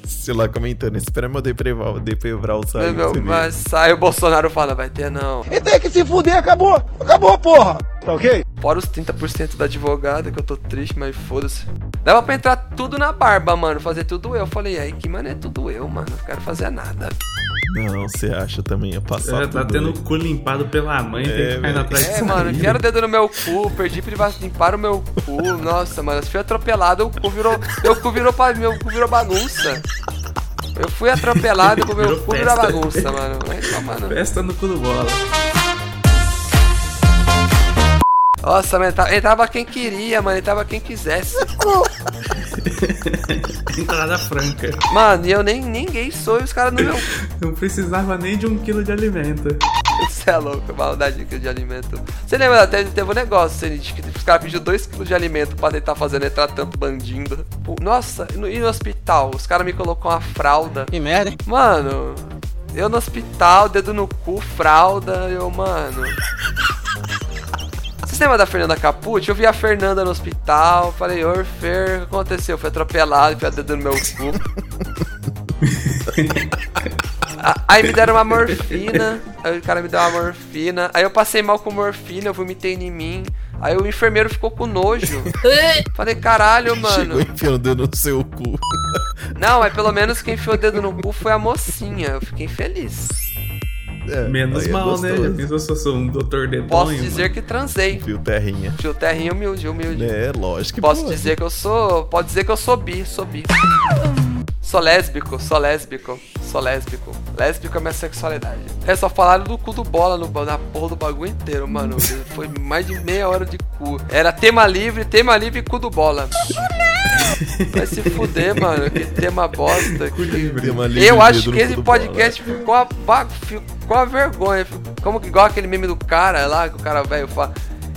[SPEAKER 2] Sei lá, comentando, espera meu depreval, depreval sair.
[SPEAKER 1] é Meu,
[SPEAKER 2] Tá você vê.
[SPEAKER 1] mas sai o Bolsonaro fala, vai ter não.
[SPEAKER 12] E tem que se fuder, acabou! Acabou, porra!
[SPEAKER 1] Tá ok? Fora os 30% da advogada, que eu tô triste, mas foda-se. Dava pra entrar tudo na barba, mano. Fazer tudo eu. Falei, aí que mano é tudo eu, mano. Não quero fazer nada.
[SPEAKER 2] Não, você acha também, ia passar.
[SPEAKER 3] Já tá
[SPEAKER 2] tudo
[SPEAKER 3] tendo
[SPEAKER 2] aí.
[SPEAKER 3] o cu limpado pela mãe, tem que ficar indo atrás
[SPEAKER 1] É,
[SPEAKER 3] disso
[SPEAKER 1] mano,
[SPEAKER 3] aí.
[SPEAKER 1] enfiaram o dedo no meu cu, perdi privacidade, limparam meu cu. Nossa, mano, eu fui atropelado, o cu virou. Meu cu virou, pa- meu cu virou bagunça. Eu fui atropelado com meu
[SPEAKER 3] Virou
[SPEAKER 1] cu virou
[SPEAKER 3] festa.
[SPEAKER 1] bagunça, mano. Vai tomar, mano.
[SPEAKER 3] Festa no cu do bola.
[SPEAKER 1] Nossa, mano, entra- entrava quem queria, mano, entrava quem quisesse.
[SPEAKER 3] Entrada franca.
[SPEAKER 1] Mano, e eu nem ninguém sou e os caras no meu cu.
[SPEAKER 3] Não precisava nem de um quilo de alimento.
[SPEAKER 1] Você é louco, maldade de de alimento. Você lembra até de teve um negócio, você disse que os caras pediu 2kg de alimento pra tentar fazendo entrar tanto bandindo. Pô, Nossa, e no, e no hospital? Os caras me colocou uma fralda. Que merda, hein? Mano, eu no hospital, dedo no cu, fralda, eu, mano. Vocês lembram da Fernanda Capucci? Eu vi a Fernanda no hospital, falei, ô Fer, o que aconteceu? Fui atropelado, enfiado o dedo no meu cu. A- Aí me deram uma morfina, aí o cara me deu uma morfina, aí eu passei mal com morfina, eu vomitei em mim, aí o enfermeiro ficou com nojo. Falei, caralho,
[SPEAKER 2] Chegou
[SPEAKER 1] mano.
[SPEAKER 2] enfiando no seu cu.
[SPEAKER 1] Não, mas pelo menos quem enfiou o dedo no cu foi a mocinha, eu fiquei feliz.
[SPEAKER 3] Menos
[SPEAKER 2] aí é
[SPEAKER 3] mal, né?
[SPEAKER 2] gostoso.
[SPEAKER 3] Já pensou se eu sou um doutor dedonho?
[SPEAKER 1] Posso dizer que transei.
[SPEAKER 2] Viu, terrinha?
[SPEAKER 1] Tio Terrinho humilde, humilde.
[SPEAKER 2] É, lógico que
[SPEAKER 1] Posso
[SPEAKER 2] pode.
[SPEAKER 1] dizer que eu sou. Pode dizer que eu sou bi, sou bi. Sou lésbico, sou lésbico, sou lésbico. Lésbico é minha sexualidade. É, só falaram do cu do bola no, ba- na porra do bagulho inteiro, mano. Foi mais de meia hora de cu. Era tema livre, tema livre e cu do bola. Vai se fuder, mano. Que tema bosta. Que...
[SPEAKER 2] Tema livre,
[SPEAKER 1] Eu acho
[SPEAKER 2] dedo
[SPEAKER 1] que
[SPEAKER 2] no
[SPEAKER 1] esse
[SPEAKER 2] cu do né?
[SPEAKER 1] podcast ficou a, ba- ficou a vergonha. Ficou como que igual aquele meme do cara lá, que o cara velho fala.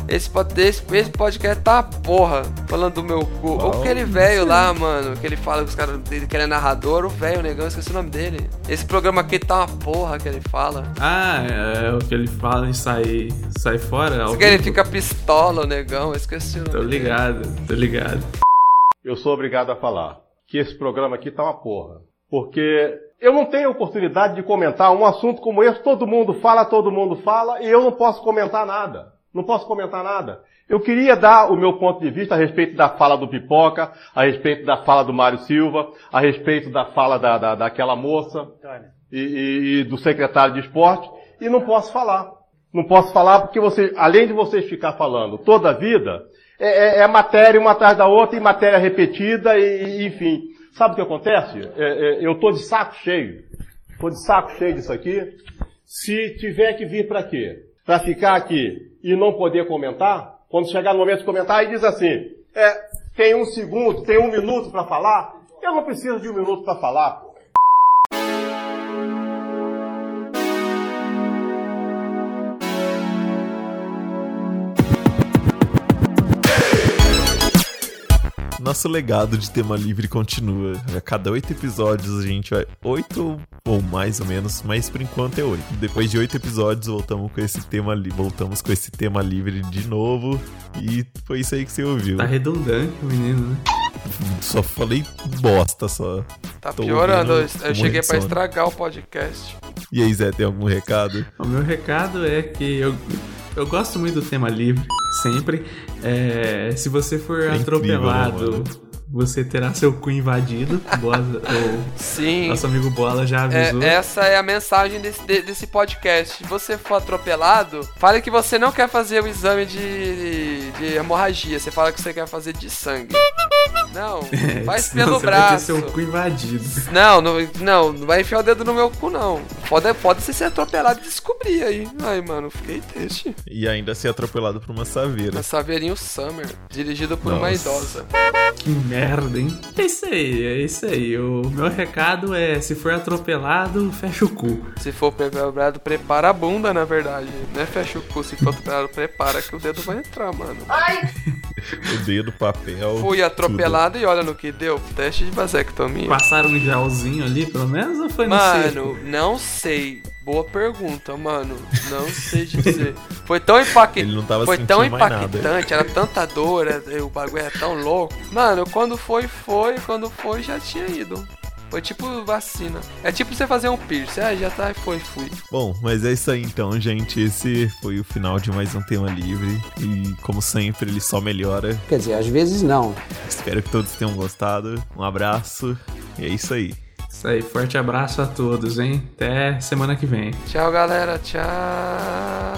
[SPEAKER 1] Esse, pod- esse, esse podcast tá uma porra, falando do meu cu. Ou aquele velho lá, mano, que ele fala que os caras dele que ele é narrador, o velho, o negão, eu esqueci o nome dele. Esse programa aqui tá uma porra que ele fala.
[SPEAKER 3] Ah, é o que ele fala e sai, sai fora. ao
[SPEAKER 1] Porque ele
[SPEAKER 3] vivo.
[SPEAKER 1] fica pistola, o negão, eu esqueci o nome
[SPEAKER 3] Tô
[SPEAKER 1] dele.
[SPEAKER 3] ligado, tô ligado.
[SPEAKER 16] Eu sou obrigado a falar que esse programa aqui tá uma porra. Porque eu não tenho oportunidade de comentar um assunto como esse. Todo mundo fala, todo mundo fala, e eu não posso comentar nada. Não posso comentar nada. Eu queria dar o meu ponto de vista a respeito da fala do Pipoca, a respeito da fala do Mário Silva, a respeito da fala da, da, daquela moça e, e- e do secretário de esporte, e não posso falar. Não posso falar porque você, além de vocês ficar falando toda a vida, é, é- é matéria uma atrás da outra, e matéria repetida, e, e- enfim. Sabe o que acontece? É- é, eu tô de saco cheio. Tô de saco cheio disso aqui. Se tiver que vir para quê? Para ficar aqui e não poder comentar? Quando chegar no momento de comentar, aí diz assim, é, tem um segundo, tem um minuto para falar?
[SPEAKER 4] Ah,
[SPEAKER 16] Eu não preciso de um minuto para falar, pô.
[SPEAKER 2] Nosso legado de tema livre continua. A cada oito episódios a gente vai. Oito ou mais ou menos, mas por enquanto é oito. Depois de oito episódios voltamos com esse tema li... voltamos com esse tema livre de novo. E foi isso aí que você ouviu.
[SPEAKER 3] Tá redundante o menino, né?
[SPEAKER 2] Só falei bosta só.
[SPEAKER 1] Tá
[SPEAKER 2] Tô
[SPEAKER 1] piorando, eu,
[SPEAKER 2] ouvindo
[SPEAKER 1] eu
[SPEAKER 2] com
[SPEAKER 1] cheguei pra
[SPEAKER 2] sono.
[SPEAKER 1] estragar o podcast.
[SPEAKER 2] E aí, Zé, tem algum recado?
[SPEAKER 3] O meu recado é que eu, eu gosto muito do tema livre, sempre. É, se você for
[SPEAKER 2] É incrível,
[SPEAKER 3] atropelado,
[SPEAKER 2] né, mano?
[SPEAKER 3] você terá seu cu invadido. Bola, ou-
[SPEAKER 1] Sim.
[SPEAKER 3] Nosso amigo Bola
[SPEAKER 1] É,
[SPEAKER 3] já avisou.
[SPEAKER 1] essa é a mensagem desse, de- desse podcast. Se você for atropelado, fale que você não quer fazer o exame de, de hemorragia. Você fala que você quer fazer de sangue. Não,
[SPEAKER 3] É,
[SPEAKER 1] faz
[SPEAKER 3] senão
[SPEAKER 1] pelo
[SPEAKER 3] você vai ter
[SPEAKER 1] braço.
[SPEAKER 3] seu cu invadido.
[SPEAKER 1] Não, não, não, não vai enfiar o dedo no meu cu, não. foda, foda você ser atropelado e descobrir aí. Ai, mano, fiquei triste.
[SPEAKER 2] E ainda ser atropelado por uma saveira.
[SPEAKER 1] Uma saveirinho Summer, dirigido por uma
[SPEAKER 2] Nossa.
[SPEAKER 1] idosa.
[SPEAKER 3] Que merda, hein? É isso aí, é isso aí. O meu recado é: se for atropelado, fecha o cu.
[SPEAKER 1] Se for atropelado, prepara a bunda, na verdade. Não é fecha o cu, se for atropelado, prepara que o dedo vai entrar, mano.
[SPEAKER 2] O dedo, papel.
[SPEAKER 1] Fui atropelado e olha no que deu. Teste de vasectomia.
[SPEAKER 3] Passaram um gelzinho ali, pelo menos, ou foi no
[SPEAKER 1] Mano, não sei. Boa pergunta, mano. Não sei dizer. Foi tão impactante.
[SPEAKER 2] Ele não tava
[SPEAKER 1] foi tão
[SPEAKER 2] sentindo mais nada,
[SPEAKER 1] impactante, era tanta dor, era- o bagulho era tão louco. Mano, quando foi, foi, quando foi, já tinha ido. Foi tipo vacina. É tipo você fazer um piercing. Ah, já tá, foi, fui.
[SPEAKER 2] Bom, mas é isso aí então, gente. Esse foi o final de mais um tema livre. E como sempre, ele só melhora.
[SPEAKER 18] Quer dizer, às vezes não.
[SPEAKER 2] Espero que todos tenham gostado. Um abraço. E é isso aí.
[SPEAKER 3] Isso aí, forte abraço a todos, hein? Até semana que vem.
[SPEAKER 1] Tchau, galera. Tchau.